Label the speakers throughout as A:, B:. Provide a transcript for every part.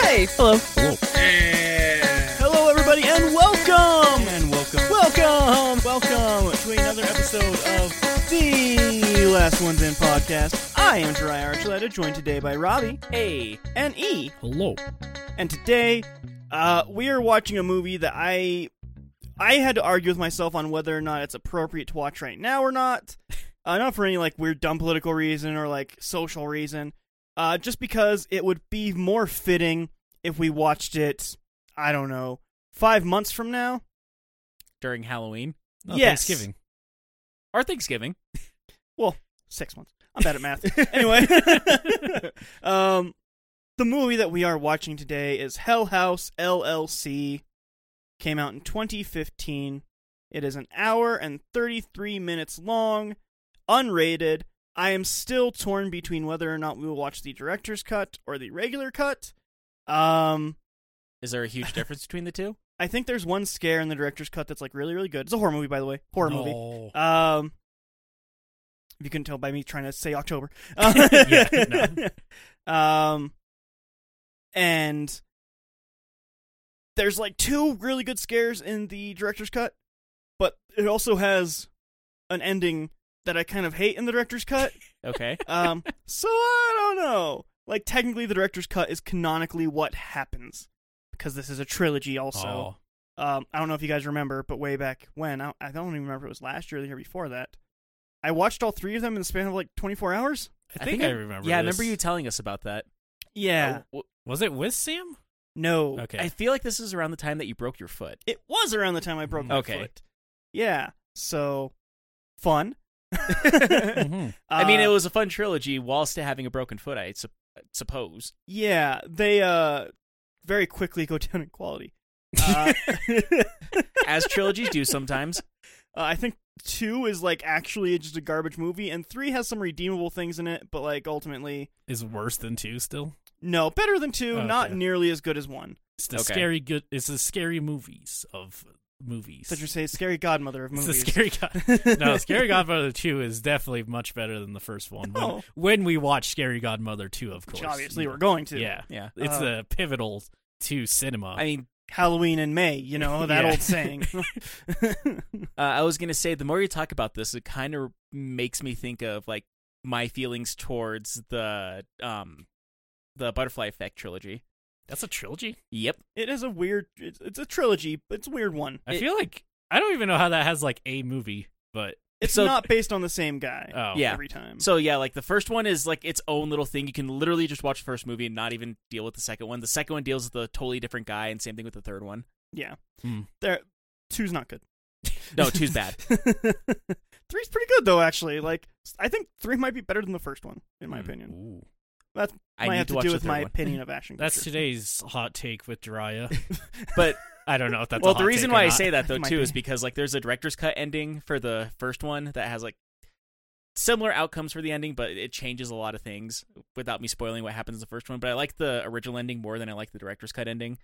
A: Hey, hello. Hello, everybody, and welcome,
B: And welcome,
A: welcome, welcome to another episode of the Last Ones In podcast. I am Dry Archuleta, joined today by Robbie, A, and E.
B: hello.
A: And today, uh, we are watching a movie that I I had to argue with myself on whether or not it's appropriate to watch right now or not. Uh, not for any like weird dumb political reason or like social reason. Uh, just because it would be more fitting if we watched it, I don't know, five months from now.
B: During Halloween, no,
A: Yes.
B: Thanksgiving, or Thanksgiving.
A: Six months. I'm bad at math. anyway. um the movie that we are watching today is Hell House LLC. Came out in 2015. It is an hour and 33 minutes long, unrated. I am still torn between whether or not we will watch the director's cut or the regular cut. Um
B: Is there a huge difference between the two?
A: I think there's one scare in the director's cut that's like really really good. It's a horror movie by the way. Horror movie.
B: No.
A: Um, if you couldn't tell by me trying to say October.
B: Yeah,
A: Um, and there's like two really good scares in the director's cut, but it also has an ending that I kind of hate in the director's cut.
B: Okay.
A: Um, so I don't know. Like technically, the director's cut is canonically what happens because this is a trilogy. Also,
B: Oh.
A: um, I don't know if you guys remember, but way back when, I, I don't even remember if it was last year or the year before that. I watched all three of them in the span of like 24 hours.
B: I think I, remember. Yeah, I remember you telling us about that.
A: Yeah.
B: Oh, w-
C: Was it with Sam?
A: No.
C: Okay.
B: I feel like this is around the time that you broke your foot.
A: It was around the time I broke my
B: Okay.
A: foot. Yeah. So, fun.
C: Mhm.
B: Mm-hmm. I mean,
A: Uh,
B: it was a fun trilogy whilst having a broken foot. I sup- suppose.
A: Yeah, they uh very quickly go down in quality. Uh,
B: as trilogies do sometimes.
A: Uh, I think two is like actually just a garbage movie, and three has some redeemable things in it, but like ultimately,
C: Is worse than two still?
A: no, better than two,
C: Oh,
A: not
C: okay.
A: nearly as good as one.
C: It's the
B: Okay.
C: scary good. It's the scary movies of movies.
A: Such as say, scary godmother of
C: it's
A: movies.
C: the scary god. no, scary Godmother two is definitely much better than the first one. When-
B: Oh.
A: No.
C: When, we watch Scary Godmother two, of course,
A: which obviously we're going to.
C: Yeah,
B: Yeah.
C: it's
A: Uh,
C: the pivotal to cinema.
B: I mean,
A: Halloween in May, you know, that
C: Yeah.
A: old saying.
B: uh, I was gonna say the more you talk about this, it kind of makes me think of like my feelings towards the um the Butterfly Effect trilogy.
C: That's a trilogy.
B: Yep.
A: it is a weird, it's, it's a trilogy, but it's a weird one.
C: I
B: It-
C: feel like I don't even know how that has like a movie, but
A: It's
B: So-
A: not based on the same guy
C: oh
B: Yeah.
A: every time.
B: So yeah, like the first one is like its own little thing. You can literally just watch the first movie and not even deal with the second one. The second one deals with a totally different guy, and same thing with the third one.
A: yeah.
C: Hmm.
A: There, two's not good.
B: No, two's bad.
A: Three's pretty good, though, actually. Like, I think three might be better than the first one, in my
C: Hmm.
A: opinion.
C: Ooh.
B: I
A: might
B: need
A: have
B: to
A: to,
B: watch
A: do
B: the
A: with
B: third
A: my
B: one.
A: opinion of action.
C: That's
A: Kutcher.
C: today's hot take with Jiraiya.
B: But
C: I don't know if that's a
B: well, the
C: hot
B: reason
C: take or
B: why I
C: not.
B: say that though
A: Might
B: too
A: be.
B: is because like there's a director's cut ending for the first one that has like similar outcomes for the ending, but it changes a lot of things without me spoiling what happens in the first one. But I like the original ending more than I like the director's cut ending.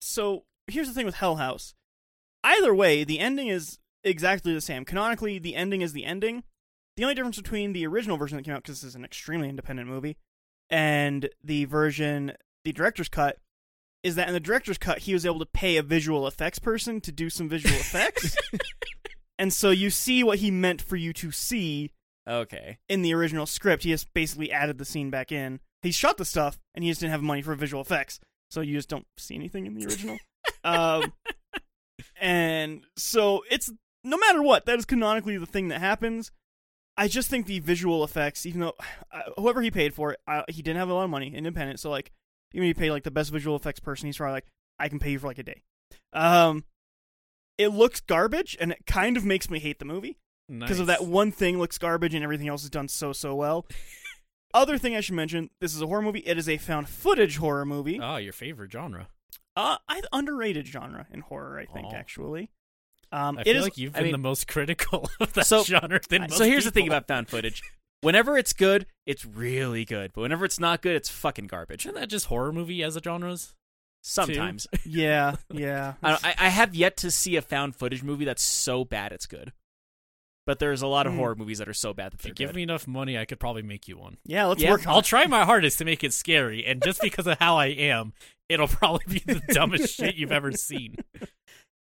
A: so here's the thing with Hell House. Either way, the ending is exactly the same. Canonically, the ending is the ending. The only difference between the original version that came out, because this is an extremely independent movie, and the version, the director's cut, is that in the director's cut, he was able to pay a visual effects person to do some visual effects. and so you see what he meant for you to see
B: Okay,
A: in the original script. He just basically added the scene back in. He shot the stuff, and he just didn't have money for visual effects, so you just don't see anything in the original. um, and so it's no matter what, that is canonically the thing that happens. I just think the visual effects, even though uh, whoever he paid for it, uh, he didn't have a lot of money, independent. So like, even if he paid like the best visual effects person, he's probably like, I can pay you for like a day. Um, it looks garbage, and it kind of makes me hate the movie because of
C: Nice.
A: that one thing looks garbage and everything else is done so so well. Other thing I should mention: this is a horror movie. It is a found footage horror movie.
C: Oh, your favorite genre.
A: Uh, I underrated genre in horror. I think
C: Aw.
A: actually, um,
C: I
A: it
C: feel
A: is
C: like you've
B: I
C: been the
B: mean-
C: most critical of that
B: So-
C: genre. Than most
B: so here's the thing
C: people.
B: about found footage. Whenever it's good, it's really good, but whenever it's not good, it's fucking garbage.
C: isn't that just horror movie as a genres?
B: Sometimes
A: yeah, yeah.
B: I, I I have yet to see a found footage movie that's so bad it's good. But there's a lot of
A: Mm.
B: horror movies that are so bad that
C: If
B: they're
C: you Hmm. give
B: good.
C: me enough money, I could probably make you one.
A: Yeah, let's
B: Yeah.
A: work on
C: I'll try my hardest to make it scary, and just because of how I am, it'll probably be the dumbest shit you've ever seen.
A: it.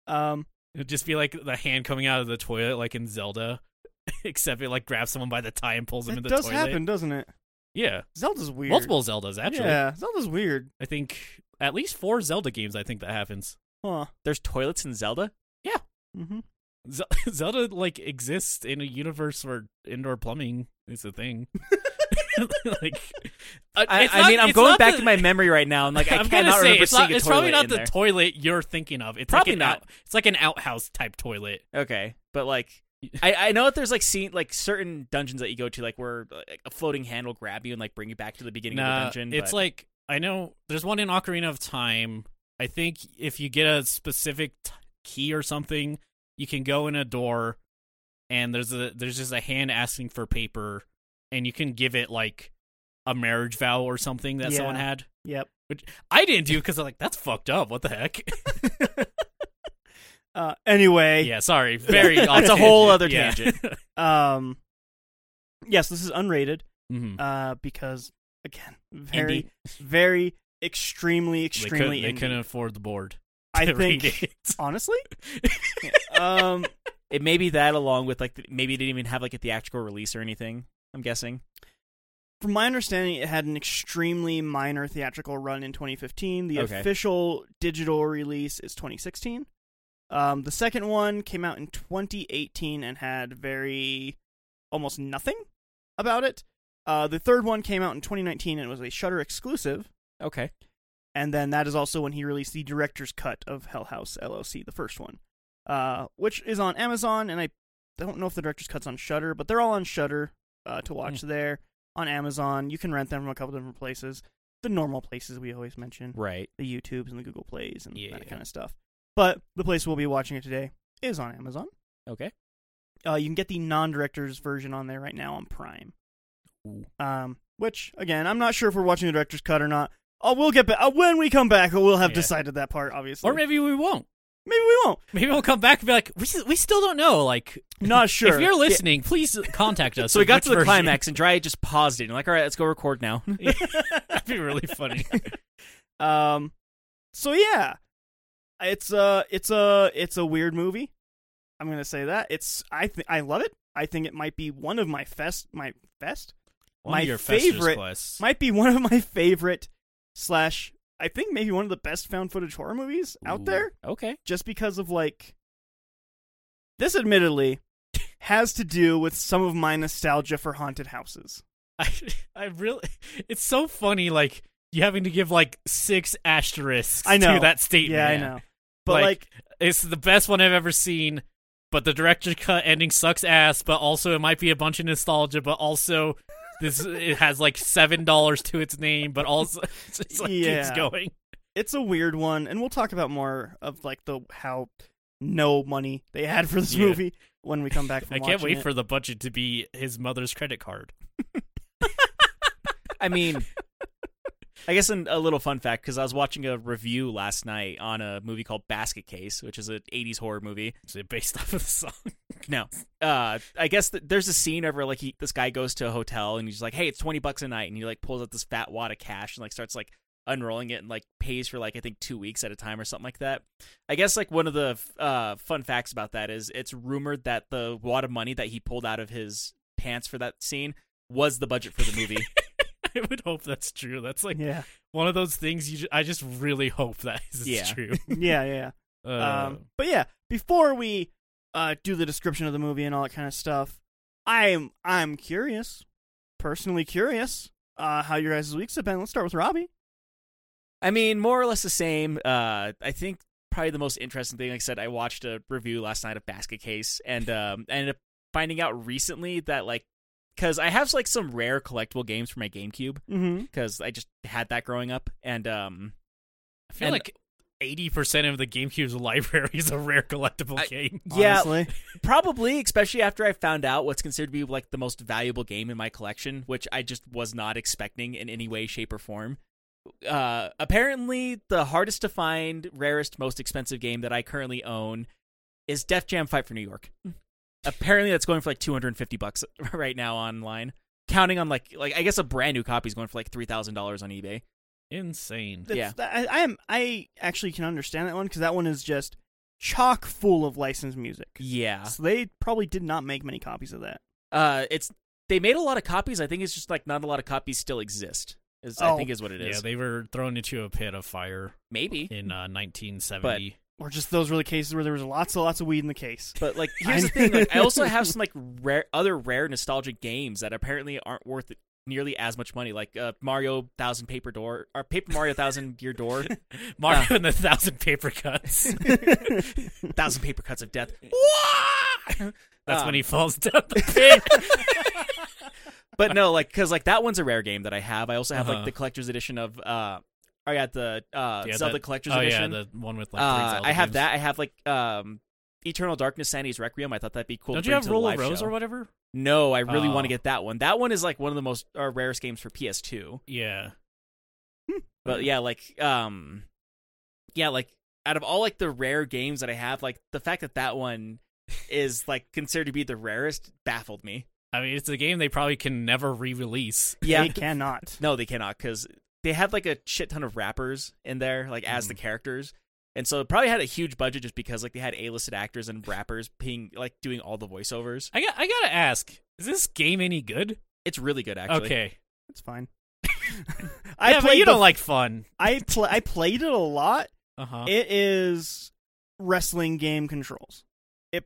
A: Um,
C: It'd just be like the hand coming out of the toilet, like in Zelda, except it like grabs someone by the tie and pulls them
A: that
C: in the
A: does
C: toilet.
A: happen, doesn't it?
C: Yeah,
A: Zelda's weird.
C: multiple Zeldas actually.
A: Yeah, Zelda's weird.
C: I think at least four Zelda games. I think that happens.
A: Huh.
B: There's toilets in Zelda.
A: Mm-hmm.
C: Ze- Zelda like exists in a universe where indoor plumbing is a thing. like, uh,
B: I,
C: it's
B: I
C: not-
B: mean, I'm
C: it's
B: going
C: not
B: back
C: the-
B: to my memory right now, and like I
C: I'm gonna
B: cannot
C: say,
B: remember
C: it's,
B: seeing
C: not,
B: a
C: it's
B: toilet
C: probably not
B: in
C: the
B: there.
C: toilet you're thinking of. It's
B: Probably
C: like an
B: not.
C: Out, it's like an outhouse type toilet.
B: Okay, but like I, I know that there's like scene like certain dungeons that you go to like where like, a floating hand will grab you and like bring you back to the beginning
C: Nah,
B: of the dungeon.
C: it's
B: but-
C: like I know there's one in Ocarina of Time. I think if you get a specific t- key or something, you can go in a door, and there's a there's just a hand asking for paper, and you can give it like a marriage vow or something that someone
A: Yeah.
C: had.
A: Yep.
C: I didn't do because I'm like that's fucked up. What the heck?
A: Uh, anyway,
C: yeah, sorry. Very.
B: That's
C: off
B: a whole
C: tangent.
B: other
C: Yeah.
B: tangent.
A: um, yes, this is unrated
C: Mhm.
A: uh, because again, very,
B: Indie.
A: very, extremely,
C: They,
A: extremely.
C: couldn't, they
A: indie.
C: couldn't afford the board.
A: I
C: to
A: think
C: rate it.
A: honestly, um,
B: It may be that along with like the, maybe it didn't even have like a theatrical release or anything. I'm guessing.
A: from my understanding, it had an extremely minor theatrical run in 2015. The
B: Okay.
A: official digital release is 2016. Um, the second one came out in 2018 and had very almost nothing about it. Uh, the third one came out in 2019 and was a Shutter exclusive.
B: Okay.
A: and then that is also when he released the director's cut of Hell House LLC, the first one, uh, which is on Amazon. And I don't know if the director's cut's on Shutter, but they're all on Shutter uh, to
C: Hmm.
A: watch there on Amazon. You can rent them from a couple different places, the normal places we always mention,
B: Right.
A: the YouTubes and the Google Plays and
C: Yeah.
A: that kind of stuff. But the place we'll be watching it today is on Amazon.
B: Okay.
A: Uh, you can get the non-director's version on there right now on Prime.
C: Ooh.
A: Um, which again, I'm not sure if we're watching the director's cut or not. Oh, we'll get back uh, when we come back. We'll have
C: Yeah.
A: decided that part, obviously.
C: Or maybe we won't.
A: Maybe we won't.
C: Maybe we'll come back and be like, we, s- we still don't know. Like,
A: Not sure.
C: if you're listening, please contact us.
B: So we
C: with
B: got
C: which
B: to the
C: version-
B: climax, and Dry just paused it. And like, all right, let's go record now.
C: That'd be really funny.
A: um, so yeah, it's a it's a it's a weird movie. I'm gonna say that it's I th- I love it. I think it might be one of my fest my best
C: One
A: My
C: of your Festus
A: favorite-
C: quests.
A: might be one of my favorite slash I think maybe one of the best found footage horror movies out
C: Ooh.
A: there.
B: okay.
A: just because of like this admittedly has to do with some of my nostalgia for haunted houses.
C: I, I really, it's so funny. Like you having to give like six asterisks.
A: I know.
C: to that statement.
A: yeah, I know. But like,
C: Like- It's the best one I've ever seen. But the director cut ending sucks ass. But also, it might be a bunch of nostalgia. But also, this it has like seven dollars to its name. But also, it's just like keeps
A: Yeah.
C: going.
A: it's a weird one and we'll talk about more of like the how no money they had for this
C: Yeah.
A: movie when we come back from
C: I can't
A: watching
C: wait
A: it.
C: for the budget to be his mother's credit card.
B: I mean, I guess an, a little fun fact because I was watching a review last night on a movie called Basket Case, which is an '80s horror movie.
C: Is it based off of the song?
B: No, uh, I guess th- there's a scene over like he, this guy goes to a hotel and he's like, "Hey, it's twenty bucks a night," and he like pulls out this fat wad of cash and like starts like unrolling it and like pays for like I think two weeks at a time or something like that. I guess like one of the f- uh, fun facts about that is it's rumored that the wad of money that he pulled out of his pants for that scene was the budget for the movie.
C: I would hope that's true. That's like
A: Yeah.
C: one of those things you ju- I just really hope that is
B: Yeah.
C: true.
A: Yeah, yeah.
C: Uh,
A: um, but yeah, before we uh, do the description of the movie and all that kind of stuff, I'm I'm curious, personally curious, uh, how your guys' weeks have been. Let's start with Robbie.
B: I mean, more or less the same. Uh, I think probably the most interesting thing, like I said, I watched a review last night of Basket Case, and um, I ended up finding out recently that like, because I have like some rare collectible games for my GameCube,
A: Mm-hmm.
B: because I just had that growing up, and um,
C: I feel
B: and-
C: like eighty percent of the GameCube's library is a rare collectible
B: I-
C: game.
B: Yeah.
A: Honestly.
B: probably especially after I found out what's considered to be like the most valuable game in my collection, which I just was not expecting in any way, shape, or form. Uh, apparently, the hardest to find, rarest, most expensive game that I currently own is Def Jam Fight for New York. Apparently, that's going for like 250 bucks right now online. Counting on like like I guess a brand new copy is going for like three thousand dollars on eBay.
C: Insane.
A: That's- I, I am. I actually can understand that one because that one is just chock full of licensed music.
B: Yeah,
A: So they probably did not make many copies of that.
B: uh, it's they made a lot of copies. I think it's just like not a lot of copies still exist. Is I
A: Oh.
B: think is what it is.
C: Yeah, they were thrown into a pit of fire
B: Maybe,
C: in uh, 1970.
A: Or just those were the cases where there was lots and lots of weed in the case.
B: but like here's
A: I-
B: the thing. Like, I also have some like rare other rare nostalgic games that apparently aren't worth nearly as much money. Like uh, Mario Thousand Paper Door or Paper Mario Thousand Gear Door.
C: Mario
B: uh,
C: and the Thousand Paper Cuts.
B: thousand paper cuts of death.
C: That's
B: Um,
C: when he falls down the pit.
B: But no, like because like that one's a rare game that I have. I also have
C: Uh-huh.
B: like the collector's edition of uh, I got the uh
C: Yeah,
B: Zelda
C: that-
B: collector's
C: oh yeah,
B: edition.
C: the one with like three
B: uh,
C: Zelda
B: I have
C: games.
B: that. I have like um Eternal Darkness, Sandy's Requiem. I thought that'd be cool. to
C: Don't you
B: bring
C: have
B: to the
C: Roll of
B: live
C: Rose
B: show.
C: or whatever?
B: No, I really
C: Oh.
B: want to get that one. That one is like one of the most uh, rarest games for PS2.
C: Yeah. Mm.
B: But yeah, like um yeah, like out of all like the rare games that I have, like the fact that that one is like considered to be the rarest baffled me.
C: I mean, it's a game they probably can never re-release.
A: They cannot.
B: No, they cannot because they had like a shit ton of rappers in there, like as
C: Mm.
B: the characters, and so it probably had a huge budget just because like they had A-listed actors and rappers being like doing all the voiceovers.
C: I got. I gotta ask: Is this game any good?
B: It's really good, actually.
C: Okay.
A: It's fine.
C: I yeah, but you
A: the-
C: don't like fun.
A: I pl- I played it a lot.
C: Uh huh.
A: It is wrestling game controls. It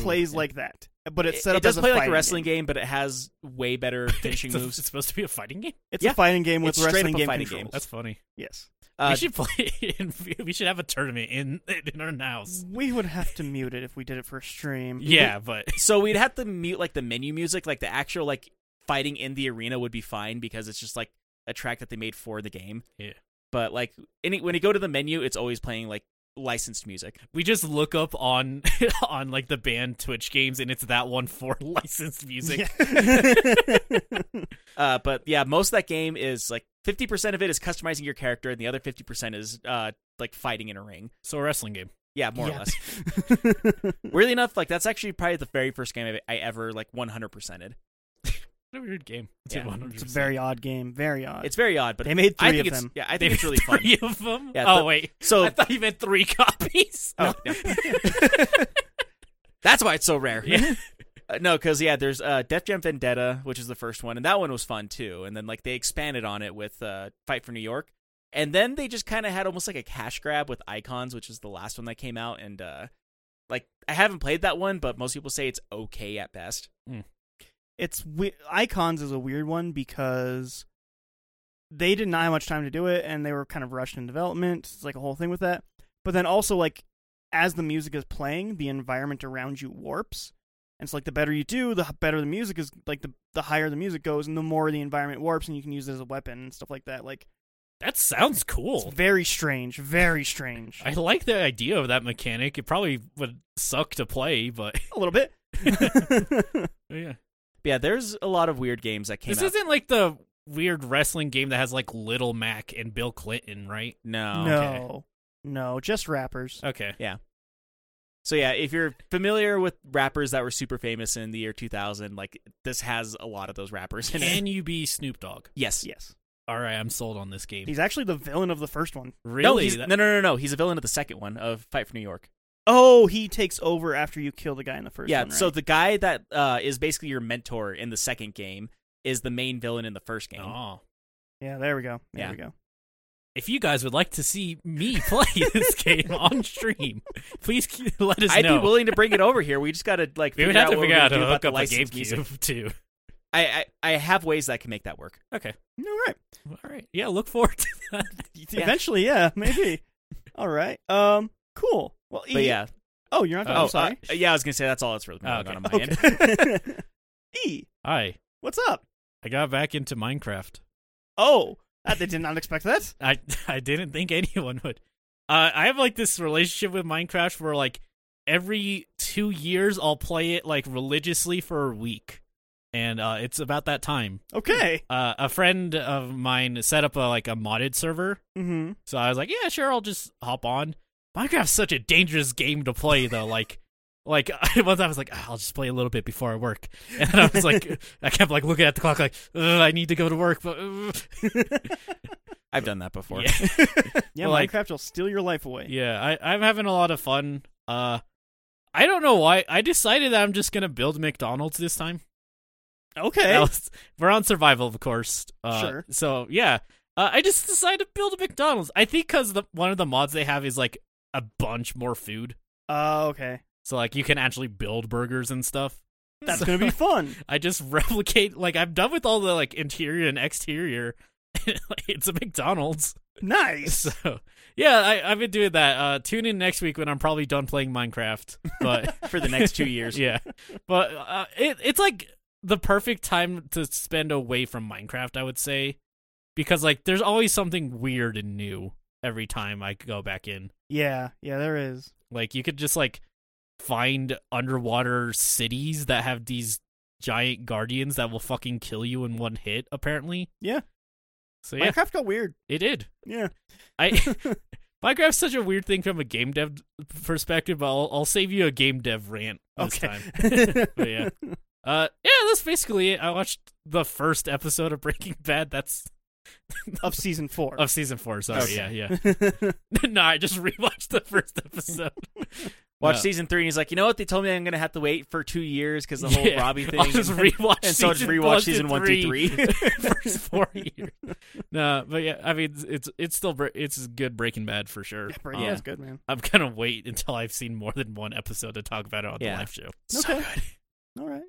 A: plays like that, but
B: It,
A: it's set
B: it
A: up
B: does
A: as a
B: play like a
A: fighting
B: wrestling
A: game.
B: game. but it has way better finishing
C: it's, a-
B: moves.
C: it's supposed to be a fighting game.
A: It's
B: Yeah.
A: a fighting game with
B: It's straight up
A: wrestling
B: a
A: game
B: fighting
A: controls.
B: game.
C: That's funny.
A: yes.
B: Uh,
C: we should play. In, we should have a tournament in in our house.
A: We would have to mute it if we did it for a stream.
C: Yeah, but
B: so we'd have to mute like the menu music, like the actual like fighting in the arena would be fine because it's just like a track that they made for the game.
C: Yeah.
B: But like any, when you go to the menu, it's always playing like licensed music.
C: we just look up on on like the band Twitch games, and it's that one for licensed music.
A: Yeah.
B: Uh, but yeah, most of that game is like fifty percent of it is customizing your character, and the other fifty percent is uh like fighting in a ring.
C: So a wrestling game.
B: Yeah, more or
A: Yeah.
B: less. Weirdly enough, like that's actually probably the very first game I I ever like one hundred percented.
C: What a weird game.
B: Yeah,
A: it's a very odd game. Very odd.
B: It's very odd, but
A: Uh, they made
B: I
A: three
B: think
A: of
B: it's
A: them.
B: yeah, I think it's really fun.
C: Three of them.
B: Yeah,
C: oh
B: the-
C: wait,
B: So
C: I thought you meant three copies.
B: oh, no. that's why it's so rare.
C: Yeah.
B: Uh, no, because yeah, there's uh, Def Jam Vendetta, which is the first one, and that one was fun too. And then like they expanded on it with uh, Fight for New York, and then they just kind of had almost like a cash grab with Icons, which is the last one that came out. And uh, like I haven't played that one, but most people say it's okay at best.
A: it's we- icons is a weird one because they didn't have much time to do it and they were kind of rushed in development it's like a whole thing with that but then also like as the music is playing the environment around you warps and it's like the better you do the h- better the music is like the the higher the music goes and the more the environment warps and you can use it as a weapon and stuff like that like
C: That sounds
A: it's
C: cool.
A: very strange very strange
C: I like the idea of that mechanic. It probably would suck to play, but
A: a little bit
C: yeah.
B: But, yeah, there's a lot of weird games that came
C: This
B: out.
C: isn't like the weird wrestling game that has like Little Mac and Bill Clinton, right?
B: no.
A: no no just rappers
C: Okay.
B: So yeah, if you're familiar with rappers that were super famous in the year 2000, like this has a lot of those rappers in it.
C: Can you be Snoop Dogg?
B: Yes.
A: yes
C: All right, I'm sold on this game.
A: he's actually the villain of the first one
C: Really?
B: No, he's, no, no,
C: That-
B: no, no. He's a villain of the second one of Fight for New York.
A: Oh, he takes over after you kill the guy in the first
B: yeah.
A: one.
B: So
A: right?
B: the guy that uh, is basically your mentor in the second game is the main villain in the first game.
C: Aw.
A: yeah, there we go. There
B: Yeah.
A: we go.
C: If you guys would like to see me play this game on stream, please k- let us
B: I'd
C: know.
B: be willing to bring it over here. We just gotta like.
C: we would
B: figure
C: have to
B: what
C: figure
B: we're
C: out
B: gonna
C: how
B: do
C: to
B: about
C: hook
B: the
C: up a
B: licensed music.
C: GameCube too.
B: I, I I have ways that I can make that work.
C: Okay.
A: All right.
C: All right. Yeah, look forward to that.
B: Yeah.
A: Eventually, yeah, maybe. All right. Um. Cool. Well,
B: But
A: E-
B: yeah.
A: Oh, you're not. Done.
B: oh,
A: I'm sorry.
B: uh, yeah. I was gonna say that's all that's really going
C: Oh,
B: on
C: okay.
B: on my end.
A: okay. e,
C: Hi.
A: what's up?
C: I got back into Minecraft.
A: Oh, I they did not expect that.
C: I I didn't think anyone would. Uh, I have like this relationship with Minecraft where like every two years I'll play it like religiously for a week, and uh, it's about that time.
A: Okay.
C: Uh, a friend of mine set up a like a modded server,
A: Mm-hmm.
C: so I was like, yeah, sure, I'll just hop on. Minecraft's such a dangerous game to play though. Like Like once I was like, "Ah, I'll just play a little bit before I work, and I was like, I kept like looking at the clock, like "Ugh, I need to go to work, but ugh."
B: I've done that before.
C: Yeah.
A: Yeah,
C: Well, like-
A: Minecraft will steal your life away.
C: yeah, I, I'm having a lot of fun. Uh, I don't know why. I decided that I'm just gonna build McDonald's this time.
A: Okay.
C: That was- we're on survival, of course. Uh,
A: Sure.
C: So yeah, uh, I just decided to build a McDonald's. I think because the one of the mods they have is like a bunch more food,
A: Uh, okay.
C: so like you can actually build burgers and stuff.
A: That's
C: So-
A: gonna be fun.
C: I just replicate like I'm done with all the like interior and exterior. Like, it's a McDonald's.
A: Nice.
C: So yeah, I, I've been doing that. Uh, tune in next week when I'm probably done playing Minecraft. But
B: For the next two years.
C: yeah, but uh, it it's like the perfect time to spend away from Minecraft, I would say, because like there's always something weird and new every time I go back in.
A: Yeah, yeah, there is.
C: Like you could just like find underwater cities that have these giant guardians that will fucking kill you in one hit. Apparently,
A: Yeah.
C: So yeah,
A: Minecraft got weird.
C: it did.
A: Yeah.
C: I Minecraft's such a weird thing from a game dev perspective, but I'll, I'll save you a game dev rant this
A: Okay.
C: time. But yeah. Uh, yeah, that's basically it. I watched the first episode of Breaking Bad. That's
A: of season four.
C: of season four. Sorry,
B: Okay.
C: yeah, yeah. no, I just rewatched the first episode. Uh,
B: Watch
C: No.
B: season three, and he's like, you know what? They told me I'm gonna have to wait for two years because the whole
C: Yeah.
B: Robbie thing.
C: I'll just
B: and-
C: rewatch
B: and so I just
C: season
B: rewatched
C: one
B: season
C: to
B: one through
C: three.
B: three.
C: first four years. No, but yeah, I mean, it's it's still bre- it's good Breaking Bad for sure.
A: Breaking
C: Um,
A: Bad's good, man.
C: I'm gonna wait until I've seen more than one episode to talk about it on
B: Yeah.
C: the live show.
A: Okay. All right.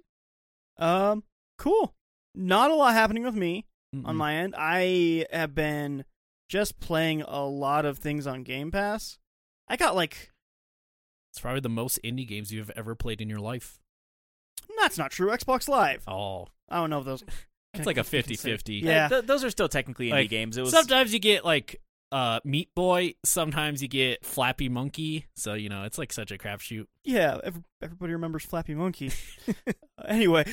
A: Um, cool. Not a lot happening with me on my end. I have been just playing a lot of things on Game Pass. I got like
C: it's probably the most indie games you've ever played in your life.
A: that's not true. Xbox Live.
C: Oh,
A: I don't know if those.
C: it's like a 50-50.
A: Yeah.
B: Th- those are still technically indie
C: Like,
B: games. It was
C: Sometimes you get like uh Meat Boy, sometimes you get Flappy Monkey. So you know it's like such a crapshoot.
A: Yeah, ev- everybody remembers Flappy Monkey. anyway,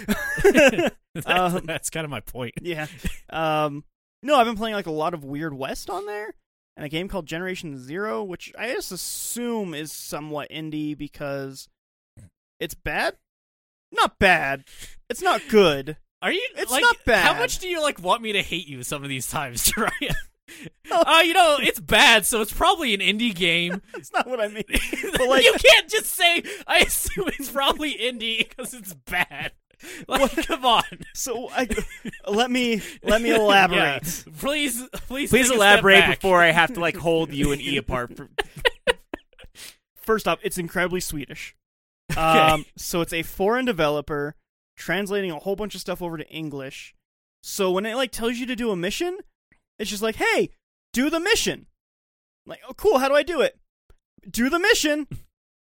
C: that's,
A: Um,
C: that's kind of my point.
A: yeah. Um, no, I've been playing like a lot of Weird West on there, and a game called Generation Zero, which I just assume is somewhat indie because it's bad. Not bad. It's not good.
C: Are you?
A: It's
C: like,
A: not bad.
C: How much do you like want me to hate you some of these times, Ryan?
A: No.
C: uh, you know it's bad, so it's probably an indie game.
A: That's not what I mean. But like,
C: you can't just say I assume it's probably indie because it's bad. Like, come on.
A: so I, let me let me elaborate.
C: Yeah. Please, please,
B: Please
C: take a step
B: elaborate
C: back.
B: before I have to like hold you and E apart. For,
A: First off, it's incredibly Swedish.
C: Okay.
A: Um, so it's a foreign developer translating a whole bunch of stuff over to English. So when it like tells you to do a mission, it's just like, "Hey, do the mission." like, "Oh, cool. How do I do it?" Do the mission,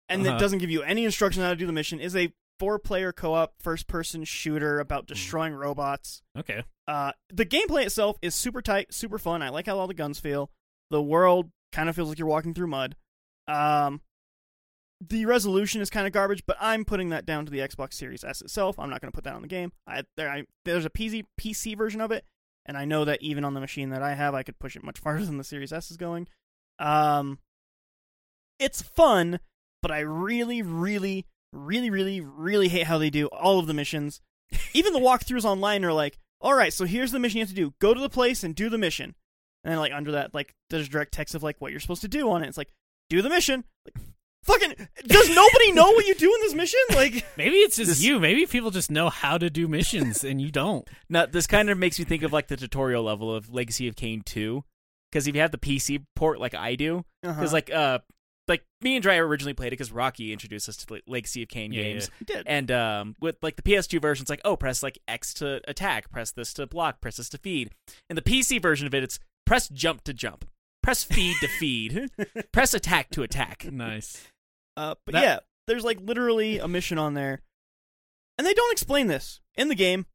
A: and
C: Uh-huh.
A: it doesn't give you any instruction on how to do the mission. Is a four-player co-op first-person shooter about
C: Hmm.
A: destroying robots.
C: Okay.
A: Uh, the gameplay itself is super tight, super fun. I like how all the guns feel. The world kind of feels like you're walking through mud. Um, the resolution is kind of garbage, but I'm putting that down to the Xbox Series S itself. I'm not going to put that on the game. I, there, I, there's a PC, PC version of it, and I know that even on the machine that I have, I could push it much farther than the Series S is going. Um, it's fun, but I really, really, really, really, really hate how they do all of the missions. Even the walkthroughs online are like, all right, so here's the mission you have to do. Go to the place and do the mission. And then, like, under that, like, there's direct text of, like, what you're supposed to do on it. It's like, do the mission. Like, fucking, does nobody know what you do in this mission? Like,
C: Maybe it's just
B: This-
C: you. Maybe people just know how to do missions and you don't.
B: now, this kind of makes me think of like the tutorial level of Legacy of Kain two, because if you have the PC port like I do,
A: uh-huh.
B: because like uh like me and Dry originally played it because Rocky introduced us to like, Legacy of Kain
C: Yeah,
B: games.
A: You did.
B: And um, with like the PS2 version, it's like, oh, press like X to attack, press this to block, press this to feed. And the PC version of it, it's press jump to jump, press feed to feed, press attack to attack.
C: Nice.
A: Uh, but
C: That-
A: yeah, there's like literally a mission on there, and they don't explain this in the game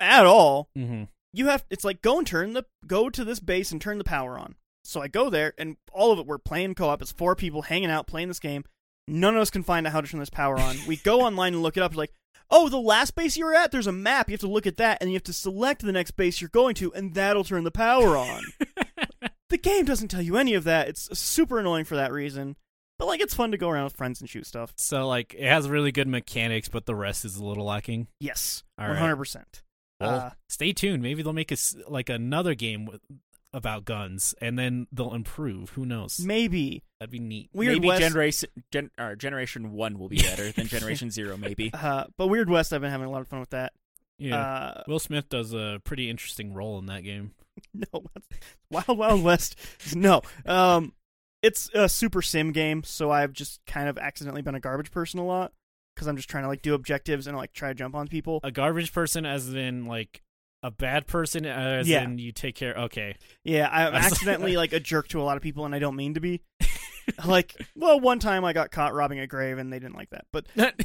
A: at all.
C: Mm-hmm.
A: You have it's like go and turn the go to this base and turn the power on. So I go there, and all of it we're playing co-op. It's four people hanging out playing this game. None of us can find out how to turn this power on. We go online and look it up. It's like, oh, the last base you were at, there's a map. You have to look at that, and you have to select the next base you're going to, and that'll turn the power on. the game doesn't tell you any of that. It's super annoying for that reason. But like it's fun to go around with friends and shoot stuff.
C: So like it has really good mechanics, but the rest is a little lacking.
A: Yes,
C: All
A: one
C: right.
A: hundred percent.
C: Well,
A: Uh,
C: stay tuned. Maybe they'll make us like another game with, about guns, and then they'll improve. Who knows?
A: Maybe
C: That'd be neat.
A: Weird
B: maybe
A: West,
B: generation gen, or generation one will be better than generation zero. Maybe
A: uh, but Weird West, I've been having a lot of fun with that.
C: Yeah.
A: Uh,
C: Will Smith does a pretty interesting role in that game.
A: no, Wild Wild West, no. Um, it's a super sim game, so I've just kind of accidentally been a garbage person a lot because I'm just trying to like do objectives and like try to jump on people.
C: A garbage person, as in like a bad person, as
A: Yeah.
C: in you take care. Okay,
A: Yeah, I'm
C: I saw
A: accidentally
C: that.
A: like a jerk to a lot of people, and I don't mean to be. like, well, one time I got caught robbing a grave, and they didn't like that. But that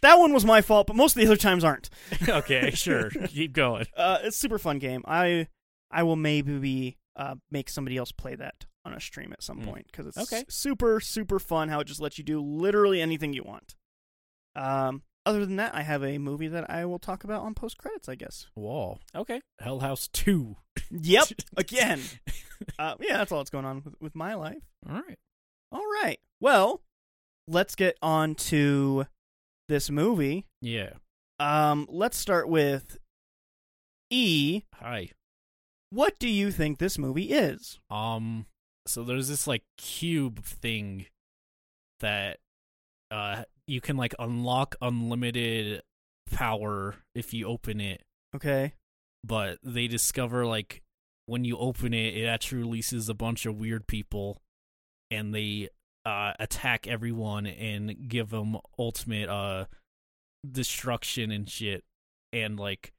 A: that one was my fault. But most of the other times aren't.
C: okay, sure. Keep going.
A: Uh, it's a super fun game. I I will maybe uh, make somebody else play that on a stream at some
C: Mm.
A: point because it's
B: Okay.
A: s- super super fun. How it just lets you do literally anything you want. Um, other than that, I have a movie that I will talk about on post credits. I guess.
C: Wall
B: okay.
C: Hell House Two.
A: Yep. Again. Uh, yeah, that's all that's going on with, with my life.
C: All right.
A: All right. Well, let's get on to this movie.
C: Yeah.
A: Um, let's start with E.
C: Hi.
A: What do you think this movie is?
C: Um. So there's this like cube thing that uh you can like unlock unlimited power if you open it
A: Okay.
C: but they discover like when you open it, it actually releases a bunch of weird people, and they uh, attack everyone and give them ultimate uh destruction and shit, and like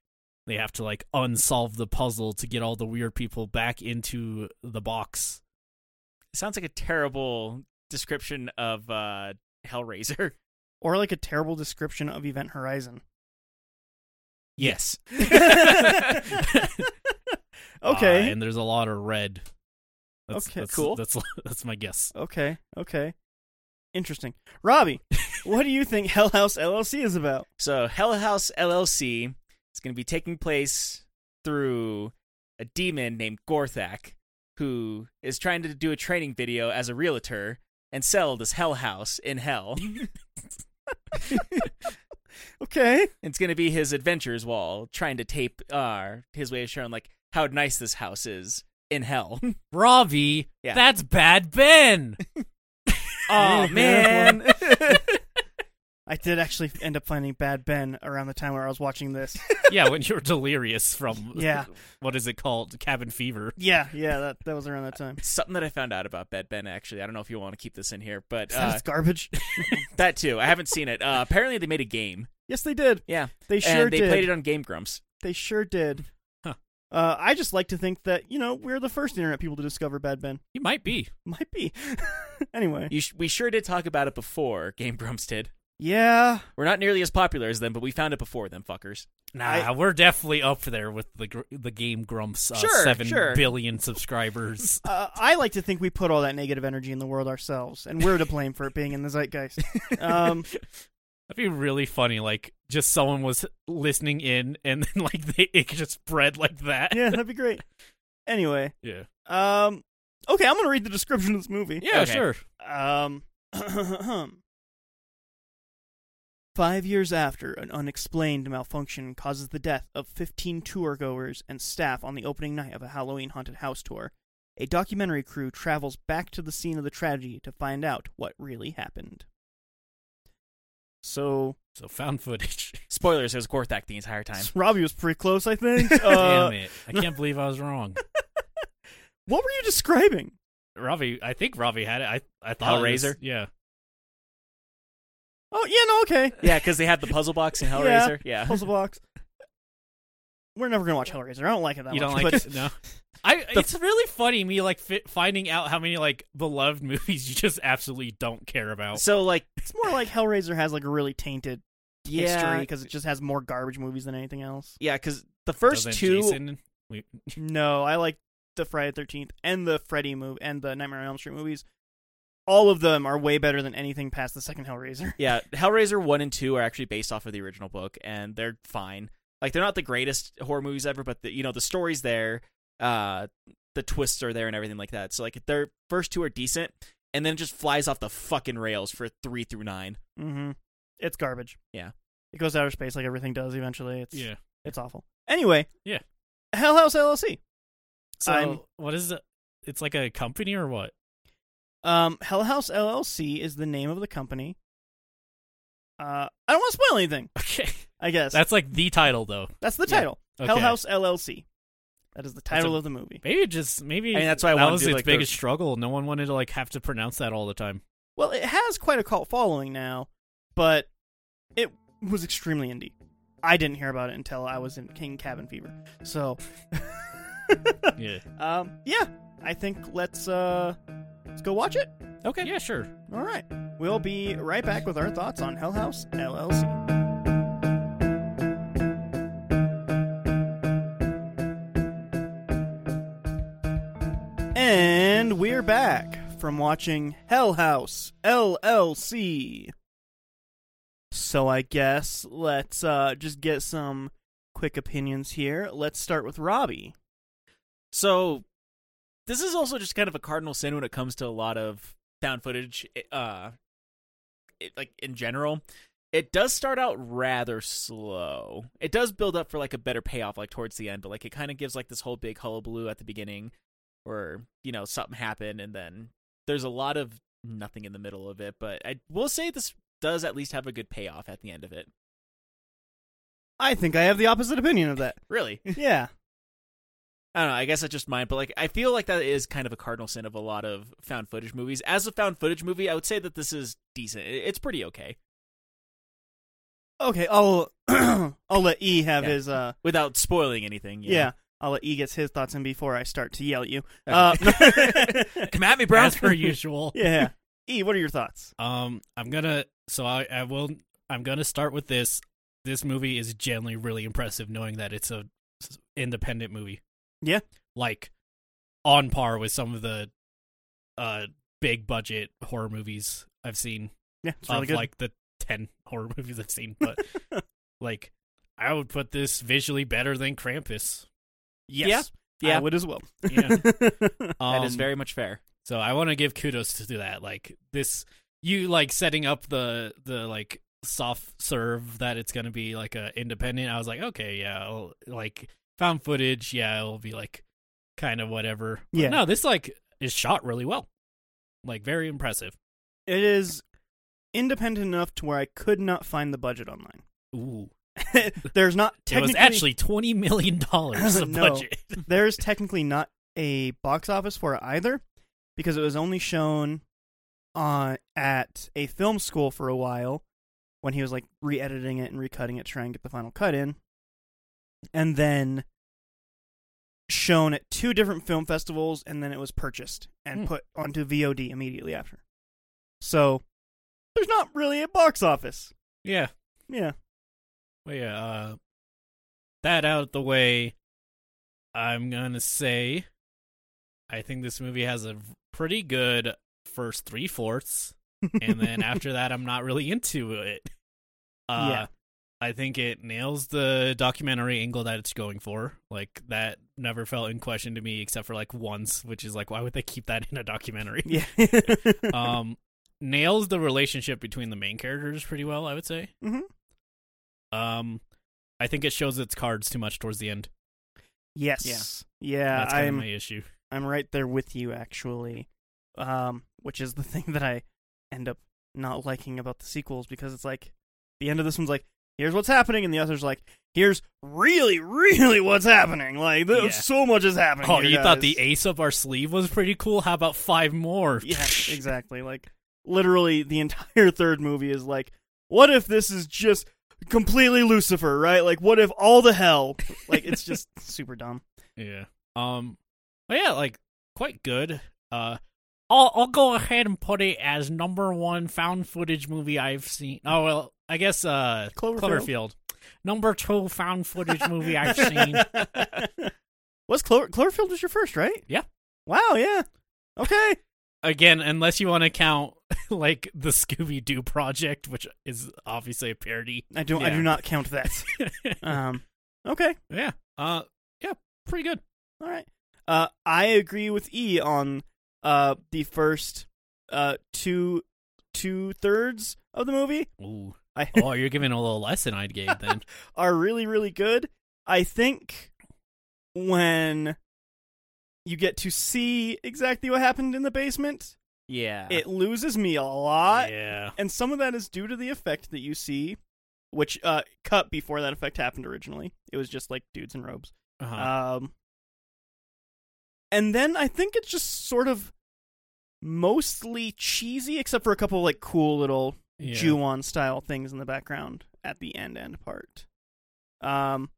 C: they have to like unsolve the puzzle to get all the weird people back into the box.
B: Sounds like a terrible description of uh, Hellraiser.
A: Or like a terrible description of Event Horizon.
B: Yes.
A: Okay.
C: Uh, and there's a lot of red. That's,
A: Okay,
C: that's,
B: cool.
C: That's that's my guess.
A: okay. Okay. Interesting. Robbie, what do you think Hell House LLC is about?
B: So Hell House LLC is going to be taking place through a demon named Gorthak, who is trying to do a training video as a realtor and sell this Hell House in Hell.
A: Okay.
B: it's going to be his adventures while trying to tape uh, his way of showing like how nice this house is in Hell.
C: Ravi,
B: Yeah.
C: that's bad Ben.
B: oh man,
A: I did actually end up finding Bad Ben around the time where I was watching this.
C: yeah, when you're delirious from
A: Yeah.
C: what is it called? Cabin fever.
A: Yeah, yeah, that, that was around that time.
B: something that I found out about Bed Ben actually. I don't know if you want to keep this in here, but
A: That
B: uh,
A: was garbage.
B: that too. I haven't seen it. Uh, apparently, they made a game.
A: Yes, they did.
B: Yeah,
A: They sure
B: and they
A: did.
B: played it on Game Grumps.
A: They sure did.
C: Huh.
A: Uh, I just like to think that you know we're the first internet people to discover Bad Ben.
C: You might be.
A: Might be. anyway,
B: You sh- we sure did talk about it before Game Grumps did.
A: yeah,
B: We're not nearly as popular as them, but we found it before them, fuckers.
C: Nah,
A: I-
C: we're definitely up there with the gr- the game grumps. Uh,
B: Sure,
C: seven
B: sure.
C: billion subscribers.
A: uh, I like to think we put all that negative energy in the world ourselves, and we're to blame for it being in the zeitgeist. Um,
C: That'd be really funny. Like just someone was listening in, and then like they, it just spread like that.
A: yeah, that'd be great. Anyway,
C: yeah,
A: um, okay, I'm gonna read the description of this movie.
C: yeah,
B: Okay.
C: sure.
A: Um, five years after an unexplained malfunction causes the death of 15 tour-goers and staff on the opening night of a Halloween haunted house tour, a documentary crew travels back to the scene of the tragedy to find out what really happened. So
C: So found footage.
B: Spoilers, it was Gorthak the entire time.
A: Robbie was pretty close, I think.
C: Damn
A: uh,
C: it! I can't believe I was wrong.
A: what were you describing?
C: Robbie, I think Robbie had it. I I thought it was-
B: Hellraiser?
C: Yeah,
A: Oh yeah, no, okay.
B: Yeah, because they had the puzzle box in Hellraiser. Yeah.
A: Puzzle box. We're never gonna watch Hellraiser. I don't like it that
C: you
A: much.
C: don't like
A: but
C: it? No. I, it's really funny me like fi- finding out how many like beloved movies you just absolutely don't care about.
B: So like,
A: It's more like Hellraiser has like a really tainted history
B: yeah,
A: because it just has more garbage movies than anything else.
B: yeah, because the 1st
C: Doesn't
B: two,
C: Jason- we-
A: No, I like the Friday Thirteenth and the Freddy movie and the Nightmare on Elm Street movies. All of them are way better than anything past the second Hellraiser.
B: yeah, Hellraiser one and two are actually based off of the original book, and they're fine. Like they're not the greatest horror movies ever, but the, you know the story's there, uh, the twists are there, and everything like that. So like their first two are decent, and then it just flies off the fucking rails for three through nine.
A: Mm-hmm. It's garbage.
B: Yeah.
A: It goes to outer space like everything does eventually. It's
C: Yeah.
A: it's awful. Anyway.
C: Yeah.
A: Hell House LLC.
C: So
A: I'm-
C: what is it? It's like a company or what?
A: Um, Hell House LLC is the name of the company. Uh, I don't want to spoil anything.
C: Okay.
A: I guess that's,
C: That's like the title though.
A: the
B: yeah.
A: title. Hell
C: Okay.
A: House LLC. That is the title
C: a-
A: of the movie.
C: Maybe it just maybe
B: I mean, that's why I
C: that
B: wanted
C: was
B: to do,
C: its
B: like, the-
C: biggest struggle. No one wanted to like have to pronounce that all the time.
A: Well, it has quite a cult following now, but it was extremely indie. I didn't hear about it until I was in King Cabin Fever. So,
C: Yeah.
A: um, yeah, I think let's uh, let's go watch it.
C: Okay. Yeah, sure.
A: All right, we'll be right back with our thoughts on Hell House LLC. And we're back from watching Hell House LLC. So I guess let's uh, just get some quick opinions here. Let's start with Robbie.
B: So this is also just kind of a cardinal sin when it comes to a lot of sound footage uh it, like in general. It does start out rather slow. It does build up for like a better payoff like towards the end, but like it kind of gives like this whole big hullabaloo at the beginning where, you know, something happened and then there's a lot of nothing in the middle of it, but I will say this does at least have a good payoff at the end of it.
A: I think I have the opposite opinion of that.
B: Really?
A: yeah.
B: I don't know. I guess that's just mine, but like I feel like that is kind of a cardinal sin of a lot of found footage movies. As a found footage movie, I would say that this is decent. It- It's pretty okay
A: Okay, I'll I'll let E have
B: Yeah.
A: his uh
B: without spoiling anything. you
A: yeah. I'll let E gets his thoughts in before I start to yell at you.
B: know?
A: Uh,
B: come at me, bro.
C: As per usual.
A: yeah. E, what are your thoughts?
C: Um, I'm gonna. So I, I will. I'm gonna start with this. This movie is generally really impressive, knowing that it's a s- independent movie.
A: Yeah.
C: like on par with some of the uh big budget horror movies I've seen.
A: Yeah, it's really
C: of
A: good.
C: like the ten horror movies I've seen, but like I would put this visually better than Krampus.
A: yes.
B: Yeah.
A: I would as well.
C: Yeah,
B: that is
C: Um,
B: very much fair.
C: So I want to give kudos to that. Like this, you like setting up the the like soft serve that it's gonna be like a independent. I was like, okay, yeah, I'll, like found footage. Yeah, it'll be like kind of whatever. But
A: Yeah.
C: No, this like is shot really well. Like very impressive.
A: it is independent enough to where I could not find the budget online.
C: Ooh,
A: There's not
C: it was
A: technically
C: actually twenty million dollars of
A: No.
C: budget.
A: there's technically not a box office for it either because it was only shown on at a film school for a while when he was like re-editing it and recutting it to try and get the final cut in and then shown at two different film festivals and then it was purchased and
C: Hmm.
A: put onto VOD immediately after. So there's not really a box office.
C: Yeah.
A: Yeah.
C: Well, yeah, uh, that out of the way, I'm going to say I think this movie has a v- pretty good first three fourths. And then after that, I'm not really into it. Uh,
A: Yeah.
C: I think it nails the documentary angle that it's going for. Like, that never felt in question to me, except for like once, which is like, why would they keep that in a documentary?
A: Yeah.
C: um nails the relationship between the main characters pretty well i would say
A: Mhm.
C: um i think it shows its cards too much towards the end
A: yes. Yeah,
C: that's kind
A: I'm
C: of my issue
A: I'm right there with you actually. Um, which is the thing that I end up not liking about the sequels because it's like the end of this one's like, here's what's happening, and the other's like, here's really, really what's happening. Like, th-
C: Yeah.
A: so much is happening.
C: oh
A: here,
C: you thought
A: guys.
C: the ace up our sleeve was pretty cool how about five more
A: yeah, exactly. Like, literally, the entire third movie is like, what if this is just completely Lucifer, right? Like, what if all the hell? Like, it's just super dumb.
C: yeah um but yeah like quite good uh I'll, I'll go ahead and put it as number one found footage movie I've seen. Oh well, I guess uh,
A: Cloverfield.
C: Cloverfield. Number two found footage movie I've seen.
A: Was Clover- Cloverfield was your first, right?
C: Yeah.
A: Wow. Yeah. Okay.
C: again, unless you want to count like the Scooby Doo project, which is obviously a parody.
A: I don't. I
B: Yeah.
A: do not count that. um. Okay.
C: yeah. Uh yeah, pretty good.
A: All right. Uh, I agree with E on uh the first uh, two two thirds of the movie
C: Ooh.
A: I-
C: oh, you're giving a little lesson I gave then.
A: are really really good. I think when you get to see exactly what happened in the basement,
B: Yeah.
A: it loses me a lot,
C: yeah.
A: and some of that is due to the effect that you see, which uh, cut before that effect happened originally. It was just like dudes in robes.
C: Uh-huh.
A: Um, and then I think it's just sort of mostly cheesy, except for a couple like cool little
C: Yeah.
A: Ju-on style things in the background at the end end part. Um,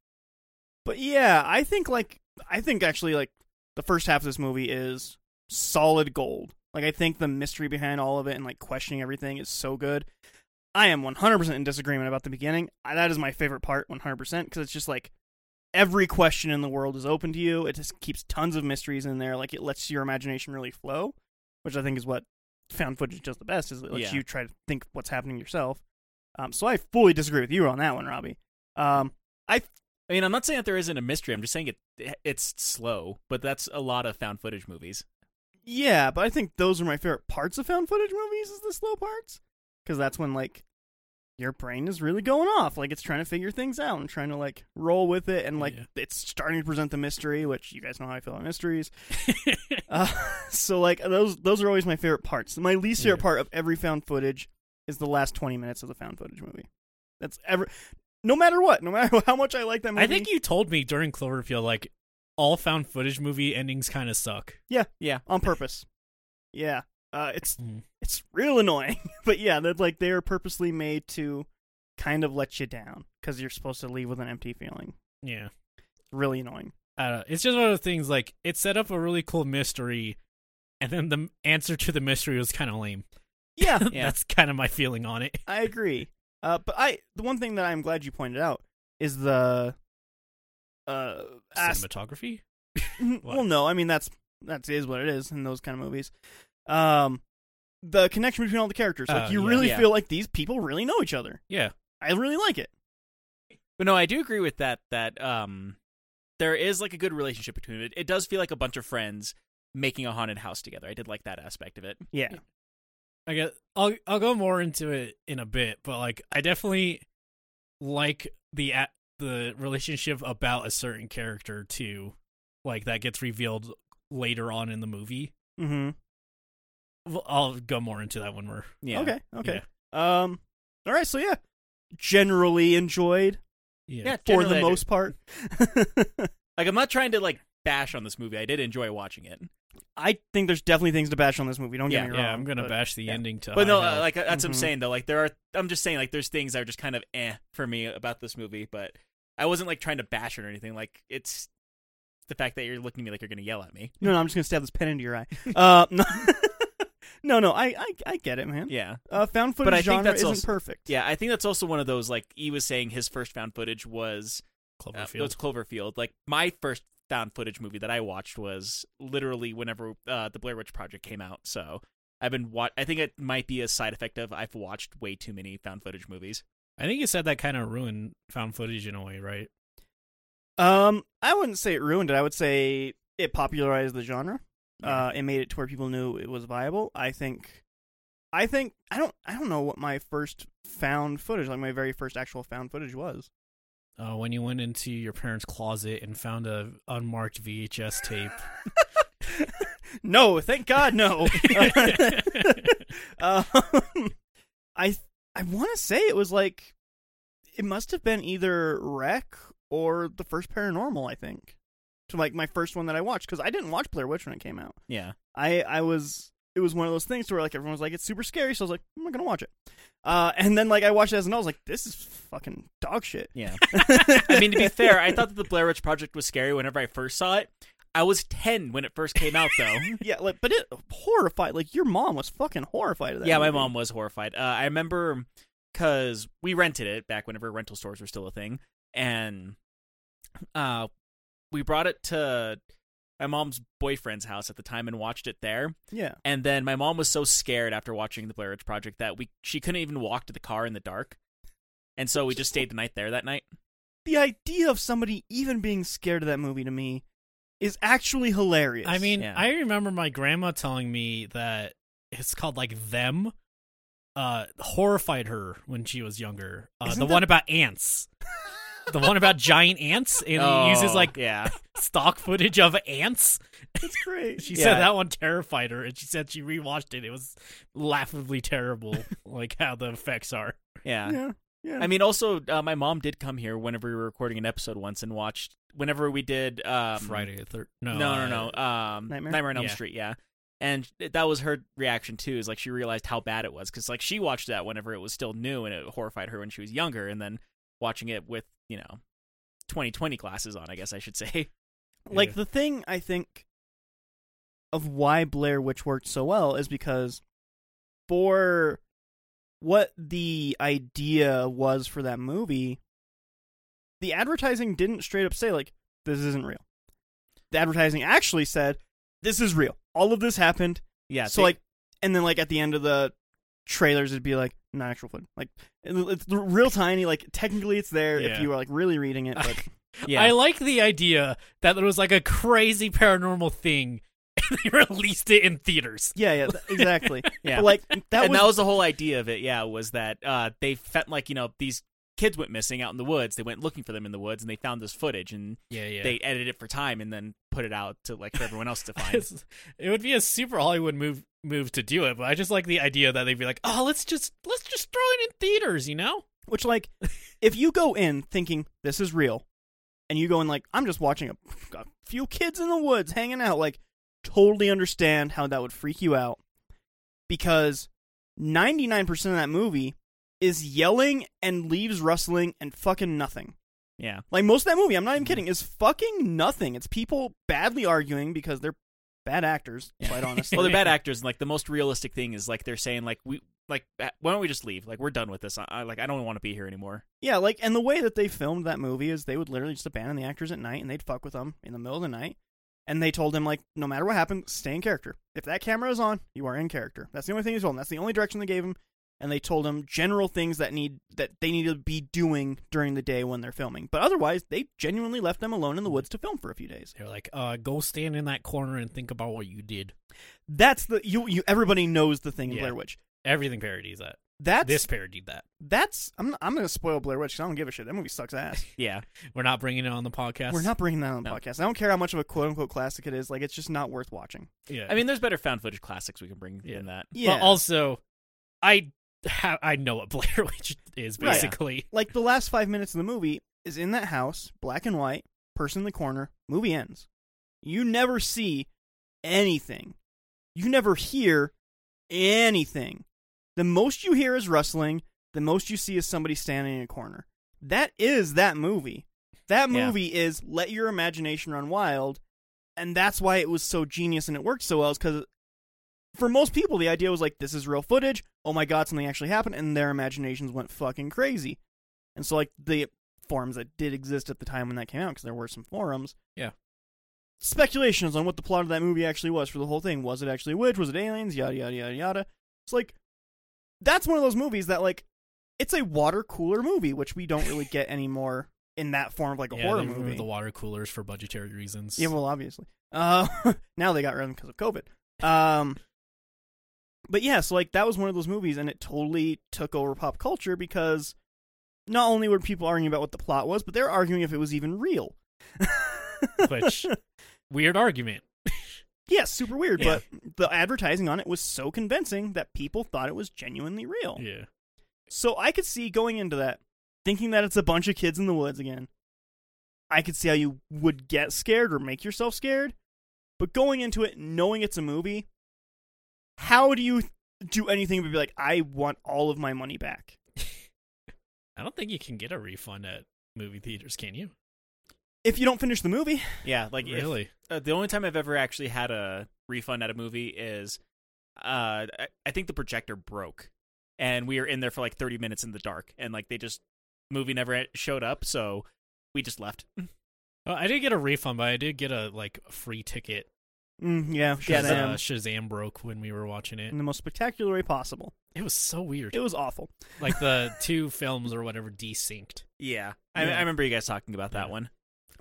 A: but yeah, I think like I think actually like the first half of this movie is solid gold. Like I think the mystery behind all of it and like questioning everything is so good. I am 100% in disagreement about the beginning. I, that is my favorite part 100% because it's just like every question in the world is open to you. It just keeps tons of mysteries in there. Like it lets your imagination really flow, which I think is what found footage does the best is it lets
B: Yeah.
A: you try to think what's happening yourself. Um, so I fully disagree with you on that one, Robbie. Um,
B: I mean, I'm not saying that there isn't a mystery. I'm just saying it it's slow, but that's a lot of found footage movies.
A: Yeah, but I think those are my favorite parts of found footage movies is the slow parts because that's when like your brain is really going off, like it's trying to figure things out and trying to like roll with it, and like
C: Yeah.
A: it's starting to present the mystery, which you guys know how I feel about mysteries. uh, so like those those are always my favorite parts. My least favorite
C: Yeah.
A: part of every found footage is the last twenty minutes of the found footage movie. That's ever, no matter what, no matter how much I like that movie.
C: I think you told me during Cloverfield like all found footage movie endings kind of suck.
A: on purpose. Yeah, uh, it's
C: Mm.
A: it's real annoying, but yeah, that like they are purposely made to kind of let you down because you're supposed to leave with an empty feeling.
C: Yeah.
A: Really annoying.
C: I don't know. It's just one of those things like it set up a really cool mystery and then the m- answer to the mystery was kind of lame.
A: Yeah,
B: Yeah.
C: That's kind of my feeling on it.
A: I agree. Uh, but I the one thing that I'm glad you pointed out is the uh as-
C: Cinematography?
A: well no I mean that's that is what it is in those kind of movies. Um, the connection between all the characters like
C: Oh,
A: you
C: yeah.
A: really
B: Yeah.
A: feel like these people really know each other.
C: Yeah.
A: I really like it.
B: But no, I do agree with that. That um, there is like a good relationship between it. It does feel like a bunch of friends making a haunted house together. I did like that aspect of it.
A: Yeah.
C: I guess I'll I'll go more into it in a bit, but like I definitely like the a the relationship about a certain character too, like that gets revealed later on in the movie.
A: Mm-hmm.
C: Well, I'll go more into that when we're
B: Yeah.
A: Okay. Okay. Um. All right. So yeah, generally enjoyed
C: yeah.
B: Yeah.
A: for
B: generally I
A: the
B: do.
A: most part.
B: like I'm not trying to like bash on this movie. I did enjoy watching it.
A: I think there's definitely things to bash on this movie. Don't
B: Yeah,
A: get me wrong.
C: Yeah, I'm gonna
A: but-
C: bash the
A: yeah.
C: ending to.
B: But no,
C: High
B: uh,
C: Hell.
B: like that's what I'm
A: Mhm.
B: saying though. Like there are, I'm just saying like there's things that are just kind of eh for me about this movie. But I wasn't like trying to bash it or anything. Like it's the fact that you're looking at me like you're gonna yell at me.
A: No, no, I'm just gonna stab this pen into your eye. Uh, no, no, no, I, I, I get it, man.
B: Yeah.
A: Uh, found footage
B: But I think
A: genre
B: that's
A: isn't
B: also-
A: perfect.
B: Yeah, I think that's also one of those like E was saying his first found footage was Uh,
C: Cloverfield.
B: it's Cloverfield. Like my first found footage movie that I watched was literally whenever uh, the Blair Witch Project came out. So I've been wa- I think it might be a side effect of I've watched way too many found footage movies.
C: I think you said that kind of ruined found footage in a way, right?
A: Um, I wouldn't say it ruined it. I would say it popularized the genre. Uh, it made it to where people knew it was viable. I think, I think I don't, I don't know what my first found footage, like my very first actual found footage was.
C: Uh, when you went into your parents' closet and found a unmarked VHS tape.
A: No, thank God, no. um, I I want to say it was like it must have been either Wreck or the first Paranormal. I think to like my first one that I watched because I didn't watch Blair Witch when it came out.
B: Yeah,
A: I I was it was one of those things to where like everyone was like it's super scary, so I was like I'm not gonna watch it. Uh, and then like I watched it as an adult, I was like this is fucking dog shit.
B: yeah. I mean, to be fair, I thought that the Blair Witch Project was scary whenever I first saw it. I was ten when it first came out, though.
A: yeah, like but it horrified. Like your mom was fucking horrified of that.
B: yeah, my
A: movie.
B: mom was horrified. Uh, I remember because we rented it back whenever rental stores were still a thing, and uh, we brought it to my mom's boyfriend's house at the time and watched it there.
A: Yeah.
B: And then my mom was so scared after watching the Blair Witch Project that we she couldn't even walk to the car in the dark, and so we just stayed the night there that night.
A: the idea of somebody even being scared of that movie to me is actually hilarious.
C: I mean,
B: Yeah.
C: I remember my grandma telling me that it's called like them uh horrified her when she was younger. Uh,
A: Isn't
C: the
A: that-
C: one about ants. the one about giant ants and it uses
B: Oh,
C: like
B: yeah.
C: stock footage of ants.
A: It's great.
C: She
B: Yeah.
C: said that one terrified her and she said she rewatched it. It was laughably terrible like how the effects are.
B: Yeah.
A: yeah, yeah.
B: I mean, also, uh, my mom did come here whenever we were recording an episode once and watched whenever we did um,
C: Friday the third. No,
B: No, no,
C: uh,
B: no. Um,
A: Nightmare?
B: Nightmare? on Elm
C: Yeah.
B: Street. Yeah, and that was her reaction too. Is like she realized how bad it was because like she watched that whenever it was still new and it horrified her when she was younger, and then watching it with you know, 2020 glasses on. I guess I should say.
A: like
C: Yeah.
A: the thing I think of why Blair Witch worked so well is because for what the idea was for that movie, the advertising didn't straight up say like this isn't real. The advertising actually said this is real. All of this happened.
B: Yeah.
A: so
B: they-
A: like, and then like at the end of the trailers, it'd be like not actual footage. Like it- it's real tiny. Like technically, it's there if
C: Yeah.
A: you were like really reading it. But
B: yeah.
C: I like the idea that there was like a crazy paranormal thing and they released it in theaters.
A: yeah, yeah, th- exactly.
B: yeah.
A: But, like that
B: and
A: was
B: that was the whole idea of it. Yeah, was that uh, they felt like you know these kids went missing out in the woods. They went looking for them in the woods and they found this footage and
C: Yeah, yeah.
B: they edited it for time and then put it out to like for everyone else to find.
C: It's- it would be a super Hollywood move move to do it, but I just like the idea that they'd be like, "Oh, let's just let's just throw it in theaters," you know?
A: Which, like, if you go in thinking this is real, and you go in like, I'm just watching a, a few kids in the woods hanging out, like, totally understand how that would freak you out. Because 99% of that movie is yelling and leaves rustling and fucking nothing.
B: yeah.
A: Like, most of that movie, I'm not even kidding, is fucking nothing. It's people badly arguing because they're bad actors, quite honestly.
B: well, they're bad actors, and like the most realistic thing is like they're saying like we like uh, why don't we just leave? Like we're done with this. I, I like I don't want to be here anymore.
A: Yeah, like, and the way that they filmed that movie is they would literally just abandon the actors at night and they'd fuck with them in the middle of the night. And they told him, like, no matter what happens, stay in character. If that camera is on, you are in character. That's the only thing they told him. That's the only direction they gave him. And they told him general things that need that they need to be doing during the day when they're filming. But otherwise, they genuinely left them alone in the woods to film for a few days.
C: They're like, "Uh, go stand in that corner and think about what you did."
A: That's the you you everybody knows the thing in
C: Yeah.
A: Blair Witch.
C: Everything parodies that.
A: That's
C: this parodied that.
A: that's I'm I'm gonna spoil Blair Witch 'cause I don't give a shit. That movie sucks ass.
B: Yeah,
C: We're not bringing it on the podcast.
A: We're not bringing that on the
B: No.
A: podcast. I don't care how much of a quote unquote classic it is. Like, it's just not worth watching.
C: Yeah.
B: I mean, there's better found footage classics we can bring
C: Yeah.
B: than that.
A: Yeah.
C: but also, I ha- I know what Blair Witch is
A: Right.
C: basically.
A: like, the last five minutes of the movie is in that house, black and white, person in the corner, movie ends. You never see anything, you never hear anything. The most you hear is rustling, the most you see is somebody standing in a corner. That is that movie. That
B: Yeah.
A: movie is let your imagination run wild, and that's why it was so genius and it worked so well, is because for most people, the idea was like, this is real footage. Oh my god, something actually happened, and their imaginations went fucking crazy. And so, like, the forums that did exist at the time when that came out, because there were some forums.
C: Yeah.
A: Speculations on what the plot of that movie actually was for the whole thing. Was it actually a witch? Was it aliens? Yada, yada, yada, yada. It's like, that's one of those movies that, like, it's a water cooler movie, which we don't really get anymore in that form of, like, a
C: yeah,
A: horror
C: they removed
A: movie.
C: the water coolers for budgetary reasons.
A: Yeah, well, obviously. Uh, now they got rid of them because of COVID. Um, but yeah, so like that was one of those movies, and it totally took over pop culture because not only were people arguing about what the plot was, but they were arguing if it was even real.
C: Which- Weird argument.
A: yeah, super weird.
C: Yeah.
A: But the advertising on it was so convincing that people thought it was genuinely real.
C: Yeah.
A: So I could see going into that, thinking that it's a bunch of kids in the woods again. I could see how you would get scared or make yourself scared, but going into it knowing it's a movie, how do you do anything but be like, I want all of my money back?
C: I don't think you can get a refund at movie theaters, can you?
A: If you don't finish the movie,
B: Yeah, like if-
C: really?
B: uh, the only time I've ever actually had a refund at a movie is, uh, I, I think the projector broke, and we were in there for like 30 minutes in the dark, and like they just movie never e-, showed up, so we just left.
C: Well, Uh, I did get a refund, but I did get a like a free ticket.
A: mm, yeah,
C: Yeah,
A: Shazam.
C: uh, Shazam broke when we were watching it.
A: in the most spectacular way possible.
C: It was so weird.
A: It was awful.
C: like the two films or whatever desynced.
B: Yeah, I,
A: Yeah.
B: I remember you guys talking about that
C: Yeah.
B: one.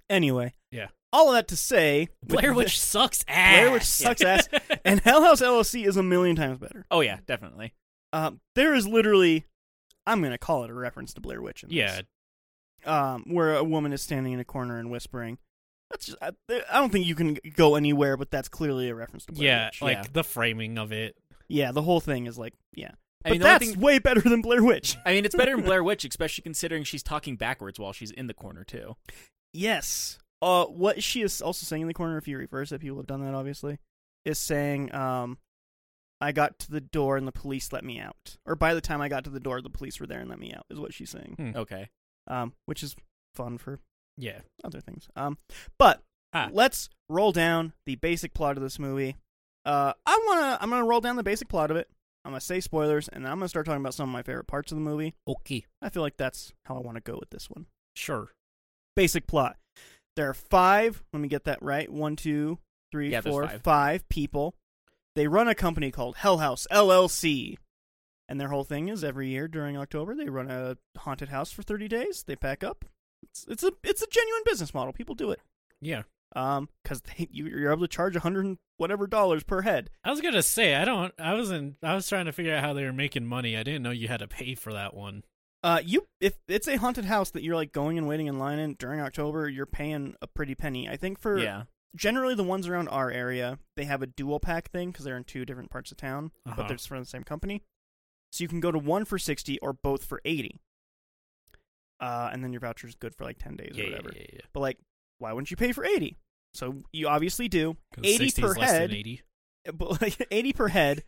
A: Anyway,
C: Yeah.
A: all of that to say, with
C: Blair
A: thi-
C: Witch sucks ass.
A: Blair Witch sucks ass. and Hell House LLC is a million times better.
B: oh yeah, definitely.
A: Um, there is literally, I'm gonna call it a reference to Blair Witch. In this,
C: yeah,
A: Um, where a woman is standing in a corner and whispering. That's just, I, I don't think you can go anywhere, but that's clearly a reference to Blair
C: yeah,
A: Witch.
C: like
B: yeah.
C: the framing of it.
A: yeah, the whole thing is like, yeah.
B: I
A: But
B: mean, the only
A: that's
B: thing-
A: way better than Blair Witch.
B: I mean, it's better than Blair Witch, especially considering she's talking backwards while she's in the corner too.
A: Yes. Uh, what she is also saying in the corner, if you reverse it, people have done that obviously, is saying, um, I got to the door and the police let me out. Or by the time I got to the door, the police were there and let me out, is what she's saying.
B: Okay.
C: Hmm.
A: Um, which is fun for
C: Yeah,
A: other things. Um, but
C: Ah.
A: let's roll down the basic plot of this movie. Uh, I wanna, I'm gonna roll down the basic plot of it. I'm gonna say spoilers, and I'm gonna start talking about some of my favorite parts of the movie.
C: okay,
A: I feel like that's how I want to go with this one.
C: sure.
A: basic plot. There are five. Let me get that right. One, two, three,
B: Yeah, there's
A: four,
B: five.
A: five people. They run a company called Hell House LLC, and their whole thing is every year during October they run a haunted house for thirty days. They pack up. It's it's a it's a genuine business model. People do it
C: Yeah,
A: um because you, you're able to charge a hundred and whatever dollars per head.
C: I was gonna say I don't. I wasn't. I was trying to figure out how they were making money. I didn't know you had to pay for that one.
A: Uh, you if it's a haunted house that you're like going and waiting in line in during October, you're paying a pretty penny. I think for
B: Yeah.
A: generally the ones around our area they have a dual pack thing because they're in two different parts of town
C: Uh-huh.
A: but they're from the same company so you can go to one for 60 or both for 80 uh, and then your voucher is good for like 10 days
C: Yeah,
A: or
C: yeah,
A: whatever
C: yeah, yeah.
A: but like why wouldn't you pay for 80 so you obviously do
C: 'Cause
A: 80
C: 60
A: per
C: is less
A: head.
C: Than Eighty.
A: but like 80 per head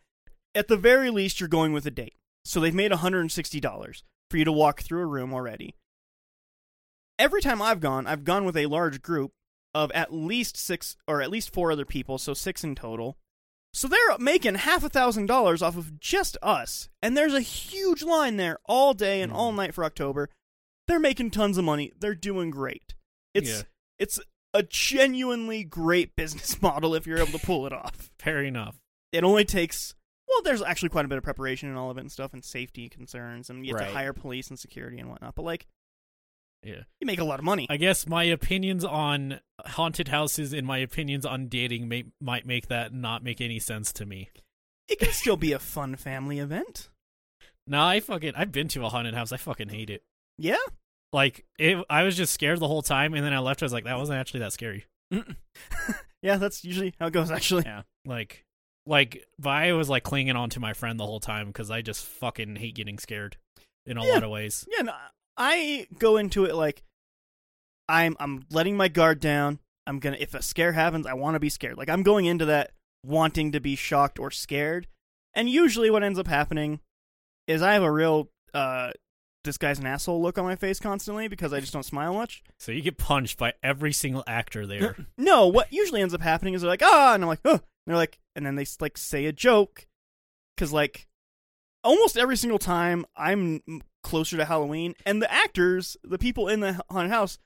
A: at the very least you're going with a date so they've made $160 for you to walk through a room already every time i've gone i've gone with a large group of at least six or at least four other people so six in total so they're making half a thousand dollars off of just us and there's a huge line there all day and all night for october they're making tons of money they're doing great it's
C: Yeah.
A: it's a genuinely great business model if you're able to pull it off
C: Fair enough.
A: it only takes well there's actually quite a bit of preparation and all of it and stuff and safety concerns and you have
B: Right.
A: to hire police and security and whatnot but like
C: Yeah.
A: you make a lot of money
C: I guess my opinions on haunted houses and my opinions on dating may, might make that not make any sense to me.
A: it can still be a fun family event
C: Nah, I fucking I've been to a haunted house. I fucking hate it.
A: yeah
C: Like it, I was just scared the whole time, and then I left. I was like, that wasn't actually that scary.
A: yeah that's usually how it goes actually
B: Yeah.
C: Like, like, but I was like clinging on to my friend the whole time because I just fucking hate getting scared in a
A: Yeah.
C: lot of ways.
A: yeah no, i go into it like i'm i'm letting my guard down i'm gonna if a scare happens i want to be scared like i'm going into that wanting to be shocked or scared and usually what ends up happening is i have a real uh this guy's an asshole look on my face constantly because i just don't smile much
C: So you get punched by every single actor there.
A: No, what usually ends up happening is they're like, ah, and I'm like, oh, and they're like, and then they s- like say a joke, because like, almost every single time I'm m- closer to Halloween, and the actors, the people in the h- haunted house,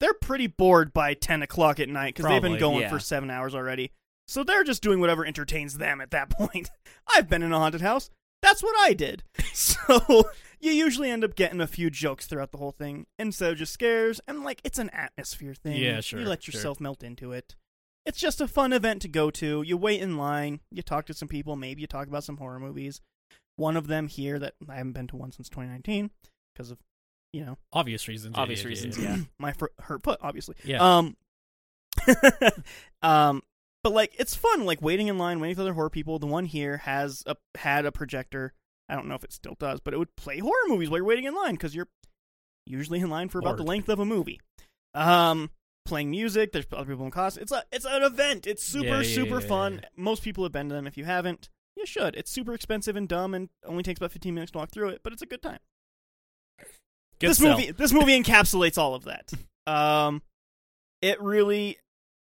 A: they're pretty bored by ten o'clock at night because they've been
C: Probably,
A: going
B: yeah.
A: for seven hours already, so they're just doing whatever entertains them at that point. I've been in a haunted house. That's what I did. So you usually end up getting a few jokes throughout the whole thing instead of just scares. And like it's an atmosphere thing.
C: Yeah, sure,
A: You let
C: sure.
A: yourself melt into it. It's just a fun event to go to. You wait in line. You talk to some people. Maybe you talk about some horror movies. One of them here that I haven't been to one since 2019 because of you know
C: Obvious reasons. Yeah,
B: Obvious
C: yeah, yeah,
B: reasons,
C: yeah.
B: yeah.
A: my fr- hurt foot, obviously.
C: Yeah.
A: Um, um, but like it's fun, like waiting in line, waiting for other horror people. The one here has a had a projector. I don't know if it still does, but it would play horror movies while you're waiting in line because you're usually in line for about the
C: Lord.
A: length of a movie. Um, playing music. There's other people in costume. It's a it's an event. It's super
C: Yeah, yeah,
A: super
C: yeah,
A: fun.
C: yeah.
A: Most people have been to them. If you haven't, you should. It's super expensive and dumb, and only takes about 15 minutes to walk through it, but it's a good time
C: Good
A: this
C: sell.
A: movie this movie encapsulates all of that. Um it really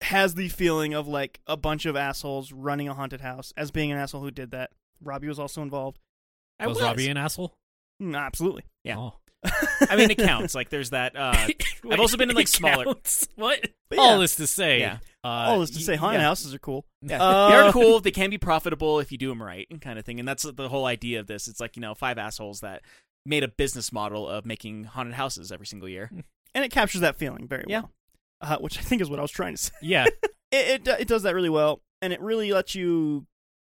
A: has the feeling of like a bunch of assholes running a haunted house as being an asshole who did that. Robbie was also involved.
B: I
C: was, Robbie an asshole?
A: Mm, absolutely.
B: Yeah.
C: Oh.
B: I mean, it counts. Like, there's that. Uh, I've also been in like smaller.
C: What?
A: But yeah,
C: All this to say,
B: Yeah.
C: uh,
A: all this to
C: y-
A: say haunted
B: yeah.
A: houses are cool.
B: Yeah.
A: Uh,
B: They're cool. They can be profitable if you do them right, kind of thing. And that's the whole idea of this. It's like you know, five assholes that made a business model of making haunted houses every single year.
A: And it captures that feeling very
B: Yeah.
A: well. Uh, which I think is what I was trying to say.
C: yeah,
A: It, it do- it does that really well. and it really lets you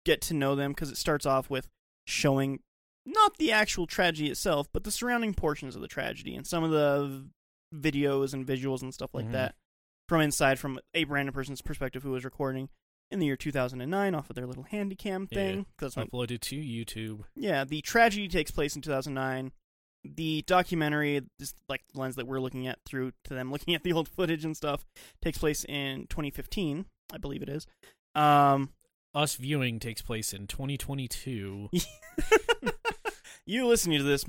A: get to know them because it starts off with showing not the actual tragedy itself, but the surrounding portions of the tragedy and some of the videos and visuals and stuff like
C: Mhm.
A: that from inside from a random person's perspective who was recording in the year 2009 off of their little handycam
C: Yeah.
A: thing 'cause when-
C: uploaded to YouTube.
A: yeah, the tragedy takes place in 2009. The documentary, just like the lens that we're looking at through to them looking at the old footage and stuff, takes place in 2015, I believe it is. Um,
C: Us viewing takes place in 2022.
A: you listening to this,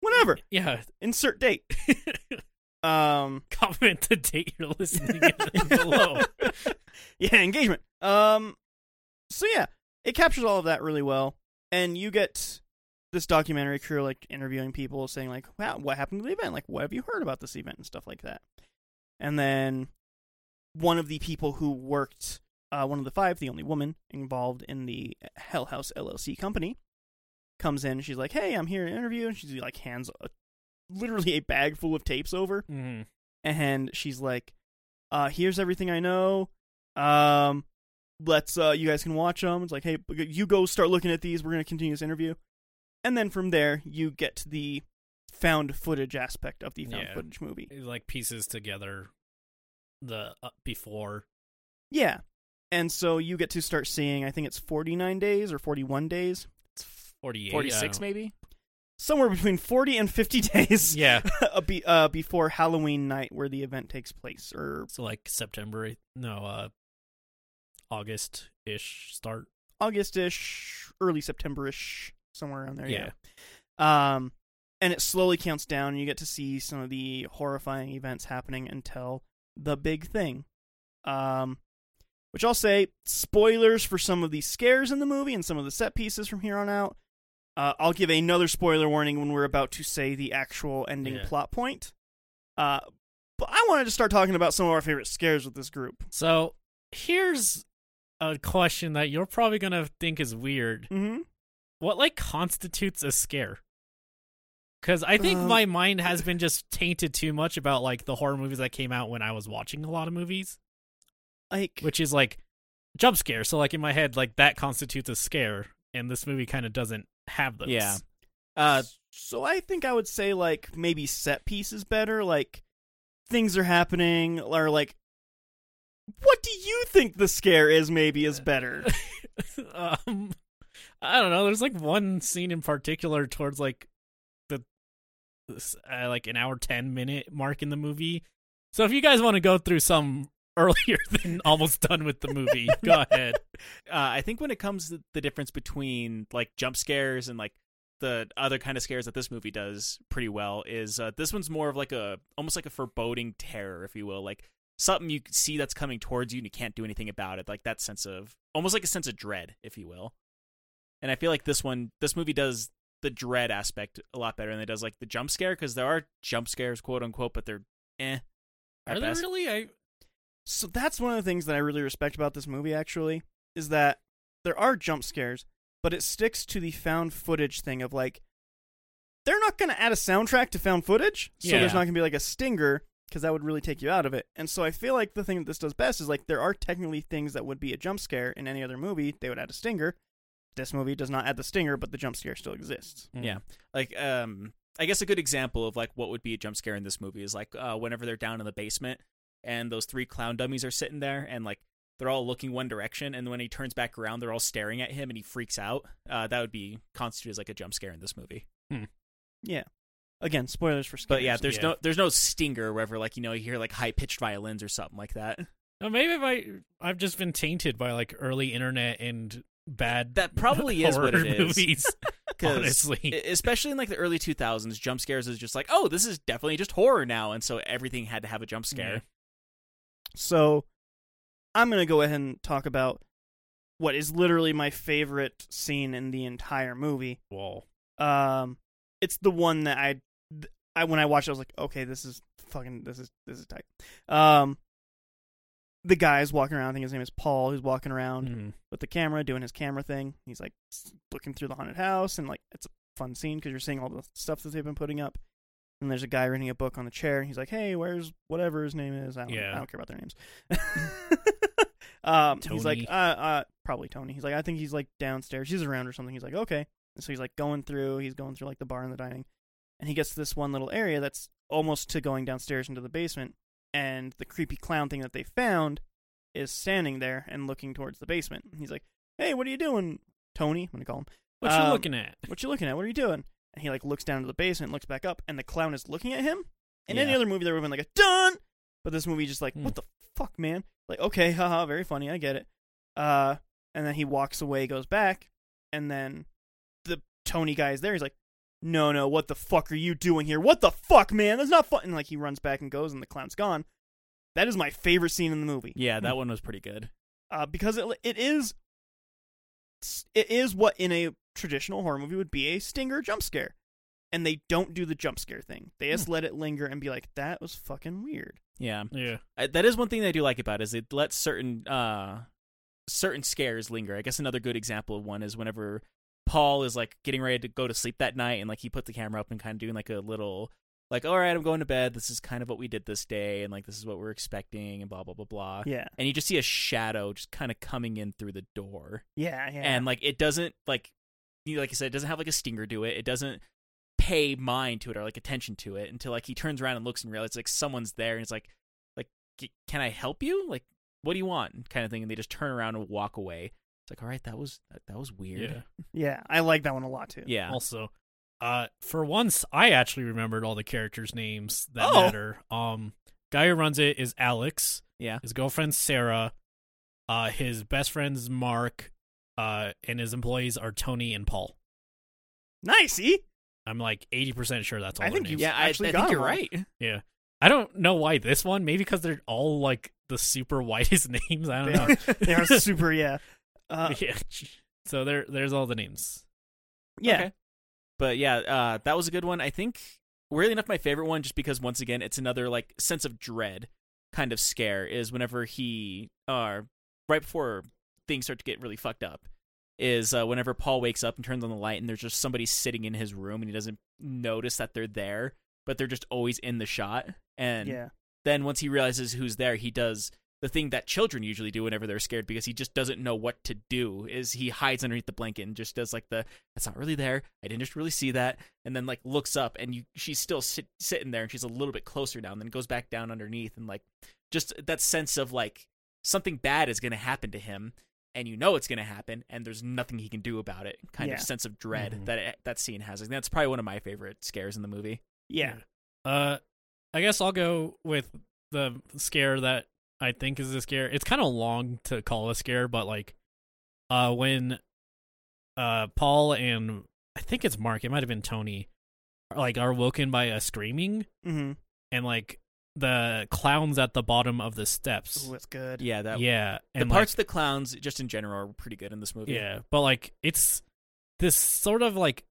A: whenever,
C: Yeah,
A: insert date. um,
C: comment the date you're listening to below.
A: yeah, engagement. Um, so yeah, it captures all of that really well, and you get this documentary crew like interviewing people, saying like, "Wow, what happened to the event? Like, what have you heard about this event and stuff like that?" And then one of the people who worked, uh, one of the five, the only woman involved in the Hell House LLC company, comes in. And she's like, "Hey, I'm here to interview," and she's like hands a, literally a bag full of tapes over
C: Mhm.
A: and she's like, uh, "Here's everything I know. Um, let's uh, you guys can watch them." It's like, "Hey, you go start looking at these. We're gonna continue this interview," and then from there you get to the found footage aspect of the found
C: Yeah.
A: footage movie.
C: It, like pieces together the uh, before.
A: Yeah, and so you get to start seeing. I think it's 49 days or 41 days,
C: It's 48.
B: 46
C: uh,
B: maybe.
A: somewhere between 40 and 50 days
C: Yeah.
A: uh, be, uh, before Halloween night where the event takes place. Or
C: So like September, eighth- no, uh August ish start.
A: August-ish, early September-ish, somewhere around there.
C: Yeah.
A: Um, and it slowly counts down, and you get to see some of the horrifying events happening until the big thing. Um, which I'll say spoilers for some of the scares in the movie and some of the set pieces from here on out. Uh, I'll give another spoiler warning when we're about to say the actual ending
C: Yeah.
A: plot point. Uh, but I wanted to start talking about some of our favorite scares with this group.
C: So here's a question that you're probably gonna think is weird.
A: Mm-hmm.
C: What like constitutes a scare? Because I think
A: Uh,
C: my mind has been just tainted too much about like the horror movies that came out when I was watching a lot of movies,
A: Like,
C: which is like jump scare. So like in my head, like that constitutes a scare, and this movie kind of doesn't have those.
B: Yeah. Uh,
A: so I think I would say like maybe set pieces better, like things are happening, or like what do you think the scare is? Maybe is better.
C: um i don't know there's like one scene in particular towards like the this, uh, like an hour 10 minute mark in the movie so if you guys want to go through some earlier than almost done with the movie go ahead
B: uh, I think when it comes to the difference between like jump scares and like the other kind of scares that this movie does pretty well is uh, this one's more of like a almost like a foreboding terror, if you will, like something you see that's coming towards you and you can't do anything about it, like that sense of almost like a sense of dread, if you will. And I feel like this one, this movie does the dread aspect a lot better than it does like the jump scare because there are jump scares, quote unquote, but they're eh. at best.
C: really i
A: So that's one of the things that I really respect about this movie, actually, is that there are jump scares, but it sticks to the found footage thing of like, they're not going to add a soundtrack to found footage. So
C: Yeah.
A: there's not going to be like a stinger because that would really take you out of it. And so I feel like the thing that this does best is like, there are technically things that would be a jump scare in any other movie. They would add a stinger. This movie does not add the stinger, but the jump scare still exists.
C: Mm.
B: Yeah. Like um I guess a good example of like what would be a jump scare in this movie is like uh whenever they're down in the basement and those three clown dummies are sitting there and like they're all looking one direction and when he turns back around they're all staring at him and he freaks out. Uh that would be constituted as like a jump scare in this movie.
A: Again, spoilers for scares.
B: But yeah, there's
C: Yeah.
B: no there's no stinger wherever like you know you hear like high pitched violins or something like that.
C: Well, maybe if i i've just been tainted by like early internet and bad
B: That probably is what
C: horror
B: it is.
C: movies
B: 'Cause
C: honestly
B: e- especially in like the early 2000s jump scares is just like oh this is definitely just horror now and so everything had to have a jump scare.
C: Yeah.
A: So I'm going to go ahead and talk about what is literally my favorite scene in the entire movie.
C: Whoa.
A: Um it's the one that I, th- I when I watched it I was like, "Okay, this is fucking this is this is tight." Um the guy's walking around, I think his name is Paul, who's walking around
C: Mhm.
A: with the camera doing his camera thing. He's like s- looking through the haunted house and like it's a fun scene cuz you're seeing all the stuff that they've been putting up. And there's a guy reading a book on the chair. And he's like, "Hey, where's whatever his name is? I don't,
C: Yeah.
A: I don't care about their names." Um, he's like,
C: Tony.
A: uh, uh, probably Tony. He's like, I think he's like downstairs. He's around or something. He's like, okay. And so he's like going through. He's going through like the bar and the dining, and he gets to this one little area that's almost to going downstairs into the basement. And the creepy clown thing that they found is standing there and looking towards the basement. And he's like, hey, what are you doing, Tony? I'm gonna call him.
C: What
A: Um,
C: you looking at?
A: What you looking at? What are you doing? And he like looks down to the basement, looks back up, and the clown is looking at him. In any
C: Yeah.
A: other movie, there would have been like a done, but this movie just like
C: Hmm.
A: what the fuck, man? Like okay, haha, very funny, I get it. Uh, and then he walks away, goes back, and then the Tony guy is there. He's like, no, no, what the fuck are you doing here? What the fuck, man? That's not fun. And like he runs back and goes, and the clown's gone. That is my favorite scene in the movie
B: Yeah,
C: Hmm.
B: that one was pretty good.
A: uh, because it it is it is what in a traditional horror movie would be a stinger jump scare, and they don't do the jump scare thing. They just let it linger and be like, "That was fucking weird."
B: Yeah,
C: Yeah.
B: I, that is one thing they do like about it is it lets certain uh certain scares linger. I guess another good example of one is whenever Paul is like getting ready to go to sleep that night and like he put the camera up and kind of doing like a little like all right, I'm going to bed. This is kind of what we did this day and like this is what we're expecting and blah blah blah blah.
A: Yeah,
B: And you just see a shadow just kind of coming in through the door.
A: yeah, yeah.
B: and like it doesn't like you know, like I said, it doesn't have like a stinger to it. It doesn't pay mind to it or like attention to it until like he turns around and looks and realizes like someone's there and it's like like "C- can I help you? Like what do you want? kind of thing. And they just turn around and walk away. It's like all right, that was that, that was weird.
A: yeah, I like that one a lot too.
B: Yeah.
C: Also, uh, for once, I actually remembered all the characters' names that
B: Oh.
C: matter. Um, guy who runs it is Alex.
B: Yeah.
C: His girlfriend's Sarah. Uh, his best friend's Mark. Uh, and his employees are Tony and Paul.
A: nice. See,
C: I'm like 80% sure that's all
A: I
C: their
A: think you-
C: names.
B: Yeah, I, I
A: actually
B: think
A: got
B: you're
A: him.
B: right.
C: I don't know why this one. Maybe because they're all like the super whitest names. I don't
A: they
C: know.
A: are, they are super. Yeah, uh,
C: yeah. So there, there's all the names.
A: yeah.
B: Okay. But yeah, uh, that was a good one. I think weirdly enough, my favorite one, just because once again, it's another like sense of dread kind of scare is whenever he, uh, right before things start to get really fucked up, is uh, whenever Paul wakes up and turns on the light and there's just somebody sitting in his room and he doesn't notice that they're there, but they're just always in the shot. And
A: yeah,
B: then once he realizes who's there, he does the thing that children usually do whenever they're scared because he just doesn't know what to do is he hides underneath the blanket and just does like the that's not really there i didn't just really see that and then like looks up and you she's still sit, sitting there and she's a little bit closer now and then goes back down underneath and like just that sense of like something bad is going to happen to him and you know it's going to happen and there's nothing he can do about it kind
A: Yeah.
B: of sense of dread
C: Mhm.
B: that it, that scene has like that's probably one of my favorite scares in the movie
A: yeah,
C: Uh, I guess I'll go with the scare that I think is a scare. It's kind of long to call a scare, but like, uh, when uh Paul and I think it's Mark, it might have been Tony, are, like are woken by a screaming
A: hmm
C: and like the clowns at the bottom of the steps.
A: Ooh, that's good.
B: yeah that
C: yeah,
B: the
C: and like,
B: parts of the clowns just in general are pretty good in this movie
C: Yeah, but like it's this sort of like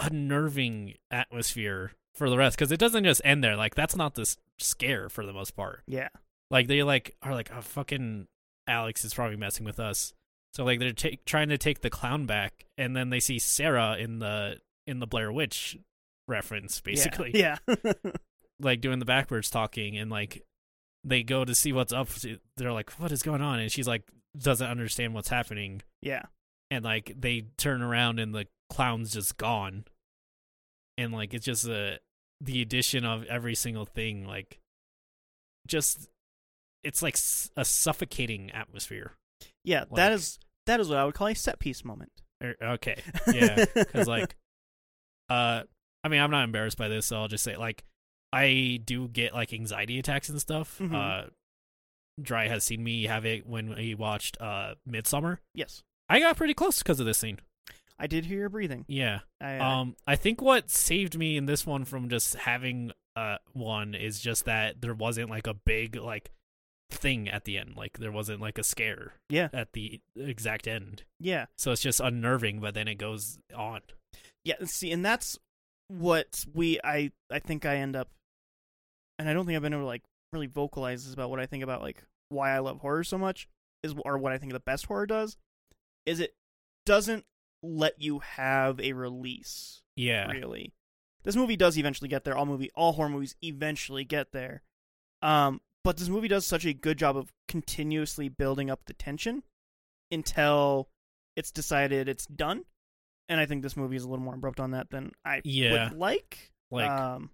C: unnerving atmosphere for the rest because it doesn't just end there. Like that's not the s- scare for the most part.
A: yeah,
C: Like they like are like, oh fucking Alex is probably messing with us. So like they're ta- trying to take the clown back, and then they see Sarah in the in the Blair Witch reference, basically
A: yeah,
C: like doing the backwards talking and like they go to see what's up they're like what is going on and she's like doesn't understand what's happening
A: yeah.
C: and like they turn around and the clown's just gone and like it's just a the addition of every single thing like just it's like s- a suffocating atmosphere
A: Yeah, that
C: Like-
A: is that is what I would call a set piece moment.
C: Er, okay yeah because like uh i mean i'm not embarrassed by this so i'll just say like i do get like anxiety attacks and stuff
A: Mhm.
C: uh dry has seen me have it when we watched uh midsummer
A: yes,
C: i got pretty close because of this scene
A: I did hear your breathing.
C: yeah
A: I, uh,
C: um i think what saved me in this one from just having uh one is just that there wasn't like a big like thing at the end like there wasn't like a scare
A: Yeah.
C: at the exact end
A: yeah.
C: so it's just unnerving but then it goes on
A: Yeah, see, and that's what we I I think I end up and I don't think I've been able to like really vocalize this about what I think about like why I love horror so much is or what I think the best horror does is it doesn't let you have a release
C: yeah
A: really. This movie does eventually get there. All movie all horror movies eventually get there. Um but this movie does such a good job of continuously building up the tension until it's decided it's done. And I think this movie is a little more abrupt on that than I
C: Yeah.
A: would like.
C: Like
A: um,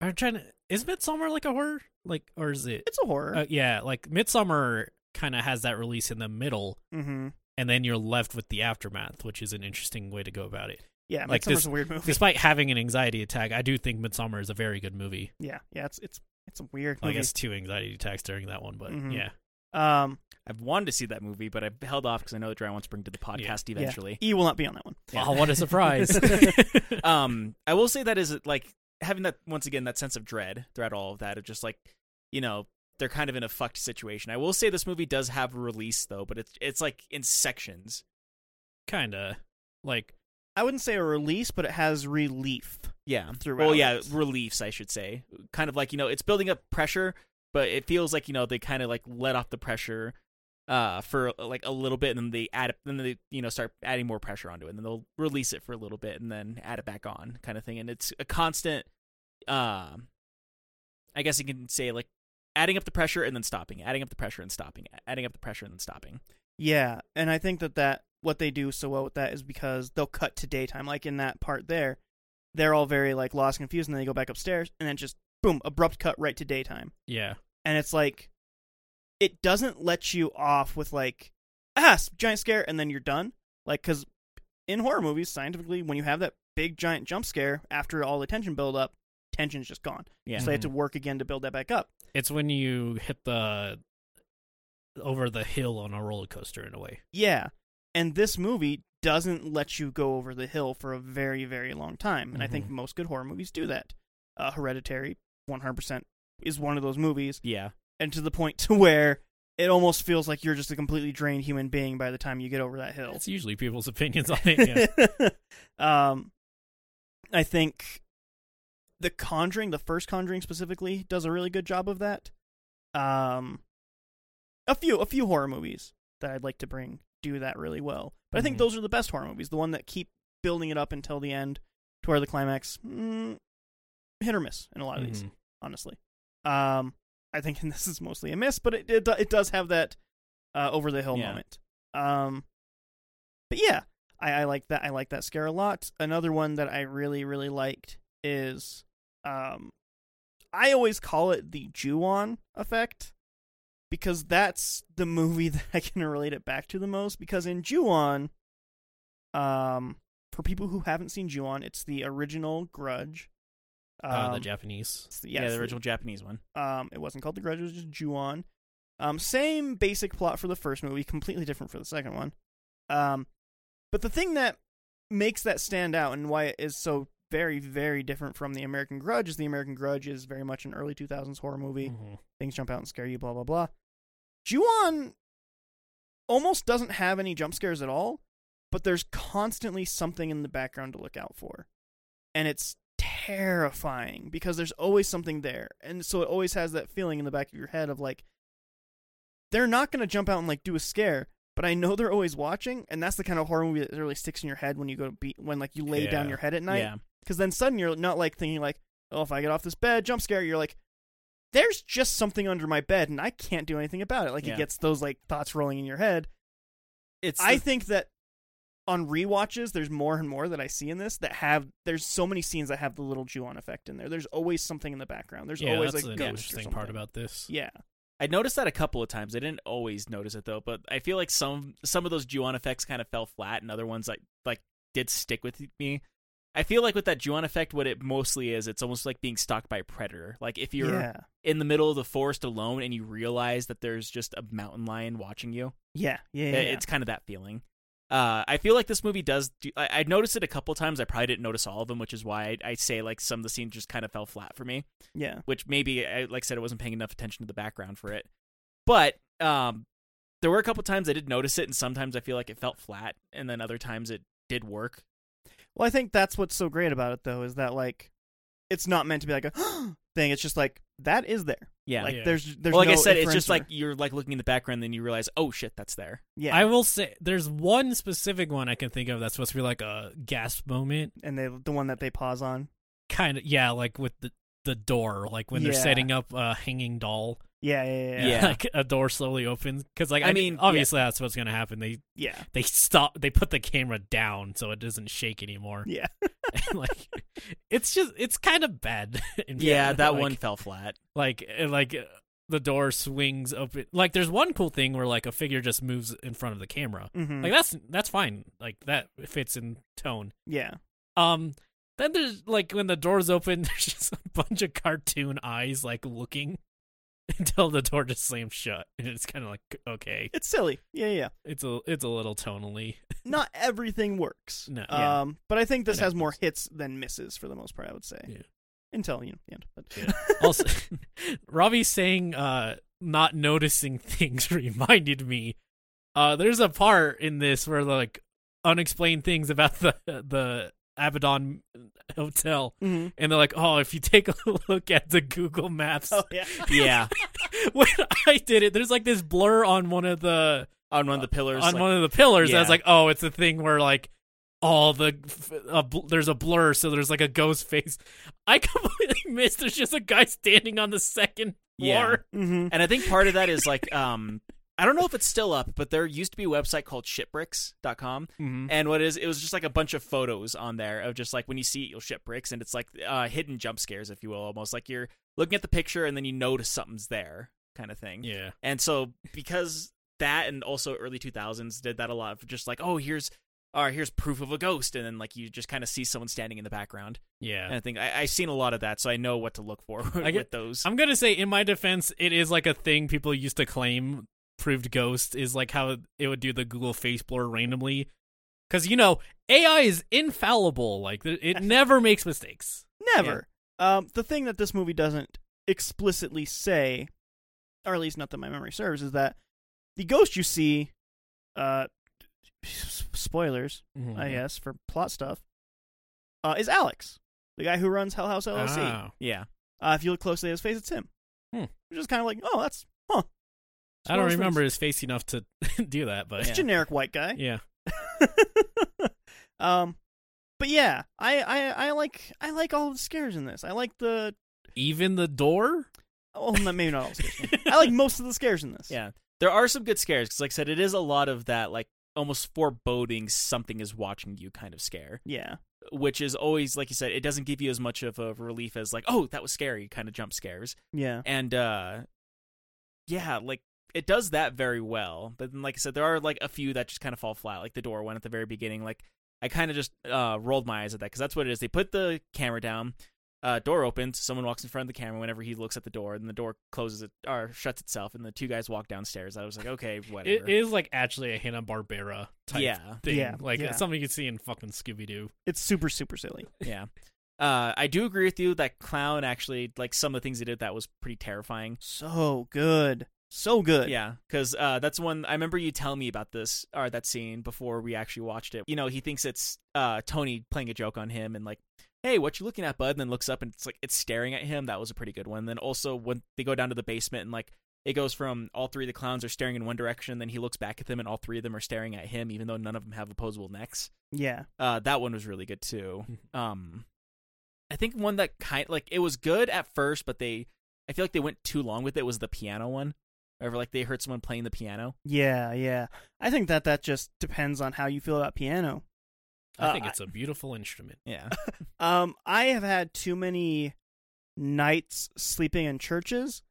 C: I'm trying to. Is Midsummer like a horror? Like, or is it?
A: it's a horror.
C: Uh, yeah, like Midsummer kind of has that release in the middle,
A: mm-hmm.
C: and then you're left with the aftermath, which is an interesting way to go about it.
A: Yeah,
C: like
A: Midsummer's
C: this-
A: a weird movie.
C: Despite having an anxiety attack, I do think Midsummer is a very good movie.
A: Yeah, yeah, it's it's it's a weird
C: I
A: movie.
C: guess two anxiety attacks during that one, but
A: Mhm.
C: yeah,
A: Um,
B: I've wanted to see that movie, but I've held off because I know that Dry wants to bring to the podcast
A: yeah.
B: eventually.
A: E will not be on that one.
B: Yeah.
C: Wow, what a surprise!
B: um, I will say that is like having that once again that sense of dread throughout all of that of just like you know they're kind of in a fucked situation. I will say this movie does have a release though, but it's it's like in sections.
C: kind of like
A: I wouldn't say a release, but it has relief
B: Yeah.
A: throughout.
B: Well, yeah,
A: it.
B: reliefs I should say. Kind of like you know it's building up pressure, but it feels like you know they kind of like let off the pressure uh for like a little bit and then they add then they you know start adding more pressure onto it and then they'll release it for a little bit and then add it back on kind of thing and it's a constant um i guess you can say like adding up the pressure and then stopping adding up the pressure and stopping adding up the pressure and then stopping
A: Yeah, and I think that that what they do so well with that is because they'll cut to daytime. Like in that part there, they're all very like lost, confused, and then they go back upstairs, and then just boom, abrupt cut right to daytime.
C: yeah,
A: And it's like, it doesn't let you off with like, ah, s- giant scare, and then you're done. Like, because in horror movies, scientifically, when you have that big giant jump scare after all the tension build up, tension's just gone.
B: yeah
A: So they have to work again to build that back up.
C: it's when you hit the over the hill on a roller coaster in a way.
A: Yeah. And this movie doesn't let you go over the hill for a very, very long time. And I think
C: Mhm.
A: most good horror movies do that. Uh, Hereditary, 100%, is one of those movies.
B: yeah
A: And to the point to where it almost feels like you're just a completely drained human being by the time you get over that hill.
C: It's usually people's opinions on it. Yeah.
A: um, I think the Conjuring, the first Conjuring specifically, does a really good job of that. Um, a few a few horror movies that I'd like to bring do that really well, but I think
C: Mhm.
A: those are the best horror movies. The one that keep building it up until the end, to where the climax, mm, hit or miss in a lot of these
C: Mhm.
A: honestly. Um, I think and this is mostly a miss, but it it, do- it does have that uh, over the hill
B: Yeah.
A: moment. Um, but yeah, I, I like that. I like that scare a lot. Another one that I really really liked is um, I always call it the Ju-on effect because that's the movie that I can relate it back to the most. Because in Ju-on, um, for people who haven't seen Ju-on, it's the original Grudge.
C: Uh, the
A: Um,
C: Japanese.
A: it's the-
B: Oh, yeah
A: it's
B: the
A: the-
B: original japanese one
A: um, it wasn't called The Grudge; it was just Ju-on. Um, same basic plot for the first movie, completely different for the second one. Um, but the thing that makes that stand out and why it is so very, very different from the American Grudge is the American Grudge is very much an early 2000s horror movie.
C: Mhm.
A: Things jump out and scare you, blah blah blah. Ju-on almost doesn't have any jump scares at all, but there's constantly something in the background to look out for and it's terrifying because there's always something there and so it always has that feeling in the back of your head of like they're not going to jump out and like do a scare but i know they're always watching and that's the kind of horror movie that really sticks in your head when you go to be when like you lay down
C: Yeah.
A: your head at night
B: yeah
A: because then suddenly you're not like thinking like oh if i get off this bed jump scare you're like there's just something under my bed and i can't do anything about it like
B: Yeah.
A: it gets those like thoughts rolling in your head
B: it's
A: I
B: the-
A: think that on rewatches, there's more and more that I see in this that have. There's so many scenes that have the little Ju-on effect in there. There's always something in the background. There's
C: yeah,
A: always
C: that's
A: like
C: an
A: ghost
C: interesting
A: or
C: part
A: something.
C: about this.
A: Yeah,
B: I noticed that a couple of times. I didn't always notice it though, but I feel like some some of those Juon effects kind of fell flat, and other ones like like did stick with me. I feel like with that Juon effect, what it mostly is, it's almost like being stalked by a predator. Like if you're
A: yeah,
B: in the middle of the forest alone and you realize that there's just a mountain lion watching you,
A: yeah, yeah. yeah,
B: it-
A: yeah.
B: it's kind of that feeling. Uh, I feel like this movie does. Do, I, I noticed it a couple times. I probably didn't notice all of them, which is why I, I say like some of the scenes just kind of fell flat for me
A: yeah.
B: which maybe I like I said I wasn't paying enough attention to the background for it. But um there were a couple times I did notice it and sometimes I feel like it felt flat and then other times it did work.
A: Well, I think that's what's so great about it though is that like, it's not meant to be like a thing. It's just like that is there.
B: Yeah.
A: Like
C: Yeah.
A: there's there's.
B: well, like
A: no
B: I said,
A: if
B: it's
A: or ands
B: just
A: or-
B: like you're like looking in the background, then you realize, oh shit, that's there.
A: yeah,
C: I will say there's one specific one I can think of that's supposed to be like a gasp moment,
A: and they, the one that they pause on.
C: kind of. Yeah, like with the the door, like when
A: Yeah.
C: they're setting up a hanging doll,
A: Yeah, yeah, yeah.
B: Yeah.
C: like a door slowly opens because like
B: I
C: I,
B: mean,
C: mean obviously that's what's gonna happen. They
A: Yeah.
C: they stop they put the camera down so it doesn't shake anymore.
A: Yeah.
C: And, like it's just it's kind of bad. in
B: Yeah,
C: Vietnam.
B: that
C: Like-
B: one fell flat.
C: like uh, like uh, the door swings open. Like there's one cool thing where like a figure just moves in front of the camera.
B: Mm.
A: hmm
C: Like that's that's fine. Like that fits in tone.
A: yeah.
C: Um then there's like when the door's open, there's just a bunch of cartoon eyes like looking until the door just slams shut. And it's kind of like okay,
A: It's silly. Yeah, yeah.
C: it's a it's a little tonally.
A: Not everything works.
C: No. Yeah.
A: Um, but I think this
C: That
A: has more hits than misses for the most part. I would say.
C: Yeah.
A: Until you know, the end. But
C: Also, Robbie's saying uh, not noticing things reminded me. Uh, there's a part in this where like unexplained things about the the Abaddon hotel,
A: Mhm.
C: and they're like, "Oh, if you take a look at the Google Maps."
A: Oh yeah.
B: Yeah,
C: when I did it, there's like this blur on one of the
B: on one of the pillars.
C: Uh, on
B: like-
C: one of the pillars. I
B: Yeah.
C: was like, "Oh, it's a thing where like." All the f- a bl- there's a blur, so there's like a ghost face. I completely missed. There's just a guy standing on the second
B: Yeah.
C: floor.
A: hmm
B: and I think part of that is like, um, I don't know if it's still up, but there used to be a website called shipbricks.com.
C: Mm-hmm.
B: And what it is, it was just like a bunch of photos on there of just like when you see it, you'll ship bricks, and it's like uh, hidden jump scares, if you will, almost like you're looking at the picture and then you notice something's there, kind of thing.
C: Yeah.
B: And so because that and also early 2000s did that a lot of just like, oh, here's. Or here's proof of a ghost, and then like you just kind of see someone standing in the background, and
C: Yeah.
B: I think I, I've seen a lot of that, so I know what to look for
C: I get-
B: with those.
C: I'm going to say, in my defense, it is like a thing people used to claim proved ghost is like how it would do the Google face blur randomly. Because, you know, AI is infallible. Like, th- it never makes mistakes.
A: Never. Um, the thing that this movie doesn't explicitly say, or at least not that my memory serves, is that the ghost you see, uh, s- spoilers,
B: Mm-hmm.
A: I guess, for plot stuff, uh, is Alex, the guy who runs Hell House LLC.
C: Ah.
B: yeah,
A: Uh, if you look closely at his face, it's him.
C: Hmm.
A: Which is kind of like, oh, that's
C: I don't
A: Spoilers
C: remember his face enough to do that, but
A: it's generic white guy.
C: yeah.
A: um, but yeah, I, I I like I like all the scares in this. I like the
C: Even the door?
A: oh, no, maybe not all the scares. I like most of the scares in this.
B: Yeah, there are some good scares because, like I said, it is a lot of that like almost foreboding something is watching you kind of scare,
A: yeah.
B: which is always like you said, it doesn't give you as much of a relief as like oh that was scary kind of jump scares,
A: Yeah.
B: and uh yeah, like it does that very well. But then, like I said, there are like a few that just kind of fall flat, like the door one at the very beginning. Like I kind of just uh rolled my eyes at that because that's what it is. They put the camera down. Uh, door opens. Someone walks in front of the camera whenever he looks at the door, and the door closes it or shuts itself, and the two guys walk downstairs. I was like, okay, whatever.
C: It is like actually a Hanna Barbera type
B: Yeah.
C: thing.
A: Yeah,
C: Like
A: yeah.
C: something you see in fucking Scooby Doo.
A: It's super super silly.
B: yeah. Uh, I do agree with you that clown actually like some of the things he did that was pretty terrifying.
A: So good. So good.
B: Yeah, because uh, that's one I remember you telling me about this or that scene before we actually watched it. You know, he thinks it's uh, Tony playing a joke on him and like, hey, what you looking at, bud? And then looks up and it's like it's staring at him. That was a pretty good one. then also when they go down to the basement and like it goes from all three of the clowns are staring in one direction, then he looks back at them and all three of them are staring at him, even though none of them have opposable necks.
A: Yeah.
B: Uh, that one was really good too.
A: Hmm.
B: Um, I think one that kind like it was good at first, but they I feel like they went too long with it. Was the piano one? Or like they heard someone playing the piano.
A: Yeah, yeah. I think that that just depends on how you feel about piano.
C: I
A: Uh,
C: think it's a beautiful instrument.
B: Yeah,
A: Um, I have had too many nights sleeping in churches.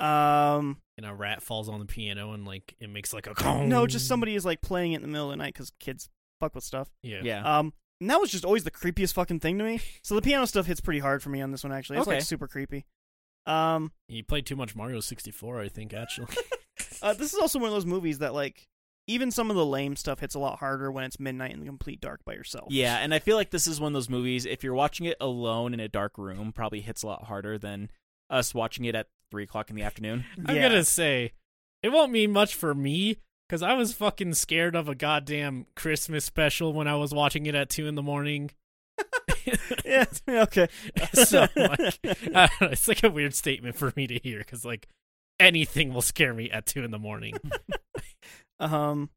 A: Um,
C: And a rat falls on the piano and like it makes like a
A: no, just somebody is like playing it in the middle of the night because kids fuck with stuff.
C: Yeah.
B: yeah.
A: Um, and that was just always the creepiest fucking thing to me. So the piano stuff hits pretty hard for me on this one. Actually, it's
B: Okay.
A: like super creepy. Um,
C: You played too much Mario 64, I think, actually.
A: uh, this is also one of those movies that like even some of the lame stuff hits a lot harder when it's midnight in the complete dark by yourself.
B: yeah, and I feel like this is one of those movies. If you're watching it alone in a dark room, probably hits a lot harder than us watching it at three o'clock in the afternoon.
C: I'm
A: Yeah.
C: going to say it won't mean much for me because I was fucking scared of a goddamn Christmas special when I was watching it at 2 in the morning.
A: yeah. Okay.
C: so, like, I don't know, it's like a weird statement for me to hear because, like, anything will scare me at 2 in the morning.
A: Um,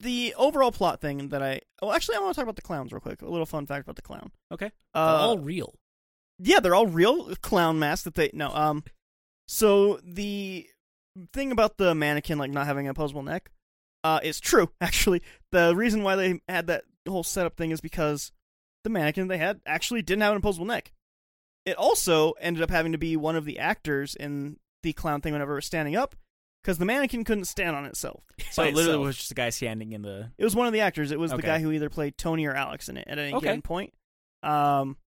A: the overall plot thing that I well, actually, I want to talk about the clowns real quick. A little fun fact about the clown.
B: Okay.
A: Uh,
C: Oh, They're all real.
A: yeah, they're all real clown masks that they no. Um, So the thing about the mannequin like not having an opposable neck uh, is true. Actually, the reason why they had that whole setup thing is because the mannequin they had actually didn't have an opposable neck. It also ended up having to be one of the actors in the clown thing whenever it was standing up because the mannequin couldn't stand on itself.
B: So
A: by
B: it literally
A: itself.
B: was just a guy standing in the.
A: It was one of the actors. It was the
B: Okay.
A: guy who either played Tony or Alex in it at any
B: Okay.
A: given point. Um,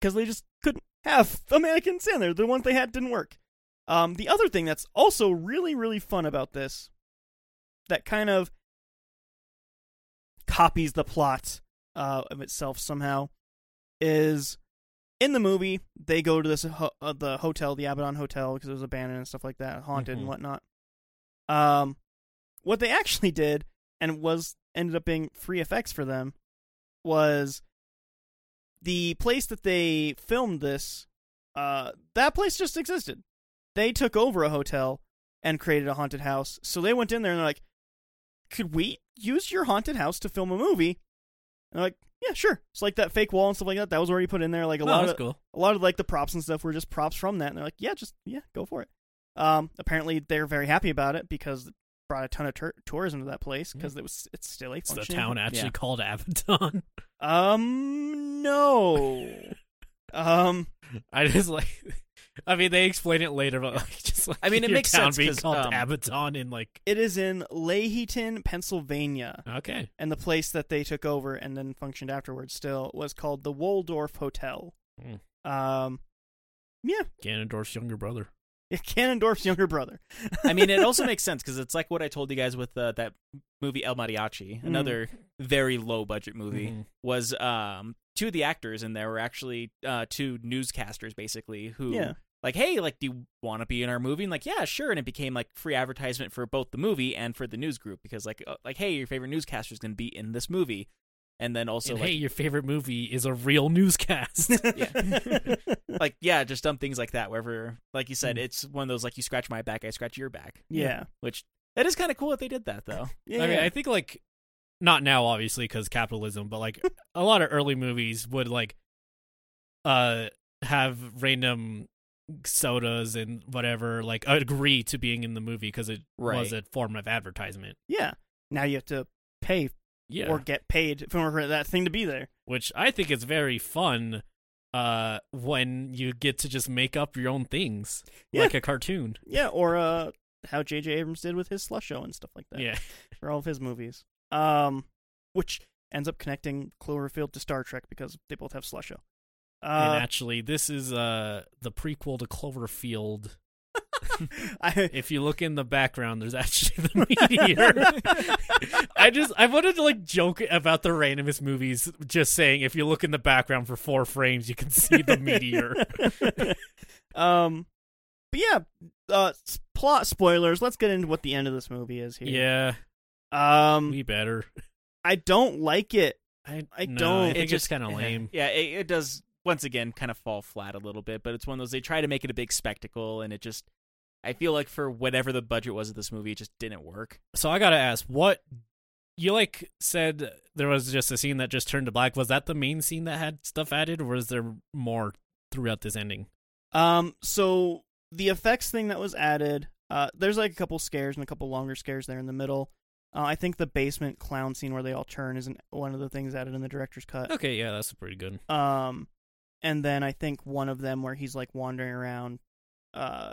A: because they just couldn't have a mannequin stand there. The ones they had didn't work. Um, the other thing that's also really really fun about this, that kind of copies the plot uh, of itself somehow, is in the movie they go to this ho- uh, the hotel, the Abaddon Hotel, because it was abandoned and stuff like that, haunted
B: Mhm.
A: and whatnot. Um, what they actually did and was ended up being free effects for them was the place that they filmed this uh that place just existed they took over a hotel and created a haunted house so they went in there and they're like could we use your haunted house to film a movie and they're like yeah sure it's like that fake wall and stuff like that that was already put in there like a
C: Oh,
A: lot
C: that's
A: of
C: cool.
A: a lot of like the props and stuff were just props from that and they're like yeah just yeah go for it um apparently they're very happy about it because it brought a ton of tur- tourism to that place because it was it's still a
C: It's the
A: functioning-
C: town actually
B: Yeah.
C: called Abaddon.
A: um no um
C: I just like. I mean, they explain it later, but like, just like
B: I mean, it
C: your
B: makes
C: town
B: sense
C: being
B: 'cause,
C: called
B: um,
C: Abaddon in like.
A: it is in Leahyton, Pennsylvania,
C: Okay,
A: and the place that they took over and then functioned afterwards still was called the Waldorf Hotel.
C: Mm.
A: Um, yeah,
C: Ganondorf's younger brother.
A: yeah, Cannondorf's younger brother.
B: I mean, it also makes sense because it's like what I told you guys with uh, that movie El Mariachi,
A: Mm. Mm-hmm.
B: another very low budget movie.
C: Mhm.
B: Was um two of the actors in there were actually uh two newscasters basically who
A: Yeah.
B: like hey like do you want to be in our movie and like yeah sure and it became like free advertisement for both the movie and for the news group because like uh, like hey your favorite newscaster is going to be in this movie and then also
C: and
B: like
C: hey, your favorite movie is a real newscast.
B: like yeah, just dumb things like that. Wherever, like you said,
C: Mm.
B: it's one of those like you scratch my back, I scratch your back.
A: yeah,
B: which that is kind of cool that they did that though.
A: yeah.
C: I mean,
A: yeah.
C: I think like not now, obviously, because capitalism, but like a lot of early movies would like uh have random sodas and whatever like agree to being in the movie because it was a
B: Right.
C: form of advertisement.
A: yeah. Now you have to pay
C: Yeah,
A: or get paid in order for that thing to be there.
C: which I think is very fun. Uh, when you get to just make up your own things
A: Yeah.
C: like a cartoon.
A: Yeah, or uh, how J.J. Abrams did with his slush show and stuff like that.
C: Yeah,
A: for all of his movies. Um, which ends up connecting Cloverfield to Star Trek because they both have slusho.
C: and
A: Uh,
C: actually, this is uh the prequel to Cloverfield.
A: I,
C: If you look in the background, there's actually the meteor. I just I wanted to like joke about the randomest movies, just saying if you look in the background for four frames, you can see the meteor.
A: um, but yeah, uh, s- plot spoilers. Let's get into what the end of this movie is here.
C: yeah,
A: Yeah. Um,
C: we better.
A: I don't like it.
C: I,
A: I
C: no,
A: don't.
C: I
A: It
C: think it's
B: just-
C: kind of lame.
B: eh, Yeah, it, it does once again kind of fall flat a little bit, but it's one of those they try to make it a big spectacle, and it just I feel like for whatever the budget was of this movie, it just didn't work.
C: So I gotta ask, what you like said there was just a scene that just turned to black. Was that the main scene that had stuff added, or was there more throughout this ending?
A: Um, so the effects thing that was added, uh, there's like a couple scares and a couple longer scares there in the middle. Uh, I think the basement clown scene where they all turn is an, one of the things added in the director's cut.
C: Okay, yeah, that's pretty good.
A: Um, and then I think one of them where he's like wandering around, uh,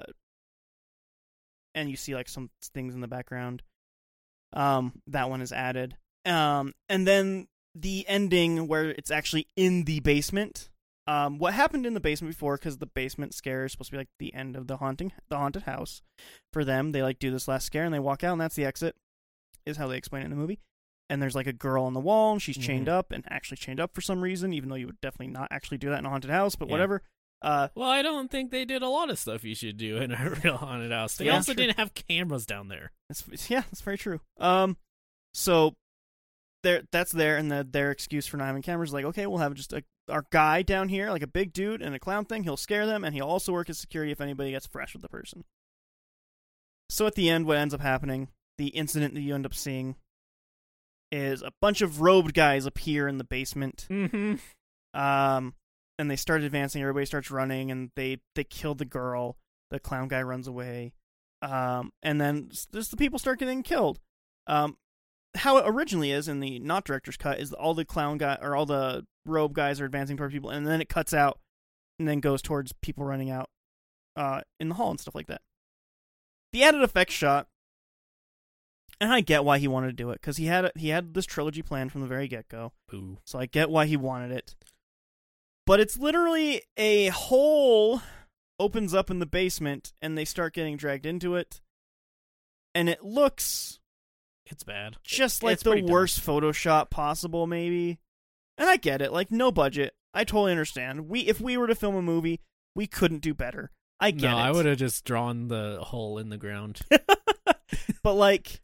A: and you see like some things in the background. Um, that one is added. Um, and then the ending where it's actually in the basement. Um, what happened in the basement before? Because the basement scare is supposed to be like the end of the haunting, the haunted house. For them, they like do this last scare and they walk out, and that's the exit. Is how they explain it in the movie and there's like a girl on the wall and she's chained
C: Mhm.
A: up and actually chained up for some reason, even though you would definitely not actually do that in a haunted house, but
C: Yeah.
A: whatever. Uh,
C: Well, I don't think they did a lot of stuff you should do in a real haunted house. They
A: Yeah,
C: also
A: true.
C: didn't have cameras down there.
A: it's, it's- yeah, that's very true. Um, so there, that's there, and the, their excuse for not having cameras is like, okay, we'll have just a, our guy down here, like a big dude and a clown thing. He'll scare them, and he'll also work as security if anybody gets fresh with the person. So at the end, what ends up happening, the incident that you end up seeing, is a bunch of robed guys appear in the basement.
C: Mm-hmm.
A: um, and they start advancing. Everybody starts running, and they they kill the girl. The clown guy runs away, um, and then s- just the people start getting killed. Um, how it originally is in the not director's cut is all the clown guy or all the robe guys are advancing towards people, and then it cuts out and then goes towards people running out uh, in the hall and stuff like that. The added effects shot, and I get why he wanted to do it because he had he had this trilogy planned from the very get go.
C: Ooh.
A: So I get why he wanted it. But it's literally a hole opens up in the basement and they start getting dragged into it. And it looks
C: It's bad.
A: just like
B: It's
A: the
B: pretty dumb.
A: worst Photoshop possible, maybe. And I get it, like no budget. I totally understand. We if we were to film a movie, we couldn't do better. I get
C: no,
A: it.
C: I would have just drawn the hole in the ground.
A: But like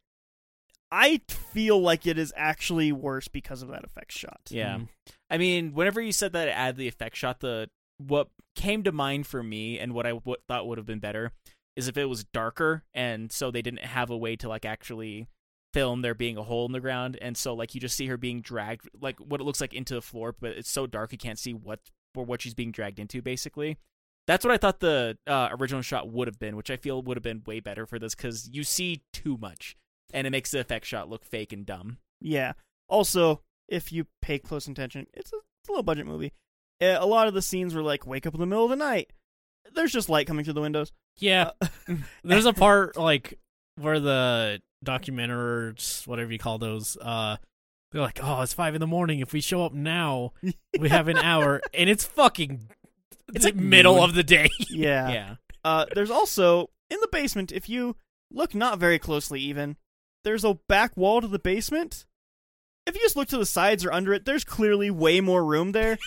A: I feel like it is actually worse because of that effect shot.
B: Yeah.
C: Mm.
B: Mm-hmm. I mean, whenever you said that add the effect shot, the what came to mind for me and what I w- thought would have been better is if it was darker and so they didn't have a way to like actually film there being a hole in the ground and so like you just see her being dragged like what it looks like into the floor but it's so dark you can't see what or what she's being dragged into basically that's what i thought the uh, original shot would have been which i feel would have been way better for this because you see too much and it makes the effect shot look fake and dumb
A: Yeah. Also, if you pay close attention, it's a, it's a low budget movie. Uh, A lot of the scenes were like wake up in the middle of the night. There's just light coming through the windows.
C: Yeah.
A: Uh,
C: There's a part like where the documentaries, whatever you call those, uh they're like, Oh, it's five in the morning. If we show up now, we have an hour and it's fucking
B: It's
C: the
B: like
C: middle
B: noon.
C: of the day.
A: Yeah.
B: yeah
A: Uh, there's also in the basement. If you look not very closely, even there's a back wall to the basement. If you just look to the sides or under it, there's clearly way more room there.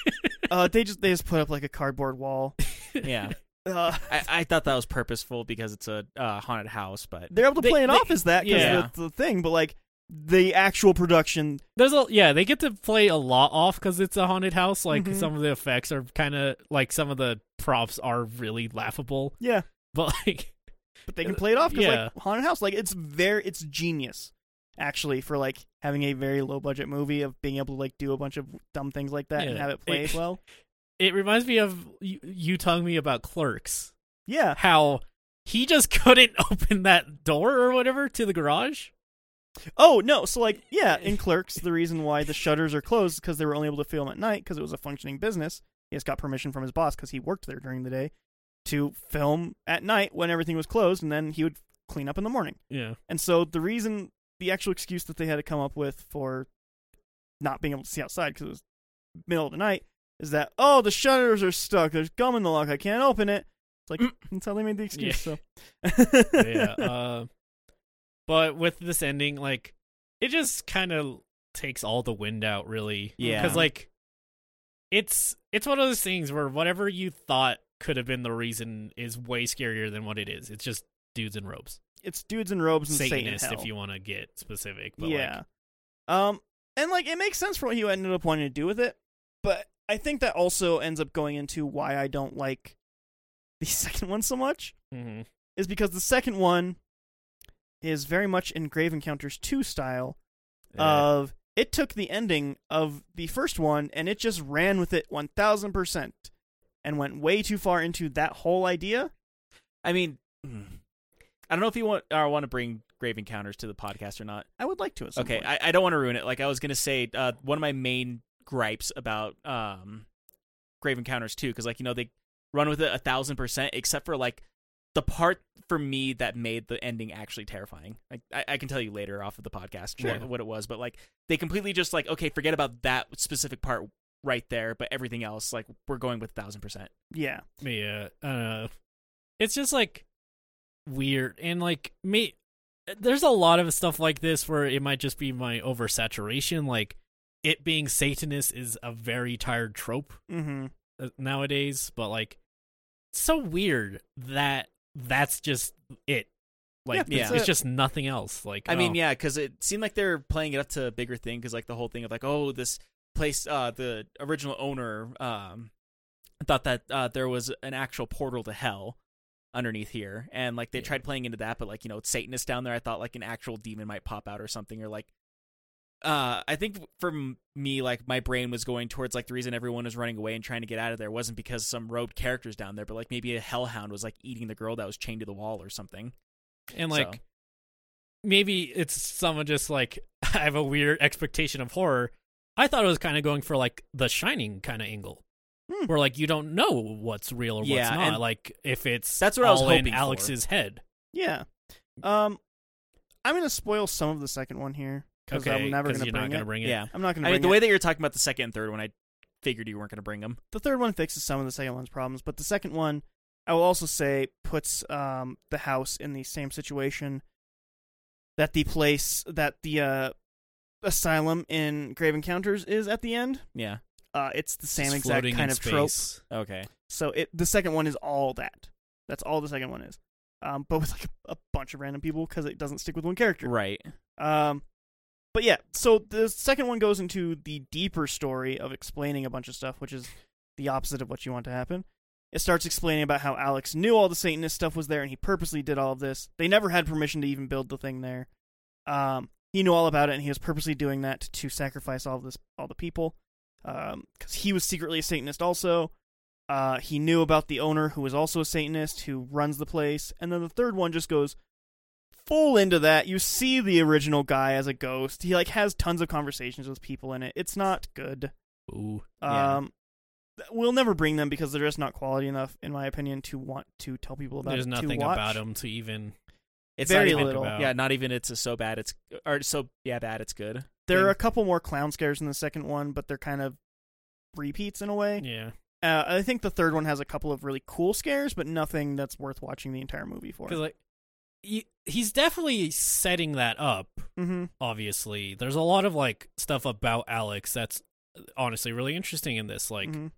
A: uh, they just they just put up like a cardboard wall.
B: yeah
A: Uh,
B: I, I thought that was purposeful because it's a uh, haunted house, but
A: they're able to
C: They-
A: play it
C: they-
A: off as that because
B: yeah.
A: the thing, but like the actual production,
C: There's a yeah, they get to play a lot off because it's a haunted house. Like
A: Mhm.
C: some of the effects are kind of like some of the props are really laughable,
A: yeah.
C: but like
A: but they can play it off because
C: Yeah.
A: like haunted house like it's very it's genius actually for like having a very low budget movie of being able to like do a bunch of dumb things like that and
C: Yeah.
A: have it play well
C: it reminds me of you, you telling me about Clerks,
A: yeah
C: how he just couldn't open that door or whatever to the garage.
A: oh no so like yeah in clerks the reason why the shutters are closed because they were only able to film at night because it was a functioning business he just got permission from his boss because he worked there during the day to film at night when everything was closed and then he would clean up in the morning
C: Yeah,
A: And so the reason, the actual excuse that they had to come up with for not being able to see outside because it was middle of the night is that oh the shutters are stuck. There's gum in the lock. I can't open it. It's like that's how they made the excuse. So
C: Mm. yeah. uh, but with this ending, like it just kind of takes all the wind out, really.
B: Yeah.
C: because like it's it's one of those things where whatever you thought could have been the reason is way scarier than what it is. It's just dudes in robes,
A: it's dudes in robes and Satan
C: Satanist,
A: hell.
C: if you want to get specific. But
A: yeah. um, and like it makes sense for what you ended up wanting to do with it, but I think that also ends up going into why I don't like the second one so much.
C: like, mhm.
A: is because the second one is very much in Grave Encounters 2 style of it took the ending of the first one and it just ran with it 1000% and went way too far into that whole idea.
B: I mean, mm. I don't know if you want or want to bring Grave Encounters to the podcast or not.
A: I would like to at some
B: Okay,
A: point.
B: I, I don't want to ruin it. Like I was gonna say, uh, one of my main gripes about um, Grave Encounters too, because like you know they run with it a thousand percent, except for like the part for me that made the ending actually terrifying. Like I, I can tell you later off of the podcast
C: Sure.
B: what, what it was, but like they completely just like okay, forget about that specific part right there, but everything else like we're going with a thousand percent.
A: yeah.
C: Yeah, I don't know. It's just like weird and like me. There's a lot of stuff like this where it might just be my oversaturation. Like it being Satanist is a very tired trope
A: Mhm.
C: uh, nowadays, but like it's so weird that that's just it. Like
A: Yeah,
C: it's,
B: that's
C: it's
A: it.
C: just nothing else. Like
B: I mean,
C: oh,
B: yeah, because it seemed like they're playing it up to a bigger thing. Because like the whole thing of like, oh, this place, uh, the original owner um, thought that uh, there was an actual portal to hell underneath here, and like they
C: Yeah.
B: tried playing into that, but like you know, it's Satanist down there. I thought like an actual demon might pop out or something, or like uh, I think for m- me, like my brain was going towards like the reason everyone was running away and trying to get out of there wasn't because some rogue character's down there, but like maybe a hellhound was like eating the girl that was chained to the wall or something.
C: and
B: So-
C: like maybe it's someone just like I have a weird expectation of horror. I thought it was kind of going for like the Shining kind of angle,
A: Hmm.
C: where like you don't know what's real or
B: Yeah,
C: what's
B: and
C: not. Like if it's
B: that's what I was
C: all
B: hoping
C: in
B: for.
C: Alex's head.
A: Yeah.
C: Mm.
A: Um, I'm gonna spoil some of the second one here because
C: okay,
A: I'm never
C: 'cause
A: gonna
C: you're
A: bring
C: not gonna
A: it.
C: bring it.
B: yeah.
A: I'm not gonna.
B: I
A: Bring
B: mean, the
A: it.
B: way that you're talking about the second and third one, I figured you weren't going to bring them.
A: the third one fixes some of the second one's problems, but the second one, I will also say, puts um, the house in the same situation that the place that the uh, asylum in Grave Encounters is at the end.
B: Yeah.
A: Uh, it's the same
C: Just
A: exact
C: floating in
A: kind of trope.
C: space.
B: Okay.
A: So it the second one is all that. That's all the second one is. Um, but with like a, a bunch of random people because it doesn't stick with one character.
B: Right.
A: Um, but yeah, so the second one goes into the deeper story of explaining a bunch of stuff, which is the opposite of what you want to happen. It starts explaining about how Alex knew all the Satanist stuff was there and he purposely did all of this. They never had permission to even build the thing there. Um, he knew all about it and he was purposely doing that to sacrifice all of this, all the people, because he was secretly a Satanist also. Uh, he knew about the owner who was also a Satanist who runs the place, and then the third one just goes full into that. You see the original guy as a ghost. He like has tons of conversations with people in it. It's not good.
C: Ooh.
B: Yeah.
A: Um th- we'll never bring them because they're just not quality enough in my opinion to want to tell people about
C: There's
A: it.
C: nothing
A: to watch.
C: about him to even.
B: It's
A: Very
B: not even,
A: little.
B: Yeah, not even it's a so bad it's or so yeah bad it's good.
A: There are a couple more clown scares in the second one, but they're kind of repeats in a way.
C: Yeah.
A: Uh, I think the third one has a couple of really cool scares, but nothing that's worth watching the entire movie for.
C: Because like he, he's definitely setting that up.
A: Mm-hmm.
C: Obviously, there's a lot of like stuff about Alex that's uh, honestly really interesting in this. Like
A: Mhm.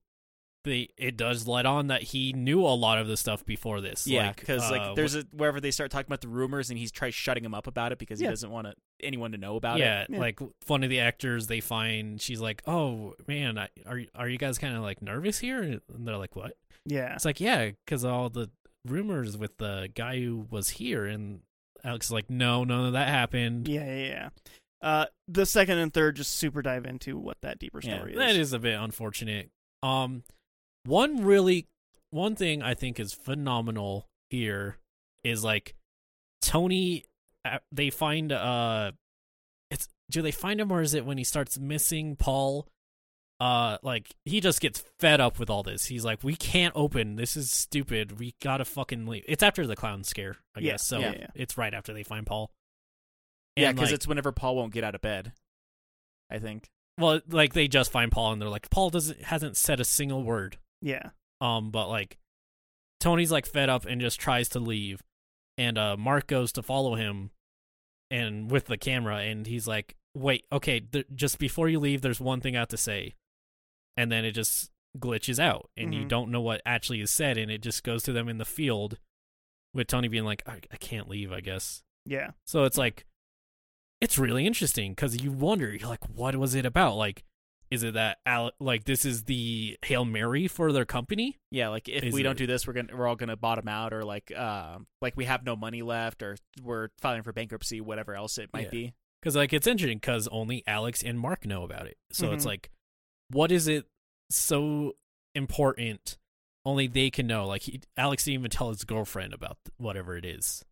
C: the it does let on that he knew a lot of the stuff before this.
B: yeah,
C: like,
B: because like,
C: uh,
B: there's a wherever they start talking about the rumors and he's tries shutting him up about it because
A: Yeah.
B: he doesn't want to, anyone to know
C: wh-
B: about it.
C: yeah,
A: Yeah.
C: like one of the actors they find she's like, oh man, I, are are you guys kind of like nervous here? And they're like, what?
A: Yeah.
C: It's like yeah, because all the rumors with the guy who was here and. Alex is like, no, none of that happened.
A: Yeah, yeah, yeah. Uh, the second and third just super dive into what that deeper
B: Yeah,
A: story
C: That
A: is.
C: is a bit unfortunate. Um, one really, one thing I think is phenomenal here is like Tony. uh, They find uh, it's do they find him or is it when he starts missing Paul? Uh, like he just gets fed up with all this. He's like, we can't open. This is stupid. We gotta fucking leave. It's after the clown scare, I
A: Yeah,
C: guess. So
A: yeah, yeah.
C: it's right after they find Paul.
B: Yeah,
C: And,
B: because
C: like-
B: it's whenever Paul won't get out of bed. I think.
C: well, like they just find Paul and they're like, Paul doesn't hasn't said a single word.
A: Yeah.
C: Um, but like Tony's like fed up and just tries to leave, and uh, Mark goes to follow him, and with the camera, and he's like, "Wait, okay, th- just before you leave, there's one thing I have to say," and then it just glitches out, and you
A: Mhm.
C: don't know what actually is said, and it just goes to them in the field, with Tony being like, "I, I can't leave, I guess."
A: Yeah.
C: So it's like, it's really interesting because you wonder, you're like, what was it about? Like, is it that Ale- like this is the hail mary for their company?
B: Yeah, like if
C: Is
B: we
C: it-
B: don't do this, we're gonna we're all gonna bottom out, or like um like we have no money left, or we're filing for bankruptcy, whatever else it might
C: Yeah.
B: be.
C: Because like it's interesting because only Alex and Mark know about it. So it's
A: Mhm.
C: like, what is it so important? Only they can know. Like he, Alex didn't even tell his girlfriend about th- whatever it is.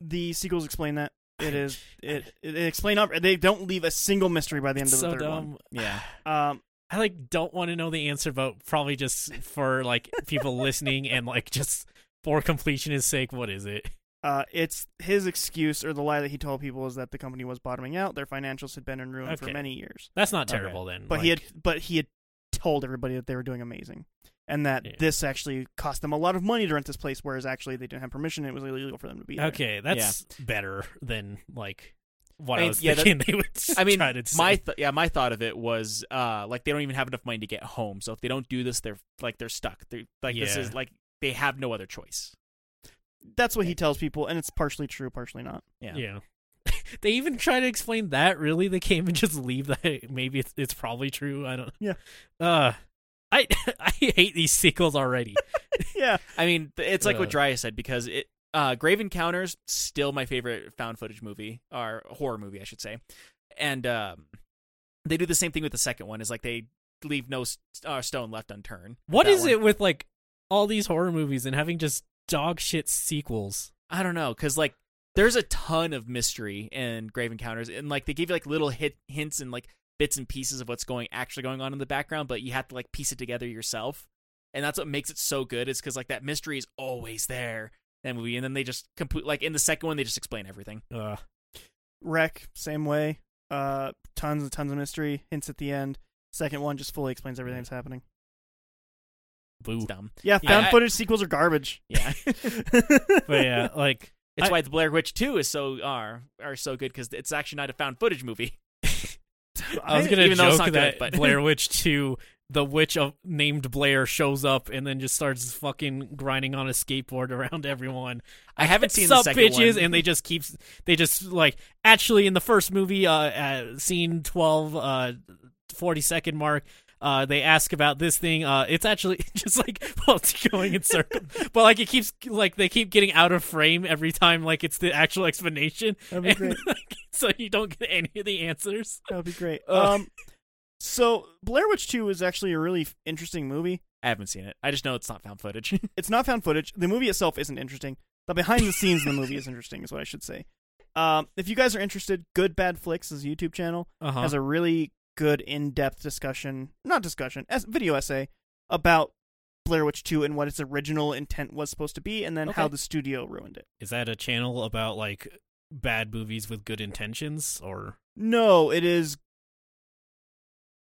A: The sequels explain that. It is it, it they explain up they don't leave a single mystery by the end
C: It's
A: of the
C: so
A: third
C: dumb.
B: Yeah,
A: one. Um
C: I like don't want to know the answer, but probably just for like people listening and like just for completion's sake, what is it?
A: uh it's his excuse or the lie that he told people is that the company was bottoming out, their financials had been in ruin for
C: Okay.
A: many years.
C: That's not
B: Okay.
C: terrible then.
A: But he had
C: like-
A: but he had told everybody that they were doing amazing. And that
C: Yeah.
A: this actually cost them a lot of money to rent this place, whereas actually they didn't have permission. It was illegal for them to be there.
C: okay, that's better than like what I,
B: I mean,
C: was
B: yeah, that-
C: thinking they would.
B: I mean,
C: try to
B: my
C: say.
B: th- yeah my thought of it was uh like they don't even have enough money to get home, so if they don't do this, they're like they're stuck. They're like this
C: Yeah.
B: is like they have no other choice.
A: That's what he tells people, and it's partially true, partially not.
B: Yeah,
C: yeah. they even try to explain that. Really, they came and just leave that. Maybe it's, it's probably true. I don't.
A: Yeah.
C: Uh, I I hate these sequels already.
A: yeah.
B: I mean th- it's like what
C: Uh.
B: Dryas said because it uh Grave Encounters still my favorite found footage movie or horror movie I should say. and um, they do the same thing with the second one. Is like they leave no s- uh, stone left unturned.
C: What
B: That
C: is
B: one.
C: it with like all these horror movies and having just dog shit sequels?
B: I don't know, because like there's a ton of mystery in Grave Encounters, and like they give you like little hit hints and like bits and pieces of what's going actually going on in the background, but you have to like piece it together yourself, and that's what makes it so good. Is because like that mystery is always there in that movie, and then they just complete like in the second one they just explain everything.
C: Ugh.
A: Wreck, same way. Uh, tons and tons of mystery hints at the end. Second one just fully explains everything that's happening.
C: Boo.
B: It's dumb,
A: Yeah,
B: Yeah,
A: found
B: I-
A: footage sequels are garbage.
B: yeah.
C: But yeah, like
B: It's
C: I-
B: why the Blair Witch Two is so are are so good because it's actually not a found footage movie.
C: I was
B: I-
C: gonna
B: even though it's
C: joke
B: not good,
C: that
B: but-
C: Blair Witch Two, the witch of, named Blair shows up and then just starts fucking grinding on a skateboard around everyone.
B: I haven't seen
C: Sup,
B: the second
C: bitches,
B: one.
C: and they just keep they just like actually in the first movie, uh, uh scene 12, uh, 40 second mark. Uh, they ask about this thing. Uh, it's actually just like well, it's going in circles, but like it keeps like they keep getting out of frame every time. Like it's the actual explanation,
A: That'd be
C: And,
A: great.
C: like, so you don't get any of the answers.
A: That'd be great.
C: Ugh.
A: Um, so Blair Witch Two is actually a really f- interesting movie.
B: I haven't seen it. I just know it's not found footage.
A: It's not found footage. The movie itself isn't interesting. The behind the scenes in the movie is interesting, is what I should say. Um, if you guys are interested, Good Bad Flicks is a YouTube channel
C: Uh-huh.
A: has a really good in depth discussion, not discussion, as video essay about Blair Witch Two and what its original intent was supposed to be, and then how
C: Okay.
A: the studio ruined it.
C: Is that a channel about like bad movies with good intentions or
A: No, it is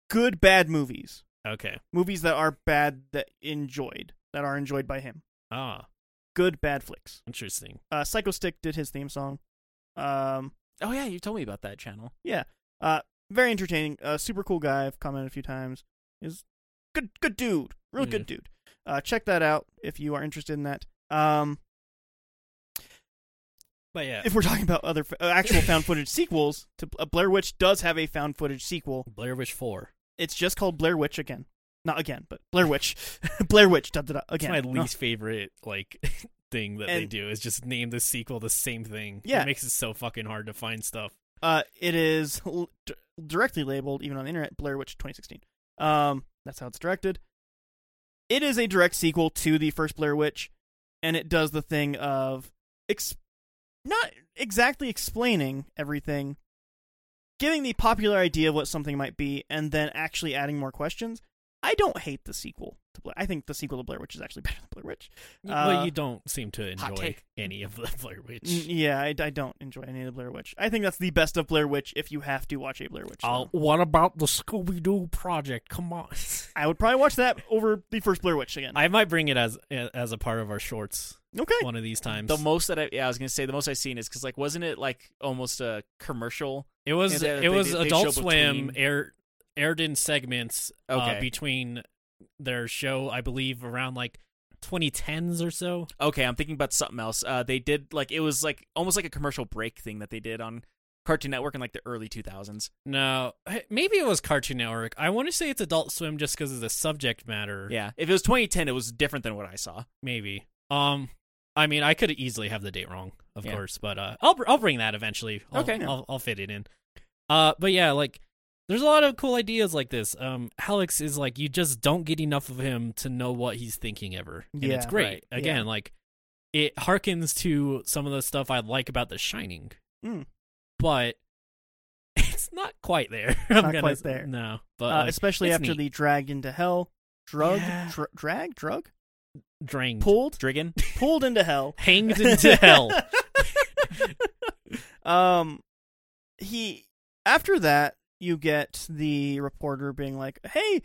A: good bad movies.
C: okay?
A: Movies that are bad that enjoyed that are enjoyed by him.
C: Ah,
A: Good bad flicks.
C: interesting.
A: Uh Psycho Stick did his theme song. Um
B: oh yeah, you told me about that channel.
A: uh very entertaining. Uh super cool guy. I've commented a few times. Is good good dude. Real good
C: Mm.
A: dude. Uh check that out if you are interested in that. Um
C: But yeah,
A: if we're talking about other f- uh, actual found footage sequels, to uh, Blair Witch does have a found footage sequel
C: Blair Witch Four.
A: It's just called Blair Witch again. Not again, but Blair Witch. Blair Witch. Da, da, da,
C: It's
A: again.
C: my
A: No.
C: least favorite like thing that they
A: And-
C: do is just name the sequel the same thing.
A: Yeah.
C: it makes it so fucking hard to find stuff.
A: Uh, it is l- d- directly labeled, even on the internet, Blair Witch 2016. Um, that's how it's directed. It is a direct sequel to the first Blair Witch, and it does the thing of ex- not exactly explaining everything, giving the popular idea of what something might be, and then actually adding more questions. I don't hate the sequel to Blair. I think the sequel to Blair Witch is actually better than Blair Witch. Uh,
C: well, you don't seem to
B: hot
C: enjoy
B: take.
C: any of the Blair Witch.
A: N- Yeah, I, I don't enjoy any of the Blair Witch. I think that's the best of Blair Witch if you have to watch a Blair Witch.
C: Oh,
A: film.
C: what about the Scooby Doo project? Come on,
A: I would probably watch that over the first Blair Witch again.
C: I might bring it as as a part of our shorts
A: okay.
C: one of these times.
B: The most that I yeah, I was gonna say the most I've seen is because like wasn't it like almost a commercial?
C: It was
B: Yeah, they-
C: it
B: they-
C: was
B: they- they
C: Adult
B: show
C: Swim
B: between-
C: air aired in segments
B: Okay.
C: uh, between their show, I believe, around like 2010s or so.
B: Okay, I'm thinking about something else. Uh, they did like it was like almost like a commercial break thing that they did on Cartoon Network in like the early 2000s.
C: No, eh, maybe it was Cartoon Network. I want to say it's Adult Swim just because of the subject matter.
B: Yeah, if it was 2010, it was different than what I saw.
C: maybe. Um, I mean, I could easily have the date wrong, of
B: Yeah.
C: course, but uh, I'll br- I'll bring that eventually. I'll,
B: Okay.
C: I'll, I'll fit it in. Uh, but yeah, like there's a lot of cool ideas like this. Um, Alex is like you just don't get enough of him to know what he's thinking ever, and it's
A: Yeah.
C: great.
B: Right.
C: Again, like it harkens to some of the stuff I like about The Shining,
A: Mm.
C: but it's not quite there. I'm
A: not
C: gonna-
A: quite there.
C: No, but
A: Uh,
C: like,
A: especially
C: it's
A: after
C: neat.
A: the dragged into hell, drug,
C: Yeah.
A: dr- drag, drug,
C: drained,
A: pulled,
B: Driggin.
A: pulled into hell.
C: hanged into hell.
A: um, he after that you get the reporter being like, "Hey,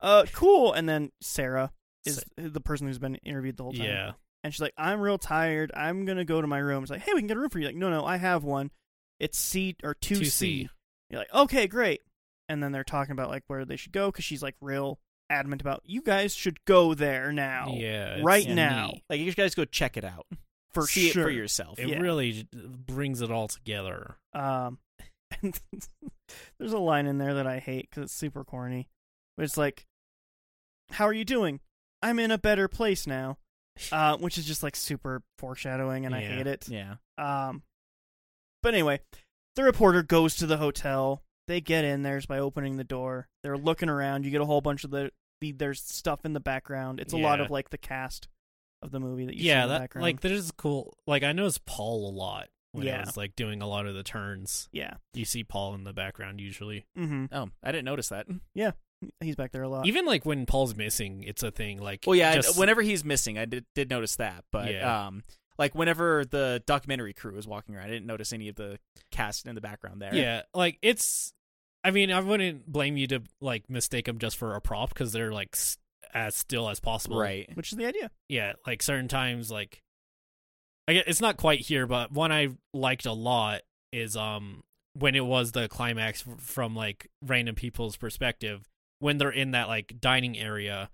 A: uh, cool," and then Sarah is the person who's been interviewed the whole time.
C: Yeah.
A: And she's like, I'm real tired. I'm gonna go to my room. It's like, hey, we can get a room for you. Like, no, no, I have one. It's C or two
C: 2C.
A: C. You're like, okay, great. And then they're talking about like where they should go because she's like real adamant about you guys should go there now.
C: Yeah, it's
A: right
C: neat.
A: now
B: Like you guys go check it out
A: for
B: See
A: sure.
B: it for yourself.
C: It
A: Yeah.
C: really j- brings it all together.
A: Um, and there's a line in there that I hate because it's super corny. But it's like, "How are you doing? I'm in a better place now," uh, which is just like super foreshadowing, and I
C: Yeah.
A: hate it.
B: Yeah.
A: Um, but anyway, The reporter goes to the hotel. They get in there by opening the door. They're looking around. You get a whole bunch of the, the there's stuff in the background. It's a lot
C: Yeah.
A: of like the cast of the movie that you see
C: yeah,
A: in the
C: that
A: background.
C: like that is cool. Like I noticed Paul a lot when
A: Yeah.
C: I was like doing a lot of the turns.
A: yeah.
C: You see Paul in the background usually.
A: Mhm.
B: Oh, I didn't notice that.
A: He's back there a lot.
C: Even like when Paul's missing, it's a thing. Like
B: Well, yeah, I-
C: just,
B: whenever he's missing, I did, did notice that. But
C: Yeah.
B: um, like whenever the documentary crew was walking around, I didn't notice any of the cast in the background there.
C: yeah, like it's. I mean, I wouldn't blame you to like mistake them just for a prop because they're like s- as still as possible.
B: right.
A: which is the idea.
C: yeah, like certain times, like I get, it's not quite here, but one I liked a lot is um when it was the climax f- from like random people's perspective when they're in that like dining area.